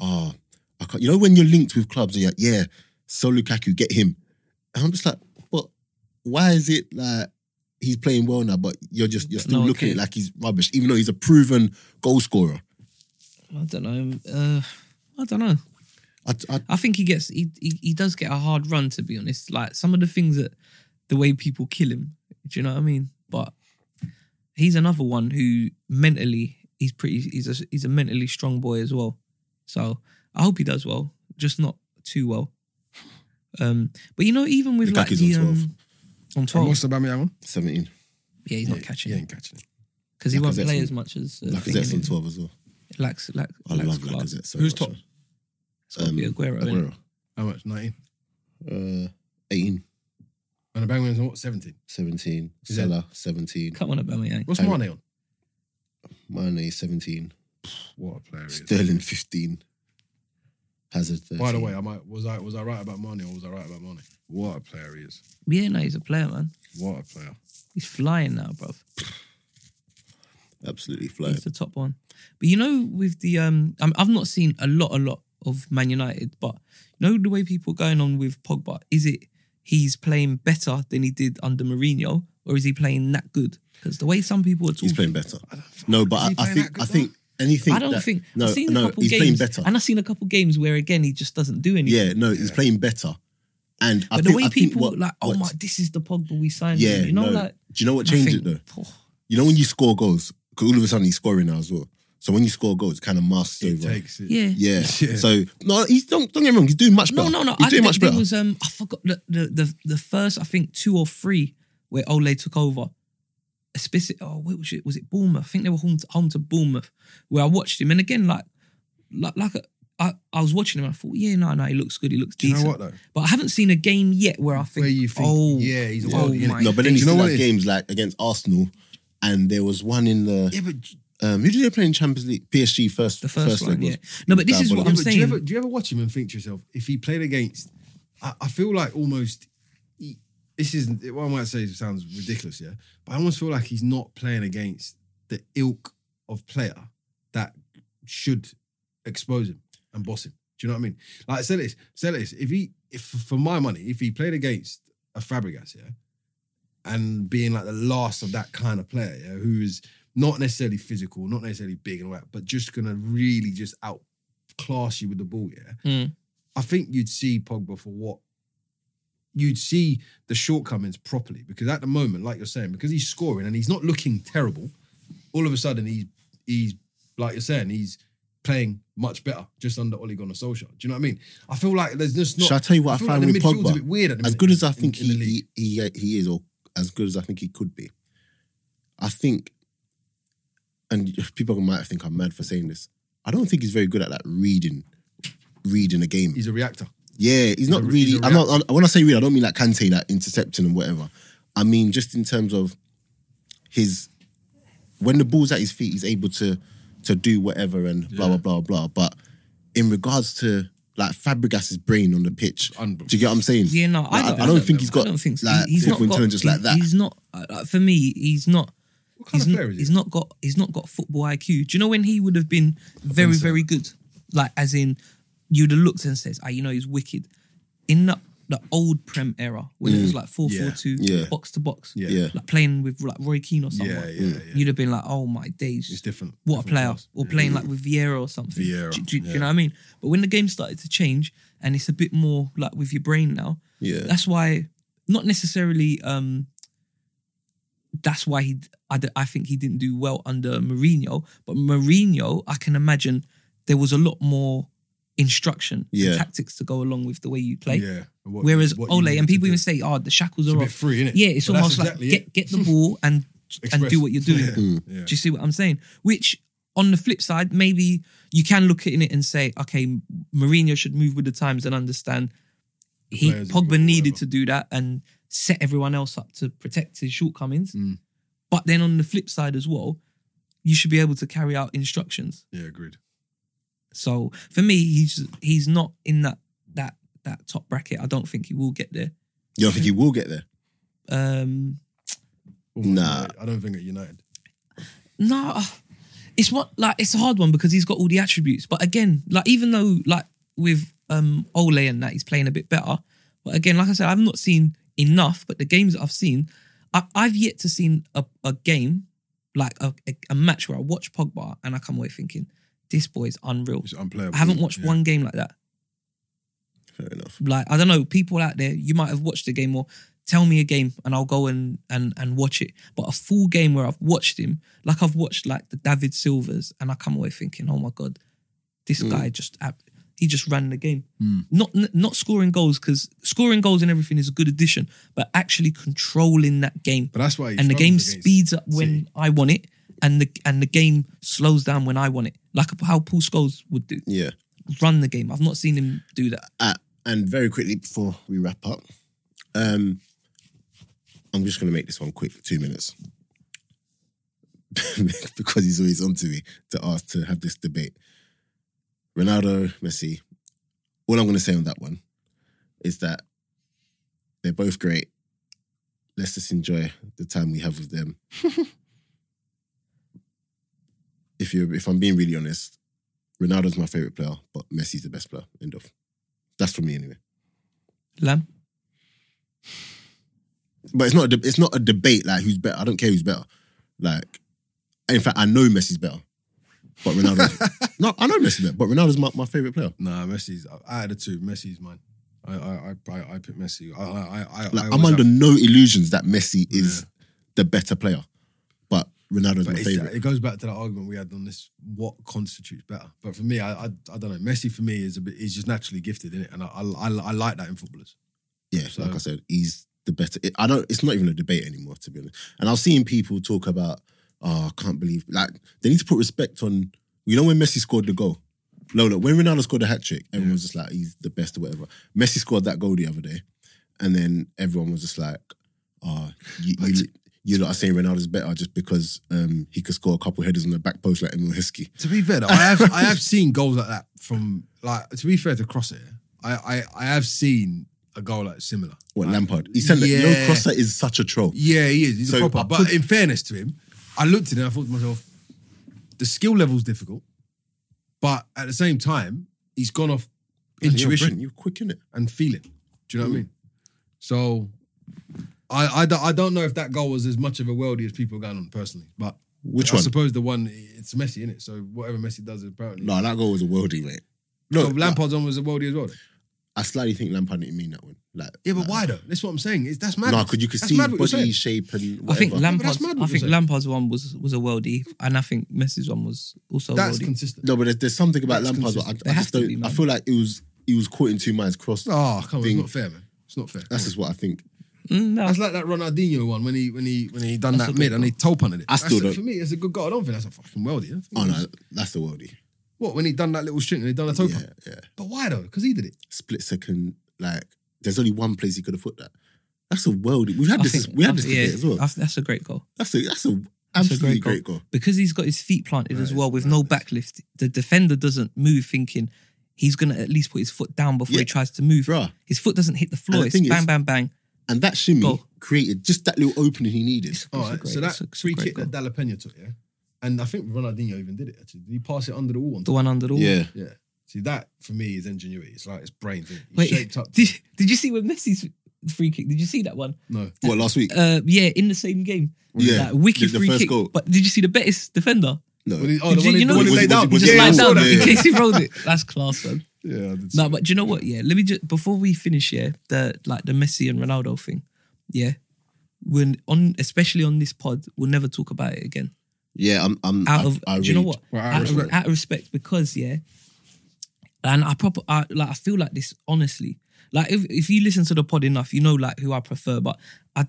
S3: ah, I can't. You know, when you're linked with clubs, and you're like, yeah, so Lukaku, get him. And I'm just like, but why is it like? he's playing well now, but you're just you're still
S2: No, okay.
S3: looking at it like he's rubbish, even though he's a proven goal scorer.
S2: I don't know. Uh, I don't know.
S3: I, I,
S2: I think he gets he, he he does get a hard run to be honest. Like some of the things that the way people kill him. Do you know what I mean? But he's another one who mentally he's pretty he's a he's a mentally strong boy as well. So I hope he does well, just not too well. Um, but you know, even with like
S3: Lukaku's
S2: the,
S3: on 12.
S2: um, on twelve,
S1: What's about me, that one?
S3: 17.
S2: yeah, he's not catching
S1: He
S2: it
S1: ain't catching it.
S2: because he won't
S3: Lacazette's
S2: play
S3: on-
S2: as much as uh,
S3: Lacazette's on
S2: thinking.
S3: 12 as well.
S2: Lax, Lax,
S3: I
S2: Lax
S3: love
S2: Clark.
S3: Lacazette so
S1: Who's
S3: much.
S1: top?
S2: It's gotta be
S3: Um,
S2: Aguero. innit?
S3: Aguero.
S1: How much? 19.
S3: Uh, 18,
S1: And the Bangman's on what? 17.
S3: 17.
S1: Is that-
S3: Salah, 17.
S2: Come on, Aubameyang.
S1: What's
S3: Harry-
S1: Mane on?
S3: Mane, 17.
S1: What a player he is.
S3: Sterling, 15. Hazard, 13.
S1: By the way, I might was I was I right about Mane or was I right about Mane? What a player he is.
S2: Yeah, no, he's a player, man.
S1: What a player.
S2: He's flying now, bruv.
S3: absolutely flying.
S2: He's the top one. But you know, with the um, I mean, I've not seen a lot, a lot of Man United, but you know the way people are going on with Pogba. Is it he's playing better than he did under Mourinho, or is he playing that good? Because the way some people are talking,
S3: He's playing better. No, but
S1: Is
S3: I,
S1: he
S3: I
S1: playing that
S3: think
S1: good
S3: I think anything.
S2: I don't
S3: that-
S2: think.
S3: No,
S2: I've seen a
S3: no,
S2: couple
S3: he's
S2: games,
S3: playing better.
S2: and I've seen a couple games where again he just doesn't do anything.
S3: Yeah, no, he's playing better. And
S2: but
S3: I think,
S2: the way
S3: I think
S2: people
S3: what-
S2: like, oh
S3: what-
S2: my, this is the Pogba we signed.
S3: yeah,
S2: you know,
S3: no.
S2: like
S3: do you know what changed
S2: I
S3: it though?
S2: think, oh, "Poh,
S3: You know when you score goals, because all of a sudden he's scoring now as well. So when you score goals, it kind of masks
S1: It
S3: over.
S1: takes it.
S2: Yeah,
S3: Yeah.
S1: Yeah.
S3: So no, he's don't don't get me wrong. He's doing much
S2: No,
S3: better.
S2: no, no.
S3: He's
S2: I
S3: doing
S2: think
S3: much
S2: there
S3: better.
S2: was um, I forgot the, the the the first I think two or three where Ole took over. A specific, oh wait, was it was it Bournemouth? I think they were home to, home to Bournemouth where I watched him, and again like like like a, I, I was watching him. and I thought, yeah, no, no, he looks good. He looks
S1: Do you
S2: decent.
S1: know what though?
S2: But I haven't seen a game yet where I think,
S1: Where you think
S2: oh
S1: yeah, he's a
S2: yeah.
S1: world.
S2: Oh my
S3: No, but then
S2: Do
S3: he's
S1: you know
S3: still
S1: what
S3: had
S1: it is?
S3: games like against Arsenal, and there was one in the
S1: Yeah, but,
S3: um, who did they play in Champions League? PSG first.
S2: the first, one,
S3: leg was
S2: yeah. No, but this is what
S3: diabolical.
S2: I'm
S1: yeah, but do, you
S2: saying.
S1: ever, do you ever watch him and think to yourself, if he played against I, I feel like almost he- this isn't what I might say sounds ridiculous, yeah. But I almost feel like he's not playing against the ilk of player that should expose him and boss him. Do you know what I mean? Like say this, say this. If he, if for my money, if he played against a Fabregas, yeah, and being like the last of that kind of player, yeah, who is not necessarily physical, not necessarily big and all that, but just gonna really just outclass you with the ball, yeah.
S2: Mm.
S1: I think you'd see Pogba for what you'd see the shortcomings properly because at the moment, like you're saying, because he's scoring and he's not looking terrible, all of a sudden he's he's like you're saying he's playing much better just under Ole Gunnar Solskjaer. Do you know what I mean? I feel like there's just not.
S3: Shall I tell you what I
S1: feel
S3: find
S1: like the
S3: with
S1: midfield's
S3: Pogba?
S1: a bit weird at the
S3: as
S1: minute
S3: good as I
S1: in-
S3: think
S1: in the league.
S3: he, he he he is, or as good as I think he could be, I think, and people might think I'm mad for saying this. I don't think he's very good at like reading, reading a game.
S1: He's a reactor.
S3: yeah, he's not
S1: a-
S3: really.
S1: he's a
S3: I'm not. I'm- when I say read, I don't mean like Kante, like intercepting and whatever. I mean just in terms of his when the ball's at his feet, he's able to to do whatever and blah blah blah blah. But in regards to like Fabregas's brain on the pitch,
S1: Unbelievable.
S3: do you get what I'm saying?
S2: Yeah, no, I,
S3: Like,
S2: don't,
S3: I, I don't think he's got
S2: I don't think so.
S3: like
S2: he's not
S3: football
S2: got,
S3: intelligence
S2: he-
S3: like that.
S2: He's not uh, like, for me. He's not.
S1: What kind
S2: he's
S1: of
S2: n-
S1: player is he?
S2: he's not got he's not got football IQ. Do you know when he would have been very very good? Like as in, you'd have looked and says, "Ah, you know, he's wicked." In the, the old Prem era, when it was like four four two,
S3: Yeah.
S2: box to box,
S1: Yeah.
S3: Yeah.
S2: like playing with like Roy Keane or someone,
S1: Yeah, yeah, yeah.
S2: you'd have been like, "Oh my days!"
S1: It's different.
S2: what a
S1: different
S2: player,
S1: class.
S2: or playing like with Vieira or something.
S1: Vieira,
S2: do, do- do
S1: yeah.
S2: you know what I mean? But when the game started to change and it's a bit more like with your brain now,
S3: Yeah.
S2: that's why not necessarily. um That's why he, I, d- I think he didn't do well under Mourinho. But Mourinho, I can imagine there was a lot more instruction, and
S3: Yeah.
S2: tactics to go along with the way you play.
S1: Yeah. And what-
S2: Whereas
S1: what you
S2: Ole
S1: need
S2: and
S1: to
S2: people
S1: do.
S2: even say, "Oh, the shackles
S1: It's
S2: are
S1: a bit
S2: off."
S1: free, innit?
S2: Yeah, it's
S1: But that's
S2: almost
S1: exactly
S2: like
S1: it.
S2: get get the ball and and
S1: Express.
S2: do what you're doing.
S1: Yeah.
S3: Mm.
S1: Yeah.
S2: Do you see what I'm saying? Which, on the flip side, maybe you can look at it and say, okay, Mourinho should move with the times and understand he
S1: Players and
S2: Pogba
S1: whatever.
S2: needed to do that and set everyone else up to protect his shortcomings.
S1: Mm.
S2: But then on the flip side as well, you should be able to carry out instructions.
S1: Yeah, agreed.
S2: So for me, he's he's not in that that that top bracket. I don't think he will get there.
S3: you don't think he will get there?
S2: Um,
S1: Almost
S3: Nah.
S1: United. I don't think at United.
S2: No, it's what like it's a hard one because he's got all the attributes. But again, like even though like with um Ole and that he's playing a bit better, but again, like I said, I've not seen enough. But the games that I've seen, I, I've yet to seen a, a game like a, a, a match where I watch Pogba and I come away thinking this boy is unreal.
S1: It's unplayable.
S2: I haven't watched
S1: Yeah.
S2: one game like that.
S3: Fair enough.
S2: Like I don't know, people out there, you might have watched a game or tell me a game and I'll go and and and watch it. But a full game where I've watched him, like I've watched like the David Silvers, and I come away thinking, oh my god, this
S1: Mm.
S2: guy just ab- he just ran the game. Not n- not scoring goals because scoring goals and everything is a good addition, but actually controlling that game
S1: But that's why. he
S2: and the
S1: struggles
S2: game
S1: against
S2: speeds up when
S1: City.
S2: I want it, and the and the game slows down when I want it, like how Paul Scholes would do.
S3: Yeah.
S2: Run the game. I've not seen him do that.
S3: Uh, and very quickly before we wrap up, um, I'm just going to make this one quick, two minutes, because he's always on to me to ask to have this debate. Ronaldo, Messi. All I'm going to say on that one is that they're both great. Let's just enjoy the time we have with them. if you, if I'm being really honest, Ronaldo's my favorite player, but Messi's the best player. End of. That's for me anyway.
S2: Lamb.
S3: But it's not a de- it's not a debate like who's better. I don't care who's better. Like, in fact, I know Messi's better, but Ronaldo. no, I know Messi's better, but Ronaldo's my, my favorite player.
S1: Nah, Messi's. I had the two. Messi's mine. I I I I, I pick Messi. I I I. I
S3: Like,
S1: I
S3: I'm
S1: always
S3: under
S1: have-
S3: no illusions that Messi is the better player, but Ronaldo's
S1: but
S3: my
S1: it's-
S3: favorite.
S1: it goes back to that argument we had on this: what constitutes better? But for me, I I, I don't know. Messi for me is a bit. He's just naturally gifted in it, and I, I I like that in footballers.
S3: Yeah,
S1: So-
S3: like I said, he's the better. It, I don't. It's not even a debate anymore, to be honest. And I've seen people talk about, oh, I can't believe. Like they need to put respect on. You know when Messi scored the goal. No, look, when Ronaldo scored the hat trick, everyone was just like, he's the best or whatever. Messi scored that goal the other day, and then everyone was just like, oh, you, you, you lot are saying Ronaldo's better just because um, he could score a couple headers on the back post like Emil Hiskey.
S1: To be fair, though, I have I have seen goals like that from like. To be fair to cross it, I I, I have seen a goal like similar.
S3: What Lampard? He said that
S1: Yeah.
S3: Yo Crosser is such a troll.
S1: Yeah, he is. He's
S3: So
S1: a proper.
S3: I
S1: But
S3: put-
S1: in fairness to him, I looked at it and I thought to myself, the skill level's difficult, but at the same time, he's gone off intuition Mm.
S3: you're quick in it.
S1: and feeling. Do you know what I mean? So, I, I, don't- I don't know if that goal was as much of a worldie as people are going on personally, but
S3: Which
S1: I
S3: one?
S1: suppose the one it's Messi in it. So whatever Messi does, apparently.
S3: No, that goal was a worldie, mate.
S1: so Lampard's on was a worldie as well.
S3: I slightly think Lampard didn't mean that one. Like,
S1: Yeah, but
S3: like,
S1: why though? That's what I'm saying. It's, that's mad.
S3: No, because you could
S1: That's
S3: see
S1: mad what you're
S3: body
S1: saying.
S3: shape and whatever.
S2: I think Lampard's,
S1: that's mad what
S2: I
S1: you're
S2: think
S1: saying.
S2: Lampard's one was was a worldie, and I think Messi's one was also a
S1: That's
S2: worldie.
S1: consistent.
S3: No, but there's, there's something about
S1: That's
S3: Lampard. that
S1: consistent.
S3: I,
S2: They
S3: I
S2: have
S3: just
S2: to
S3: don't.
S2: be,
S3: I
S2: man.
S3: feel like it was he was caught in two minds crossed.
S1: Oh, come on, it's
S3: Thing.
S1: not fair, man. It's not fair.
S3: That's just what I think.
S2: Mm, no,
S1: That's like that Ronaldinho one when he when he when he done
S2: That's
S1: that
S2: a good
S1: mid and
S2: goal.
S1: he toe punted it.
S3: I still
S1: That's-
S3: don't-
S1: For me, it's a good goal. I don't think that's a fucking worldie. I think
S3: Oh
S1: it
S3: no,
S1: was-
S3: that's the worldie.
S1: What when he done that little string and he done a toe
S3: Yeah,
S1: punt?
S3: yeah.
S1: But why though? Because he did it.
S3: Split second. Like, there's only one place he could have put that. That's a worldie. We've had
S2: I
S3: this.
S2: think-
S3: we
S2: I-
S3: had this
S2: yeah,
S3: debate as well.
S2: I- that's a great goal
S3: That's a that's a absolutely
S2: goal.
S3: great goal.
S2: because he's got his feet planted as
S3: Right,
S2: well with no backlift. The defender doesn't move, thinking he's gonna at least put his foot down before
S3: Yeah.
S2: he tries to move.
S3: Bruh.
S2: His foot doesn't hit the floor.
S3: the
S2: It's
S3: thing
S2: bang,
S3: is-
S2: bang, bang.
S3: And that shimmy
S2: Goal.
S3: created just that little opening he needed.
S1: All
S2: It's a
S1: right.
S2: great-
S1: so that
S2: it's a- it's a
S1: free
S2: great
S1: kick
S2: goal.
S1: that Dalapena took, yeah, and I think Ronaldinho even did it. Actually, did he pass it under the wall? One
S2: The
S1: time?
S2: one under the wall.
S3: Yeah.
S1: Yeah. See, that for me is ingenuity. It's like it's brains. innit? He
S2: Wait,
S1: shaped up.
S2: did did you see when Messi's free kick? Did you see that one?
S1: no.
S3: What last week?
S2: Uh, yeah, in the same game.
S3: Yeah.
S2: Like, wicked
S3: The- the
S2: free
S3: first
S2: kick.
S3: goal.
S2: But did you see the Betis defender?
S3: no.
S1: When he- oh,
S2: Did
S1: the
S2: you-
S1: one
S2: you
S1: he-
S2: know
S1: the one
S2: what-
S1: he laid
S3: was-
S1: down.
S3: was
S2: just
S3: it-
S2: lie
S3: was it-
S2: down
S3: yeah,
S2: in
S3: yeah.
S2: case he rolled it. That's class, man.
S1: Yeah, I did see
S2: No, but do you know what? Yeah, let me just before we finish here, the like the Messi and Ronaldo thing. Yeah, when on especially on this pod, we'll never talk about it again.
S3: Yeah, I'm. I'm
S2: Out
S3: Um, I-
S2: of
S3: I
S2: do you know
S3: really-
S2: what?
S1: Well, out of
S2: out, of,
S1: respect.
S2: out of respect, because yeah, and I proper I, like I feel like this honestly. Like if if you listen to the pod enough, you know like who I prefer, but I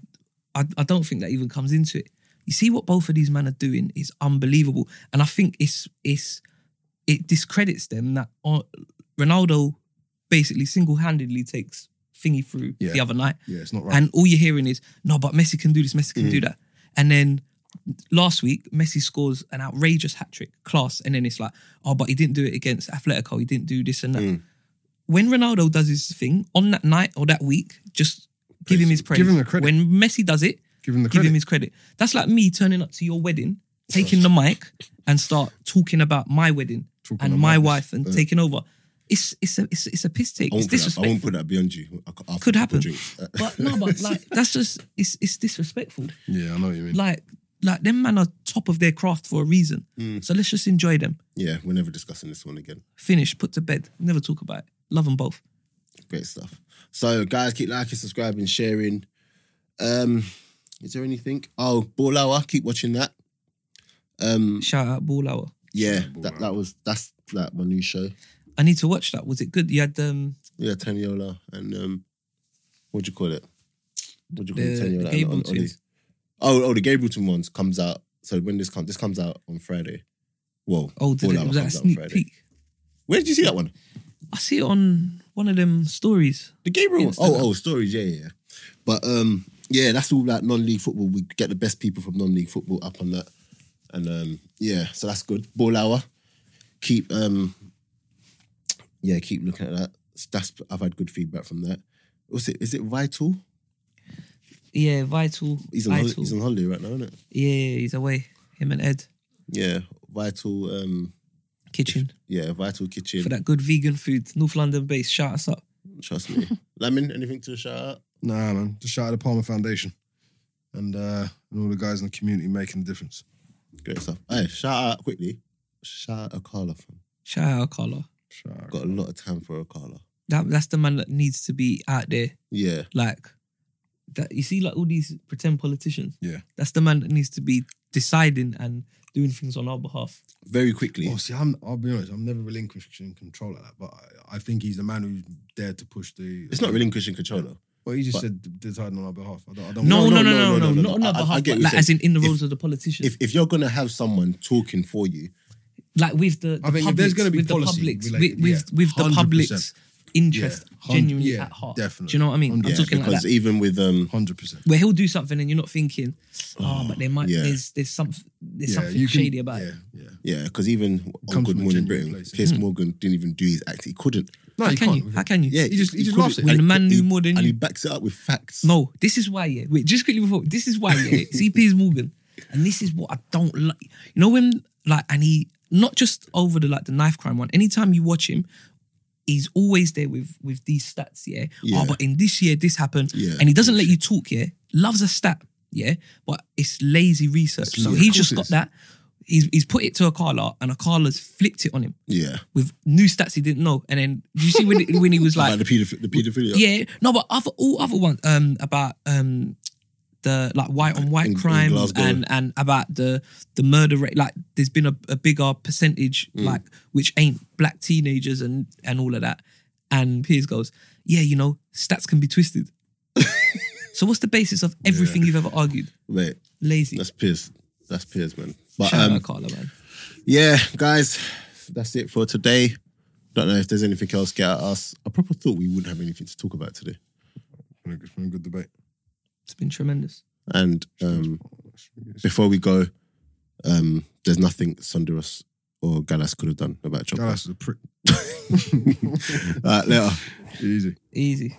S2: I, I don't think that even comes into it. You see what both of these men are doing is unbelievable, and I think it's it's it discredits them that uh, Ronaldo basically single handedly takes thingy through
S1: Yeah.
S2: the other night,
S1: Yeah, it's not right. Mm.
S2: and all you're hearing is no, but Messi can do this, Messi can do that, and then last week Messi scores an outrageous hat trick, class, and then it's like oh, but he didn't do it against Atletico, he didn't do this and that.
S1: Mm.
S2: When Ronaldo does his thing on that night or that week, just give him his praise.
S1: Give him the credit.
S2: When Messi does it,
S1: Give him the
S2: give him
S1: credit.
S2: his credit. That's like me turning up to your wedding, taking the mic and start talking about my wedding
S1: Talking
S2: and
S1: on
S2: my
S1: madness.
S2: wife and taking over. It's it's a it's, it's a piss take.
S3: I
S2: It's
S3: won't, put that, I
S2: disrespectful.
S3: won't put that beyond you. I- after a
S2: Could
S3: couple
S2: happen.
S3: drinks. Uh,
S2: But no, but like that's just it's it's disrespectful.
S1: Yeah, I know what you mean.
S2: Like like them man are top of their craft for a reason.
S3: Mm.
S2: So let's just enjoy them.
S3: yeah, we're never discussing this one again.
S2: Finish, put to bed, never talk about it. Love them both.
S3: Great stuff. So, guys, keep liking, subscribing, sharing. Um, is there anything? Oh, Ball Hour. Keep watching that. Um,
S2: Shout out Ball Hour.
S3: yeah,
S1: Ball
S3: that,
S1: Hour.
S3: that was that's like my new show.
S2: I need to watch that. Was it good? You had um
S3: Yeah, Taniola and um, what do you call it? What do you call
S2: The-
S3: it?
S2: the
S3: Taniola and
S2: Gabriel
S3: on- on
S2: twins.
S3: these- Oh, oh, the Gableton ones comes out. So when this comes, this comes out on Friday. Whoa,
S2: oh did
S3: Ball
S2: it,
S3: Hour
S2: was that a
S3: comes out on
S2: sneak
S3: Friday.
S2: peek?
S3: Where did you see that one?
S2: I see it on one of them stories.
S3: The Gabriel one.
S2: Instagram.
S3: Oh, oh, stories. Yeah, yeah. yeah. But um, yeah, that's all like non-league football. We get the best people from non-league football up on that, and um, yeah, so that's good. Ball hour. Keep um, yeah, keep looking at that. That's I've had good feedback from that. What's it? Is it vital?
S2: Yeah, vital.
S3: He's on hol-
S2: vital.
S3: he's on holiday right now, isn't it?
S2: yeah, yeah, he's away. Him and Ed
S3: Yeah, vital. Um,
S2: kitchen
S3: yeah, vital kitchen.
S2: for that good vegan food. North London based. Shout us up.
S3: Trust me. Lemon, anything to shout out?
S1: Nah, man. Just shout out the Palmer Foundation and uh, and all the guys in the community making the difference.
S3: Great stuff. Hey, shout out quickly. Shout out Akala. fam.
S2: Shout out Carla.
S1: Shout out.
S3: Got a lot of time for Akala.
S2: That that's the man that needs to be out there.
S3: Yeah.
S2: Like that you see like all these pretend politicians.
S1: Yeah.
S2: That's the man that needs to be deciding and doing things on our behalf.
S3: very quickly.
S1: Oh, see, I'm, I'll be honest. I'm never relinquishing control like that, but I, I think he's the man who's dared to push the.
S3: It's not relinquishing control though.
S1: Well, he just
S3: but-
S1: said d- deciding on our behalf. I don't. I don't
S2: No,
S3: No,
S2: no, no,
S3: no,
S2: no, no,
S3: no, no,
S2: not on
S3: no.
S2: our
S3: I- I
S2: behalf,
S3: get
S2: but
S3: what
S2: like,
S3: you're
S2: as in in the
S3: If-
S2: roles of the politician.
S3: If if you're gonna have someone talking for you,
S2: like with the, the
S1: I think if
S2: public,
S1: there's gonna be
S2: with
S1: policy
S2: the public's, with,
S1: related,
S2: with,
S1: yeah,
S2: with the
S1: 100%.
S2: public's interest
S1: Yeah, hun-
S2: genuinely
S1: yeah,
S2: at heart.
S1: definitely.
S2: Do you know what I mean? I'm
S1: Yeah,
S2: talking like
S3: because
S2: that.
S3: even with um,
S1: Hundred percent.
S2: Where he'll do something and you're not thinking, oh, but there might
S3: yeah.
S2: there's there's something there's something shady about
S1: yeah,
S2: it.
S1: Yeah.
S3: yeah, because even on
S1: comes
S3: Good
S1: from a genuine
S3: Morning Britain,
S1: place,
S2: Mm.
S3: Piers Morgan didn't even do his act. He couldn't.
S1: No,
S2: How
S1: you
S2: can
S1: can't.
S2: you? How can you?
S3: Yeah,
S1: He just- he just
S3: couldn't.
S1: laughs at
S2: When
S3: And
S2: the
S3: he-
S2: man knew
S3: he-
S2: more than
S3: and he
S2: you.
S3: backs it up with facts.
S2: No, this is why, yeah. Wait, just quickly before, this is why, yeah. See, Piers Morgan, and this is what I don't like. You know when, like, and he not just over the like the knife crime one. Anytime you watch him, he's always there with with these stats, yeah.
S3: Yeah.
S2: Oh, but in this year, this happened,
S3: Yeah.
S2: and he doesn't let you talk, yeah. Loves a stat, yeah, but it's lazy research. so
S1: yeah,
S2: he
S1: of
S2: just got
S1: course
S2: that. He's he's put it to Akala, and Akala's flipped it on him
S3: Yeah,
S2: with new stats he didn't know. And then you see when when he was like,
S3: about the pedoph- the pedophilia.
S2: yeah, no, but other all other ones um about um the like white on
S3: In-
S2: white
S3: in
S2: crime
S3: Glasgow.
S2: and and about the the murder rate. Like there's been a, a bigger percentage
S3: Mm.
S2: like which ain't black teenagers and and all of that. And Piers goes, yeah, you know, stats can be twisted. so what's the basis of everything you've ever argued?
S3: Wait,
S2: Lazy.
S3: that's Piers. That's Piers, man. But
S2: Shout
S3: um,
S2: out Carla, man.
S3: yeah, guys, that's it for today. Don't know if there's anything else get at us. I probably thought we wouldn't have anything to talk about today,
S1: It's been a good debate.
S2: It's been tremendous.
S3: and um. before we go, um, there's nothing Sonduras or Galas could have done about Chopper.
S1: Dallas is a prick.
S3: Uh, All right, later.
S1: Easy.
S2: Easy.